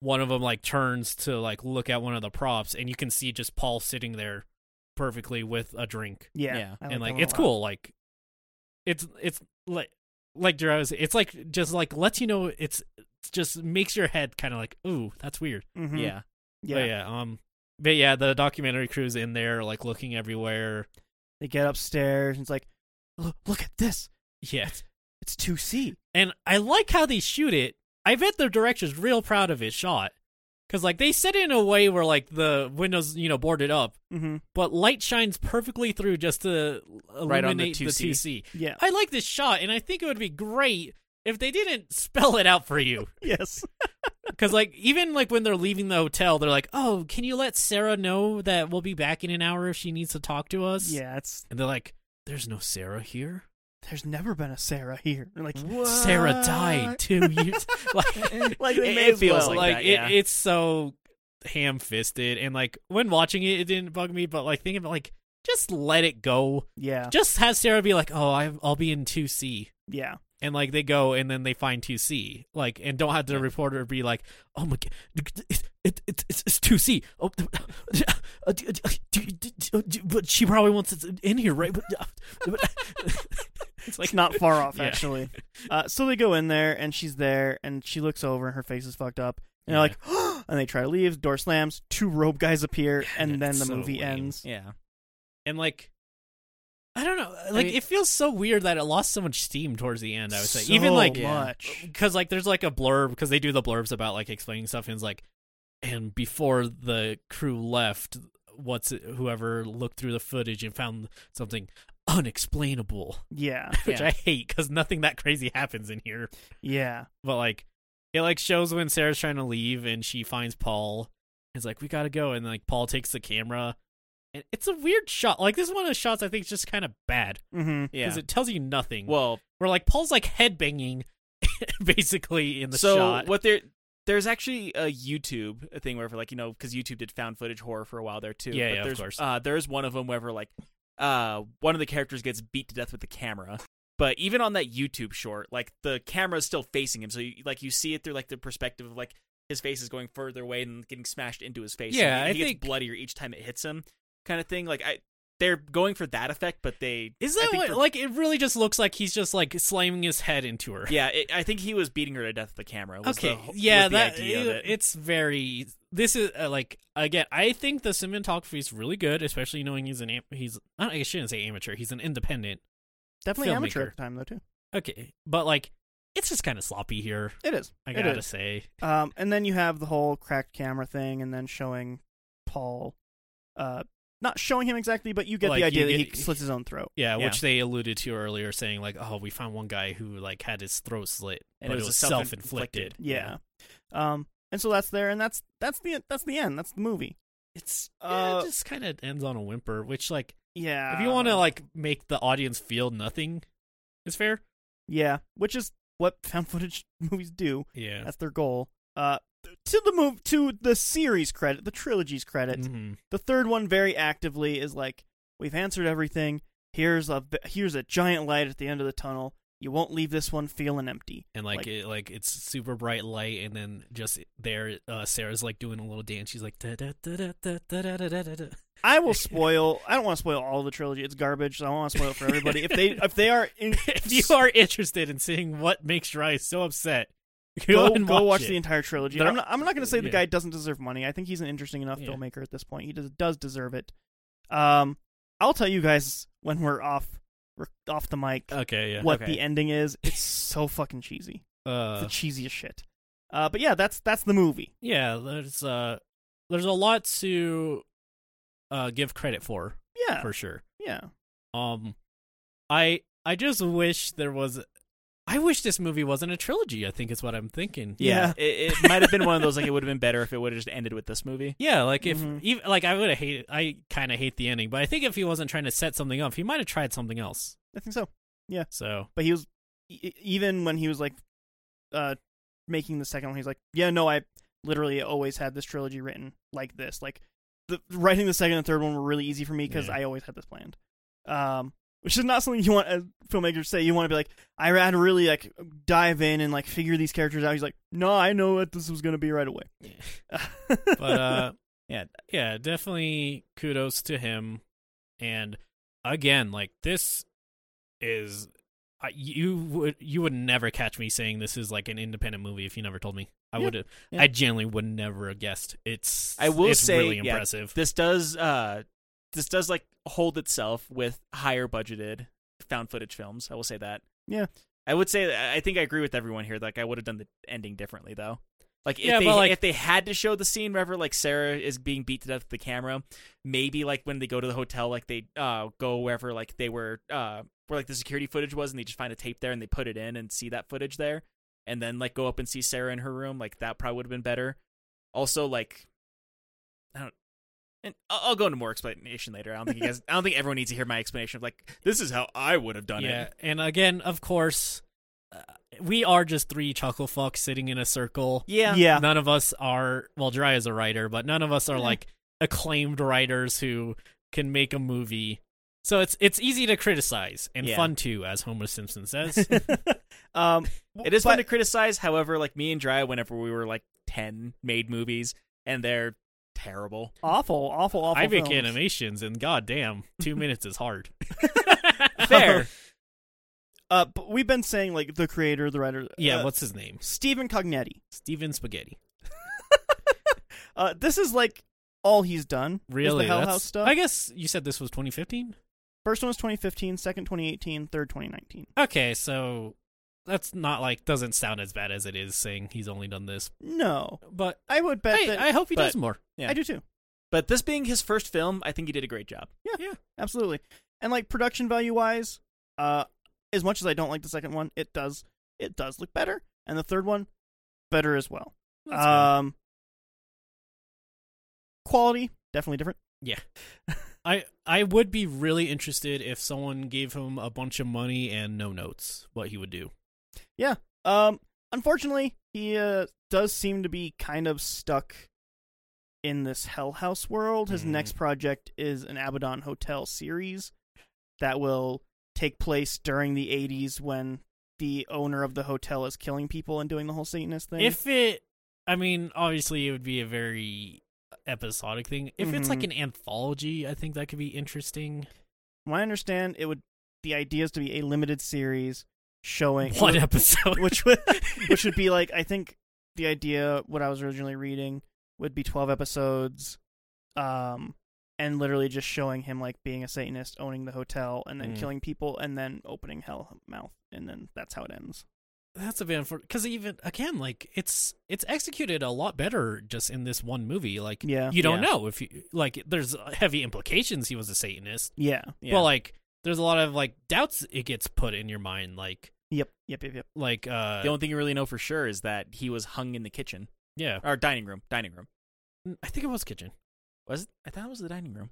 C: One of them like turns to like look at one of the props, and you can see just Paul sitting there perfectly with a drink,
A: Yeah.
B: Yeah.
A: I
C: and
A: that
C: like
A: one a
C: it's
A: lot.
C: cool. Like it's it's like like Jiro was it's like just like lets you know it's it's just makes your head kind of like ooh that's weird.
A: Mhm.
B: Yeah.
A: Yeah.
C: But yeah, um but yeah, the documentary crew's in there like looking everywhere.
A: They get upstairs and it's like, look, look at this.
C: Yeah.
A: It's 2C.
C: And I like how they shoot it. I bet the director's real proud of his shot. Cuz like they set it in a way where like the windows, you know, boarded up,
A: Mm-hmm.
C: but light shines perfectly through just to illuminate
B: Right on the
C: the
B: 2C.
C: 2C.
A: Yeah.
C: I like this shot and I think it would be great if they didn't spell it out for you.
A: yes.
C: Because like even like when they're leaving the hotel, they're like, "Oh, can you let Sarah know that we'll be back in an hour if she needs to talk to us?"
A: Yeah. It's
C: and they're like, "There's no Sarah here.
A: there's never been a Sarah here. They're like
C: Sarah died two years." like,
A: Like they
B: It-
A: may
B: it
A: as
B: feels
A: well.
B: like
C: like
B: that,
C: it,
B: yeah.
C: it's so ham-fisted, and like when watching it, it didn't bug me, but like thinking about like just let it go.
A: yeah.
C: Just have Sarah be like, "Oh, I, I'll be in two C."
A: Yeah.
C: And like they go, and then they find two C, like, and don't have the reporter be like, "Oh my god, it, it, it, it's it's two C." Oh, uh, d- d- d- d- uh, d- d- but she probably wants it in here, right? But, but- it's
A: It's not far off
C: Yeah.
A: actually. Uh, so they go in there and she's there and she looks over and her face is fucked up. And they're like, and they try to leave. Door slams. Two robe guys appear, and then
C: that's
A: the
C: so
A: movie
C: lame.
A: ends.
B: Yeah.
C: and like I don't know, like
B: mean-
C: it feels so weird that it lost so much steam towards the end. I would say,
A: So
C: even like
A: much.
C: because like there's like a blurb because they do the blurbs about like explaining stuff and it's like and before the crew left what's it, whoever looked through the footage and found something unexplainable
A: Yeah,
C: which
B: Yeah.
C: i hate because nothing that crazy happens in here
A: yeah,
C: but like it like shows when sarah's trying to leave and she finds paul it's like we gotta go and like paul takes the camera and it's a weird shot like this is one of the shots i think is just kind of bad
A: mm-hmm.
B: Yeah. Mm.
C: because it tells you nothing
B: well,
C: where like paul's like head banging basically in the
B: so
C: shot
B: what there there's actually a YouTube thing where for like you know because YouTube did found footage horror for a while there too.
C: Yeah,
B: but
C: yeah, of
B: there's,
C: course.
B: Uh, there's one of them where like uh one of the characters gets beat to death with the camera. But even on that YouTube short, like the camera is still facing him, so you, like you see it through like the perspective of like his face is going further away and getting smashed into his face. and
C: Yeah,
B: he,
C: I
B: he gets
C: think-
B: bloodier each time it hits him, kind of thing. Like I, they're going for that effect, but they
C: Is
B: I
C: that
B: think
C: what?
B: for-
C: Like, it really just looks like he's just like slamming his head into her.
B: yeah, it, I think he was beating her to death with the camera. was the
C: okay.
B: whole-
C: yeah.
B: was the
C: That
B: idea of
C: it-
B: it.
C: it's very. This is uh, like again. I think the cinematography is really good, especially knowing he's an am- he's. I don't- I shouldn't say amateur. He's an independent.
A: Definitely amateur
C: Filmmaker.
A: at the time though too.
C: Okay, but like, it's just kind of sloppy here.
A: It is.
C: I
A: it
C: gotta
A: is.
C: say.
A: Um, and then you have the whole cracked camera thing, and then showing Paul, uh, not showing him exactly, but you get
C: Like,
A: the
C: you
A: idea that
C: get-
A: he slits his own throat.
C: Yeah,
B: Yeah.
C: which they alluded to earlier, saying like, "Oh, we found one guy who like had his throat slit,
B: And
C: but
B: it was a self-inflicted.
C: self-inflicted."
A: Yeah. Um, and so that's there, and that's that's the that's the end. That's the movie.
C: it's
A: Uh,
C: yeah, it just kind of ends on a whimper, which like.
A: Yeah. uh,
C: if you want to like make the audience feel nothing it's fair
A: yeah, which is what found footage movies do.
C: yeah
A: That's their goal. Uh, to the move to the series credit, the trilogy's credit.
C: Mhm.
A: The third one very actively is like, we've answered everything. Here's a here's a giant light at the end of the tunnel. You won't leave this one feeling empty.
C: and like
A: Like-
C: it, like it's super bright light and then just there uh sarah's like doing a little dance she's like da da da da da da da da da da
A: I will spoil. I don't want to spoil all the trilogy. It's garbage. So I want to spoil it for everybody. If they if they are in,
C: if you are interested in seeing what makes Rai so upset
A: go,
C: go, and
A: go watch
C: it.
A: the entire trilogy.
C: They're-
A: I'm not, I'm not going to say the
C: yeah.
A: guy doesn't deserve money. I think he's an interesting enough
C: Yeah.
A: filmmaker at this point. He does, does deserve it. Um, I'll tell you guys when we're off rec- off the mic
C: Okay, Oh, yeah.
A: what
B: Okay.
A: the ending is. It's so fucking cheesy. It's
C: Uh,
A: the cheesiest shit. Uh, but yeah, that's that's the movie.
C: yeah, there's uh there's a lot to uh give credit for,
A: Yeah,
C: for sure.
A: yeah.
C: Um I I just wish there was I wish this movie wasn't a trilogy, I think is what I'm thinking.
A: Yeah.
B: It, it might have been one of those like it would have been better if it would have just ended with this movie.
C: Yeah, like if
A: Mhm.
C: even like I would have hated I kind of hate the ending, but I think if he wasn't trying to set something up, he might have tried something else.
A: I think so.
C: So,
A: But he was e- even when he was like uh, making the second one. He's like, yeah, no, I literally always had this trilogy written like this. Like the writing the second and third one were really easy for me because
C: Yeah.
A: I always had this planned. Um, which is not something you want as filmmakers say. You want to be like, I had to really like dive in and like figure these characters out. He's like, no, I know what this was gonna be right away.
C: but uh yeah, yeah, definitely kudos to him. And again, like this is I, you would you would never catch me saying this is like an independent movie if you never told me. I
A: Yeah,
C: would have
A: yeah.
C: I genuinely would never have guessed. It's
B: I will
C: it's
B: say,
C: really
B: yeah,
C: impressive.
B: This does uh this does like hold itself with higher budgeted found footage films. I will say that.
A: Yeah.
B: I would say I think I agree with everyone here. Like I would have done the ending differently though. Like if
C: Yeah,
B: they
C: but, like-
B: if they had to show the scene wherever like Sarah is being beat to death with the camera, maybe like when they go to the hotel, like they uh go wherever like they were uh where like the security footage was and they just find a tape there and they put it in and see that footage there and then like go up and see Sarah in her room, like that probably would have been better. Also like I don't and I- I'll go into more explanation later. I don't think you guys. I don't think everyone needs to hear my explanation of like this is how I would have done
C: yeah,
B: it.
C: and again, of course, uh, we are just three chuckle fucks sitting in a circle.
B: Yeah,
A: yeah,
C: None of us are well, Dry is a writer, but none of us are
A: Mhm.
C: like acclaimed writers who can make a movie. So it's it's easy to criticize and
B: Yeah.
C: fun too, as Homer Simpson says.
A: um,
B: It is
A: but-
B: fun to criticize. However, like me and Dry, whenever we were like ten, made movies and they're terrible.
A: awful, awful, awful.
C: I make
A: films.
C: animations, and goddamn, two minutes is hard.
B: Fair.
A: Uh, but we've been saying like the creator, the writer.
C: Yeah,
A: uh,
C: what's his name?
A: Stephen Cognetti.
C: Steven Spaghetti.
A: Uh, this is like all he's done. is
C: Really?
A: the Hell
C: that's-
A: House stuff.
C: I guess you said this was 2015.
A: First one was 2015, second 2018, third 2019.
C: Okay, so that's not like doesn't sound as bad as it is saying he's only done this,
A: No,
C: but
A: I would bet
C: hey,
A: that
C: I hope he
B: but-
C: does more.
B: yeah.
A: I do too.
B: But this being his first film, I think he did a great job.
A: Absolutely. And like production value wise, uh, as much as I don't like the second one, it does it does look better, and the third one better as well.
C: That's
A: Um, quality definitely different.
C: good. I I would be really interested if someone gave him a bunch of money and no notes, what he would do.
A: Um, unfortunately, he uh, does seem to be kind of stuck in this Hell House world. His
C: Mm.
A: next project is an Abaddon Hotel series that will take place during the 80s when the owner of the hotel is killing people and doing the whole Satanist thing.
C: If it, I mean, obviously it would be a very episodic thing. If it's like
A: Mhm.
C: an anthology, I think that could be interesting.
A: From what I understand, it would the idea is to be a limited series showing
C: One episode,
A: which would which would be like I think the idea what I was originally reading would be 12 episodes um and literally just showing him like being a satanist owning the hotel and then
C: Mm.
A: killing people and then opening hell mouth and then that's how it ends.
C: that's a bit unfortunate because even again, like it's it's executed a lot better just in this one movie. Like
A: Yeah.
C: you don't
B: Yeah.
C: know if you like. There's heavy implications he was a Satanist.
A: Yeah.
B: Yeah.
C: Well, like there's a lot of like doubts it gets put in your mind, like
A: Yep. Yep, yep, yep.
C: like uh
B: the only thing you really know for sure is that he was hung in the kitchen
C: yeah.
B: or dining room. Dining room
C: I think it was kitchen.
B: was it? I thought it was the dining room.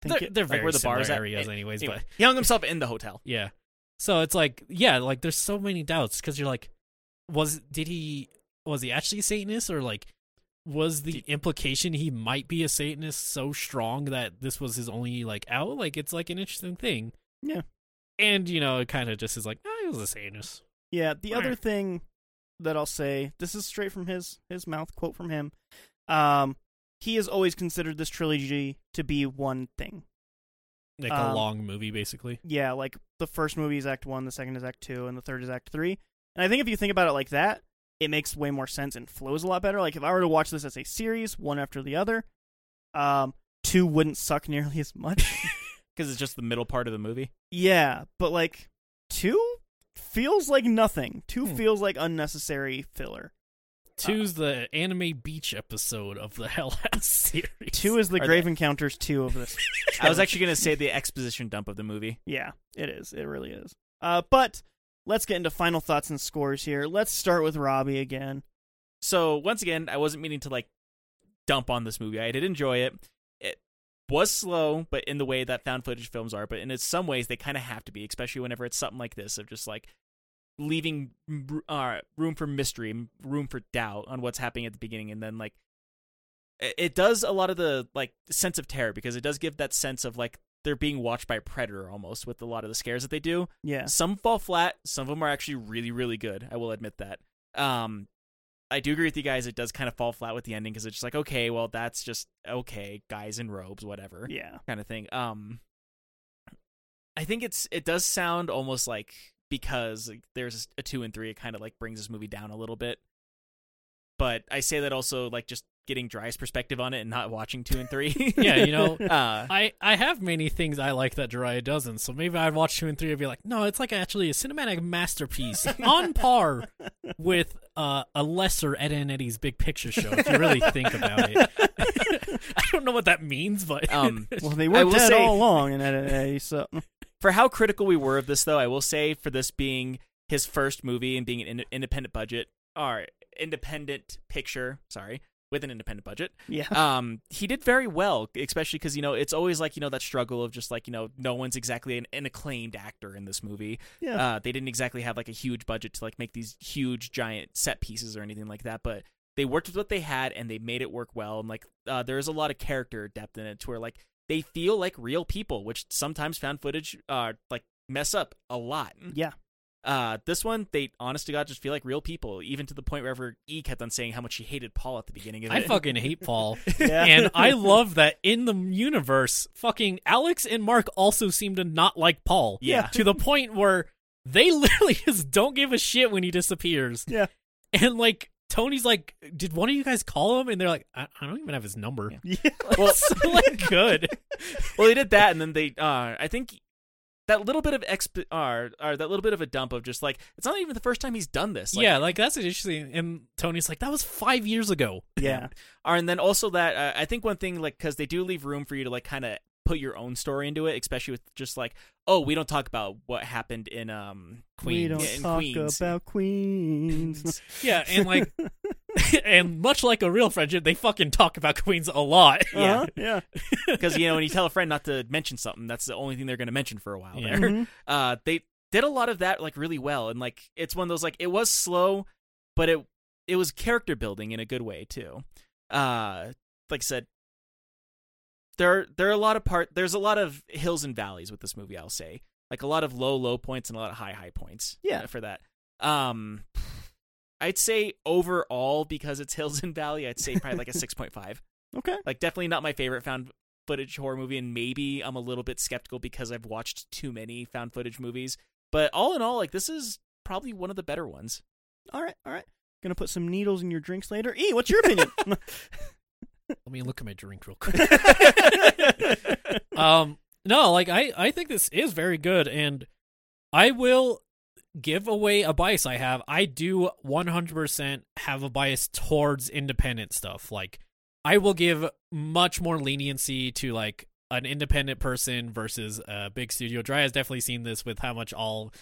A: Think
C: They're,
A: it-
C: they're
B: like
C: very
B: where the
C: similar
B: bar's at.
C: areas,
B: It-
C: anyways.
B: Anyway,
C: But
B: he hung himself in the hotel.
C: yeah, so it's like yeah, like there's so many doubts because you're like, was did he was he actually a Satanist or like was the implication he might be a Satanist so strong that this was his only like out? Like it's like an interesting thing.
A: Yeah.
C: And you know, it kind of just is like, oh, he was a Satanist.
A: Yeah, the
C: Meh.
A: other thing that I'll say, this is straight from his his mouth, quote from him. Um, he has always considered this trilogy to be one thing.
C: Like a
A: Um,
C: long movie, basically.
A: Yeah, like the first movie is Act One, the second is Act Two, and the third is Act Three. And I think if you think about it like that, it makes way more sense and flows a lot better. Like if I were to watch this as a series, one after the other, um, two wouldn't suck nearly as much.
B: because it's just the middle part of the movie.
A: Yeah, but like two feels like nothing. Two
C: Hmm.
A: feels like unnecessary filler.
C: Two's the anime beach episode of the Hell House series.
A: Two is the
B: Are
A: Grave
B: they-
A: Encounters two of this.
B: I was actually gonna say the exposition dump of the movie.
A: yeah, it is. It really is. Uh, but let's get into final thoughts and scores here. Let's start with Robbie again.
B: So once again, I wasn't meaning to like dump on this movie. I did enjoy it. It was slow, but in the way that found footage films are, but in some ways they kind of have to be, especially whenever it's something like this of just like leaving r- uh, room for mystery, and room for doubt on what's happening at the beginning, and then like it- it does a lot of the like sense of terror because it does give that sense of like they're being watched by a predator almost with a lot of the scares that they do.
A: Yeah,
B: Some fall flat. Some of them are actually really, really good. I will admit that. Um, I do agree with you guys. It does kind of fall flat with the ending because it's just like, okay, well, that's just okay, guys in robes, whatever,
A: yeah,
B: kind of thing. Um, I think it's it does sound almost like because like, there's a two and three, it kind of like brings this movie down a little bit. But I say that also like just getting Dry's perspective on it and not watching two and three.
C: yeah, you know,
B: Uh,
C: I, I have many things I like that Jiraiya doesn't, so maybe I'd watch two and three and be like, no, it's like actually a cinematic masterpiece on par with uh, a lesser Ed and Eddie's Big Picture show, if you really think about it. I don't know what that means, but
B: um,
A: Well, they
B: I
A: were
B: will
A: dead
B: say-
A: all along, and uh, uh, so
B: for how critical we were of this, though, I will say for this being his first movie and being an in- independent budget or independent picture, sorry, with an independent budget,
A: yeah,
B: um, he did very well, especially because you know it's always like you know that struggle of just like you know no one's exactly an, an acclaimed actor in this movie.
A: yeah,
B: Uh, they didn't exactly have like a huge budget to like make these huge giant set pieces or anything like that, but they worked with what they had and they made it work well. And like uh, there is a lot of character depth in it to where like they feel like real people, which sometimes found footage uh like mess up a lot.
A: yeah.
B: Uh, this one they honest to god just feel like real people, even to the point where E kept on saying how much she hated Paul at the beginning of
C: I
B: it.
C: fucking hate Paul.
A: Yeah.
C: And I love that in the universe, fucking Alex and Mark also seem to not like Paul.
B: yeah.
C: To the point where they literally just don't give a shit when he disappears.
A: Yeah.
C: And like Tony's like, did one of you guys call him? And they're like, I, I don't even have his number.
B: Yeah.
A: yeah.
B: Well-
C: so like good.
B: well, they did that, and then they, uh, I think, that little bit of exp, or, or that little bit of a dump of just like it's not even the first time he's done this. Like,
C: yeah, like that's interesting. And Tony's like, that was five years ago.
A: Yeah.
B: Or, and then also that uh, I think one thing like because they do leave room for you to like kind of put your own story into it, especially with just like oh we don't talk about what happened in um Queens
A: We don't
B: Yeah, in
A: talk
B: Queens.
A: about Queens.
C: Yeah, and like and much like a real friendship, they fucking talk about Queens a lot.
B: Yeah.
A: Uh-huh, yeah.
B: because you know when you tell a friend not to mention something that's the only thing they're going to mention for a while
C: Yeah.
B: there.
A: Mhm.
B: Uh, they did a lot of that like really well, and like it's one of those like it was slow, but it it was character building in a good way too. Uh, like I said, there there are a lot of part there's a lot of hills and valleys with this movie. I'll say like a lot of low low points and a lot of high high points.
A: Yeah.
B: uh, for that. Um, I'd say overall because it's hills and valley, I'd say probably like a six point five
A: Okay.
B: like definitely not my favorite found footage horror movie and maybe i'm a little bit skeptical because i've watched too many found footage movies but all in all like this is probably one of the better ones
A: All right. All right. Gonna put some needles in your drinks later. E, what's your opinion?
C: Let me look at my drink real quick. um no like i i think this is very good and i will give away a bias i have i do 100% have a bias towards independent stuff like i will give much more leniency to like an independent person versus a big studio dry has definitely seen this with how much i'll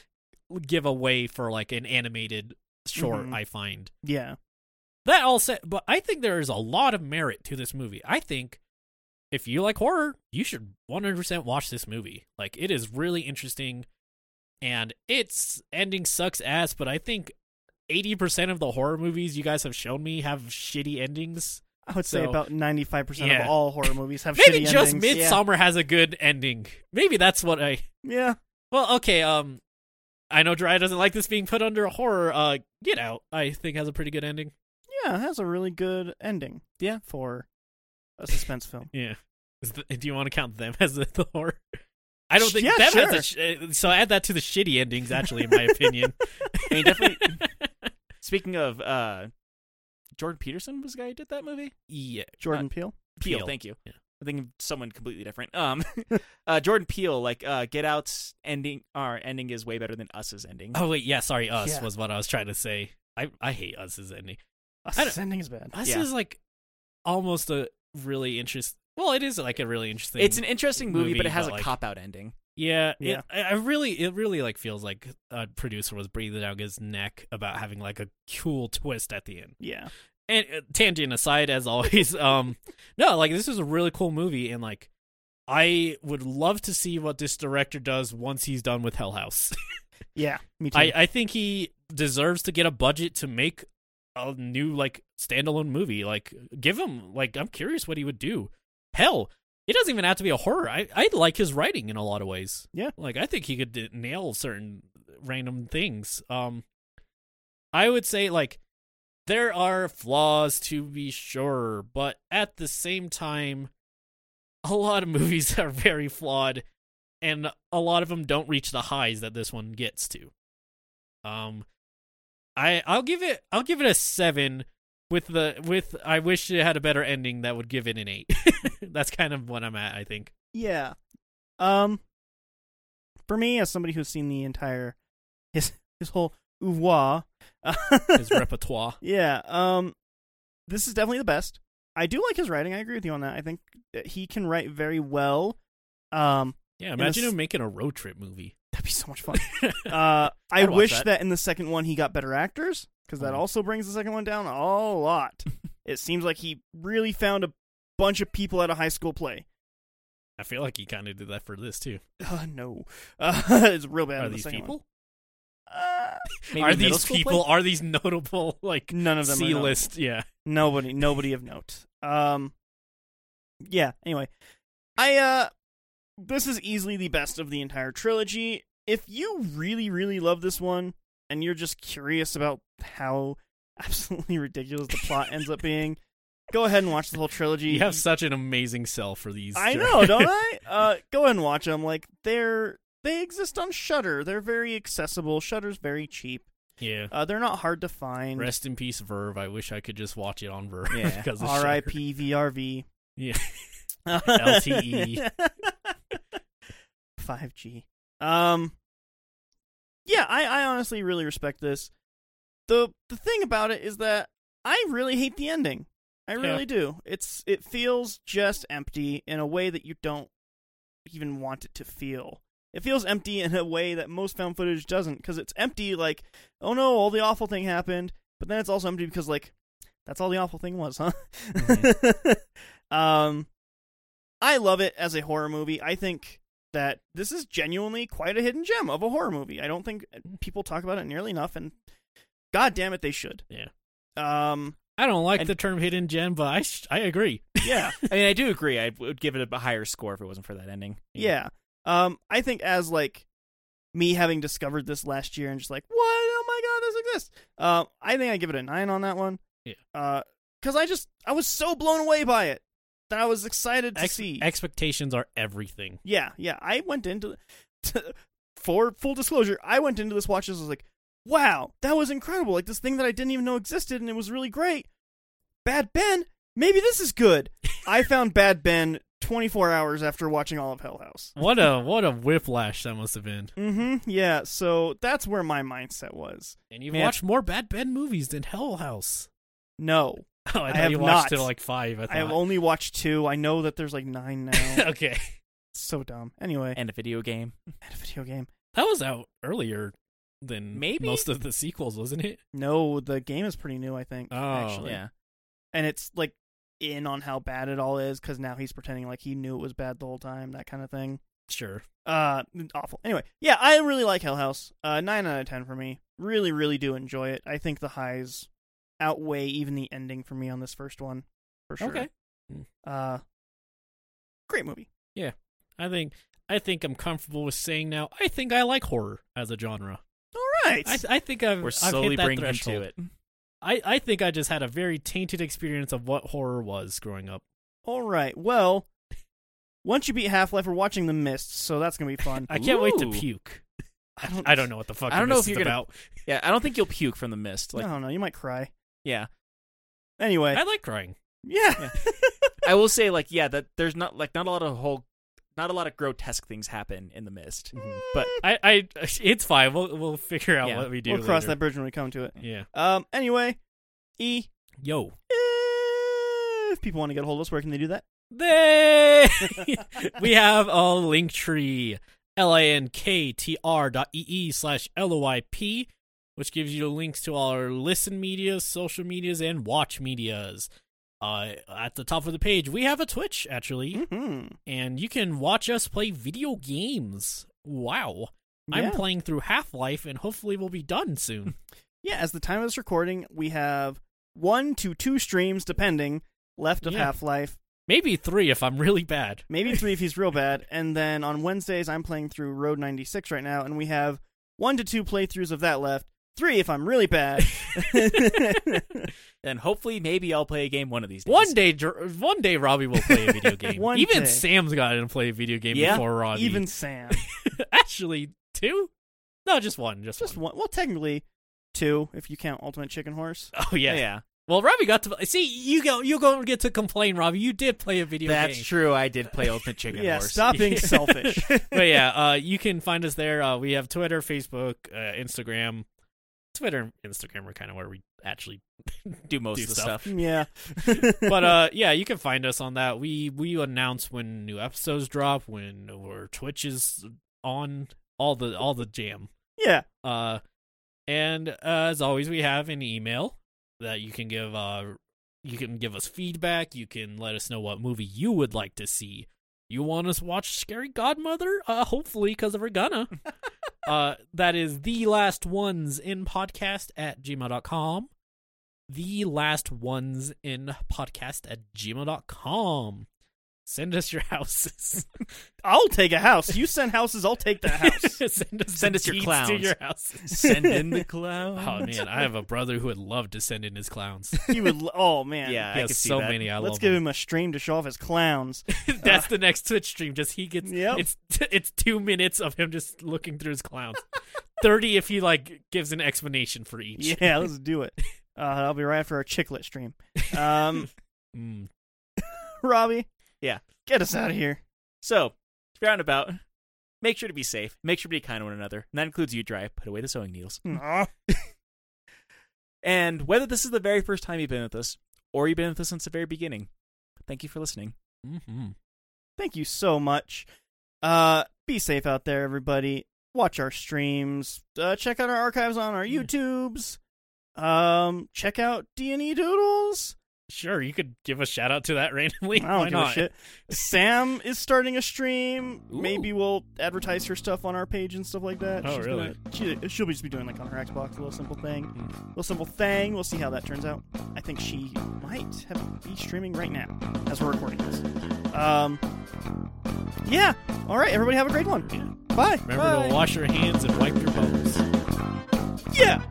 C: give away for like an animated short
A: Mhm.
C: i find
A: yeah.
C: that all said, but I think there is a lot of merit to this movie. I think if you like horror, you should 100% watch this movie. Like, it is really interesting, and its ending sucks ass, but I think 80% of the horror movies you guys have shown me have shitty endings.
A: I would say
C: So-
A: about ninety-five percent
C: Yeah.
A: of all horror movies have
C: Maybe
A: shitty
C: just
A: endings.
C: Midsummer has a good ending. Maybe that's what I.
A: Yeah. yeah.
C: Well, okay, um. I know Dry doesn't like this being put under a horror. Uh, Get Out, I think, has a pretty good ending.
A: Yeah, it has a really good ending.
B: Yeah.
A: For a suspense film.
C: Yeah. Is the, do you want to count them as the, the horror? I don't think
A: Yeah,
C: them has a sh- uh, so add that to the shitty endings. Actually, in my opinion,
B: i mean definitely speaking of uh jordan peterson was the guy who did that movie
C: yeah.
A: Jordan Peele.
B: peel
C: Peele.
B: thank you
C: Yeah.
B: I think of someone completely different. Um, uh, Jordan Peele, like uh, Get Out's ending, our ending is way better than Us's ending.
C: Oh wait, yeah, sorry, us
A: Yeah.
C: was what I was trying to say. I I hate us's ending. I don't-
A: Us ending is bad.
C: Us
B: Yeah.
C: is like almost a really interest. Well, it is like a really interesting.
B: it's an interesting movie, but
C: movie,
B: it has
C: but,
B: a
C: like-
B: cop out ending.
C: yeah. it-
A: Yeah.
C: I, I really, it really like feels like a producer was breathing down his neck about having like a cool twist at the end.
A: Yeah.
C: and uh, tangent aside as always um no like this is a really cool movie and like i would love to see what this director does once he's done with hell house
A: Yeah. Me too.
C: i i think he deserves to get a budget to make a new like standalone movie like give him like i'm curious what he would do hell it doesn't even have to be a horror i i like his writing in a lot of ways
A: Yeah.
C: like i think he could d- nail certain random things um i would say like there are flaws to be sure, but at the same time, a lot of movies are very flawed, and a lot of them don't reach the highs that this one gets to. Um, I I'll give it I'll give it a seven with the with I wish it had a better ending that would give it an eight. That's kind of what I'm at. I think.
A: Yeah. Um. For me, as somebody who's seen the entire his his whole oeuvre, uh,
C: His repertoire.
A: yeah. Um. This is definitely the best. I do like his writing. I agree with you on that. I think that he can write very well. Um.
C: Yeah,
A: In
C: imagine
A: this-
C: him making a road trip movie.
A: That'd be so much fun. Uh, I
C: I'd watch
A: wish
C: that.
A: that. in the second one he got better actors because that
C: Mhm.
A: also brings the second one down a lot. it seems like he really found a bunch of people at a high school play.
C: I feel like he kind of did that for this too.
A: Uh, no, uh, it's real bad.
C: Are
A: in the
C: these
A: second one.
C: people?
A: Uh,
B: Maybe
C: are
B: middle
C: these
B: school
C: people?
B: play?
C: Are these notable like
A: none of them. are
C: C
A: known.
C: list? Yeah.
A: Nobody, nobody of note. Um, yeah. Anyway, I uh, this is easily the best of the entire trilogy. If you really, really love this one and you're just curious about how absolutely ridiculous the plot ends up being, go ahead and watch the whole trilogy.
C: You have such an amazing sell for these.
A: I
C: direct-
A: know, don't I? Uh, go ahead and watch them. Like they're they exist on Shutter. They're very accessible. Shutter's very cheap.
C: yeah.
A: Uh, they're not hard to find.
C: Rest in peace, Verve. I wish I could just watch it on Verve.
B: Yeah.
C: because of Shudder.
A: R.I.P. VRV.
C: Yeah.
A: LTE 5G. Um Yeah, I I honestly really respect this. The the thing about it is that I really hate the ending. I
C: Yeah.
A: really do. It's it feels just empty in a way that you don't even want it to feel. It feels empty in a way that most found footage doesn't cuz it's empty like oh no, all the awful thing happened, but then it's also empty because like that's all the awful thing was, huh? um I love it as a horror movie. I think that this is genuinely quite a hidden gem of a horror movie. I don't think people talk about it nearly enough, and god damn it, they should.
C: Yeah.
A: Um.
C: I don't like
B: And-
C: the term hidden gem, but I sh- I agree.
A: Yeah.
B: I mean, I do agree. I would give it a higher score if it wasn't for that ending.
A: yeah. Um. I think as like me having discovered this last year and just like, what? Oh my god, this exists. Um. I think I give it a nine on that one.
C: Yeah.
A: Uh. Because I just I was so blown away by it that I was excited to
C: Ex-
A: see.
C: expectations are everything.
A: Yeah, yeah. I went into for full disclosure, I went into this watch this was like, wow, that was incredible. Like this thing that I didn't even know existed and it was really great. Bad Ben, maybe this is good. I found Bad Ben 24 hours after watching all of Hell House.
C: What a what a whiplash that must have been.
A: Mhm. Yeah, so that's where my mindset was.
C: And you've
A: Man.
C: watched more Bad Ben movies than Hell House.
A: No.
C: Oh,
A: I
C: I, thought
A: have
C: you watched
A: not.
C: it like five. I,
A: I have
C: thought.
A: only watched 2. I know that there's like 9 now.
C: okay,
A: It's so dumb. Anyway,
B: And a video game.
A: and a video game.
C: that was out earlier than
B: Maybe?
C: most of the sequels, wasn't it?
A: No, the game is pretty new, I think.
C: Oh.
A: actually.
B: Yeah.
A: and it's like in on how bad it all is because now he's pretending like he knew it was bad the whole time, that kind of thing.
C: Sure.
A: Uh, awful. Anyway, yeah, I really like Hell House. Uh, nine out of ten for me. Really, really do enjoy it. I think the highs outweigh even the ending for me on this first one, for sure.
C: Okay.
A: Uh, great movie.
C: I think I think I'm comfortable with saying now. I think I like horror as a genre.
A: All right.
C: I, I think I've
B: We're
C: Mm, I've
B: slowly
C: hit that
B: bringing him
C: threshold.
B: to it.
C: I, I think I just had a very tainted experience of what horror was growing up.
A: all right. Well, once you beat Half Life, we're watching The Mist, so that's gonna be fun.
C: I can't wait to
B: Ooh.
C: puke.
A: I don't.
C: I don't know what the fuck.
B: I don't know
C: this
B: if you're
C: is
B: gonna-
C: about.
B: Yeah, I don't think you'll puke from the mist. Like,
A: I don't know. You might cry.
B: yeah.
A: Anyway.
C: I like crying.
A: yeah.
B: I will say, like, yeah, that there's not like not a lot of whole, not a lot of grotesque things happen in the mist. But
C: I, I, it's fine. We'll we'll figure out
B: Yeah.
C: what we do.
A: we'll cross that
C: later.
A: bridge when we come to it.
C: Yeah.
A: Um. Anyway, E.
C: Yo.
A: If people want to get a hold of us, where can they do that?
C: They. we have a link tree. L I N K T R dot E E slash L O I P, which gives you links to all our listen medias, social medias, and watch medias. Uh, at the top of the page, we have a Twitch, actually.
A: Mm-hmm.
C: and you can watch us play video games. Wow.
A: Yeah.
C: I'm playing through Half Life, and hopefully we'll be done soon.
A: Yeah, as the time of this recording, we have one to two streams, depending, left of
C: Yeah.
A: Half Life.
C: Maybe three if I'm really bad.
A: Maybe three if he's real bad. And then on Wednesdays, I'm playing through Road 96 right now, and we have one to two playthroughs of that left. Three if I'm really bad.
B: then hopefully, maybe I'll play a game one of these days.
C: One day, Jer- one day, Robbie will play a video game.
A: One
C: Even
A: day.
C: Sam's gotten to play a video game
B: Yeah,
C: before Robbie.
A: Even Sam.
C: actually two? No, just one. Just,
A: Just
C: one.
A: one. Well, technically, two if you count Ultimate Chicken Horse.
C: Oh yeah.
B: yeah,
C: Well, Robbie got to see you. Go. You don't get to complain, Robbie. You did play a video game.
B: that's true. I did play Ultimate Chicken
A: yeah,
B: Horse.
A: stop being selfish.
C: but yeah, uh, you can find us there. Uh, we have Twitter, Facebook, uh, Instagram. Twitter and Instagram are kind of where we actually.
B: Do most
C: Do
B: of the
C: stuff.
B: stuff.
A: yeah.
C: But uh, yeah, you can find us on that. We we announce when new episodes drop, when our Twitch is on, all the all the jam.
A: yeah.
C: Uh, and uh, as always, we have an email that you can give. Uh, you can give us feedback. You can let us know what movie you would like to see. You want us to watch Scary Godmother? Uh, hopefully, because we're gonna. uh, that is the last ones in podcast at gmail.com. The last ones in podcast at gmail.com. Send us your houses.
A: I'll take a house. You send houses, I'll take that house.
C: Send us,
B: Send
C: the
B: us your
C: deeds to
B: clowns.
C: your houses.
B: Send in the clown.
C: Oh man, I have a brother who would love to send in his clowns.
A: He would. l- Oh man.
B: Yeah,
C: He
B: I could
C: has
B: see
C: so
B: that.
C: many. I
A: Let's
C: love
A: give
C: him.
A: him a stream to show off his clowns.
C: That's the next Twitch stream. Just he gets.
A: Yep.
C: It's it's two minutes of him just looking through his clowns. Thirty if he like gives an explanation for each.
A: yeah, let's do it. Uh, I'll be right after our chiclet stream. Um,
C: Mm.
A: Robbie.
B: Yeah.
A: Get us out of here.
B: So, roundabout, make sure to be safe. Make sure to be kind to one another. And that includes you, Dry. Put away the sewing needles.
A: Aw.
B: And whether this is the very first time you've been with us, or you've been with us since the very beginning, thank you for listening.
C: Mhm.
A: Thank you so much. Uh, be safe out there, everybody. Watch our streams. Uh, check out our archives on our
C: Yeah.
A: YouTubes. Um, check out D and E Doodles.
C: Sure, you could give a shout out to that randomly.
A: I don't
C: Why
A: give
C: not?
A: a shit. Sam is starting a stream.
C: Ooh.
A: Maybe we'll advertise her stuff on our page and stuff like that.
C: Oh,
A: She's
C: really? Hmm.
A: Gonna, she, she'll be just be doing like on her Xbox, a little simple thing, little simple thing. We'll see how that turns out. I think she might have be streaming right now as we're recording this. Um, yeah. All right, everybody, have a great one.
C: Yeah.
A: Bye.
C: Remember
A: Bye.
C: to wash your hands and wipe your bones.
A: Yeah.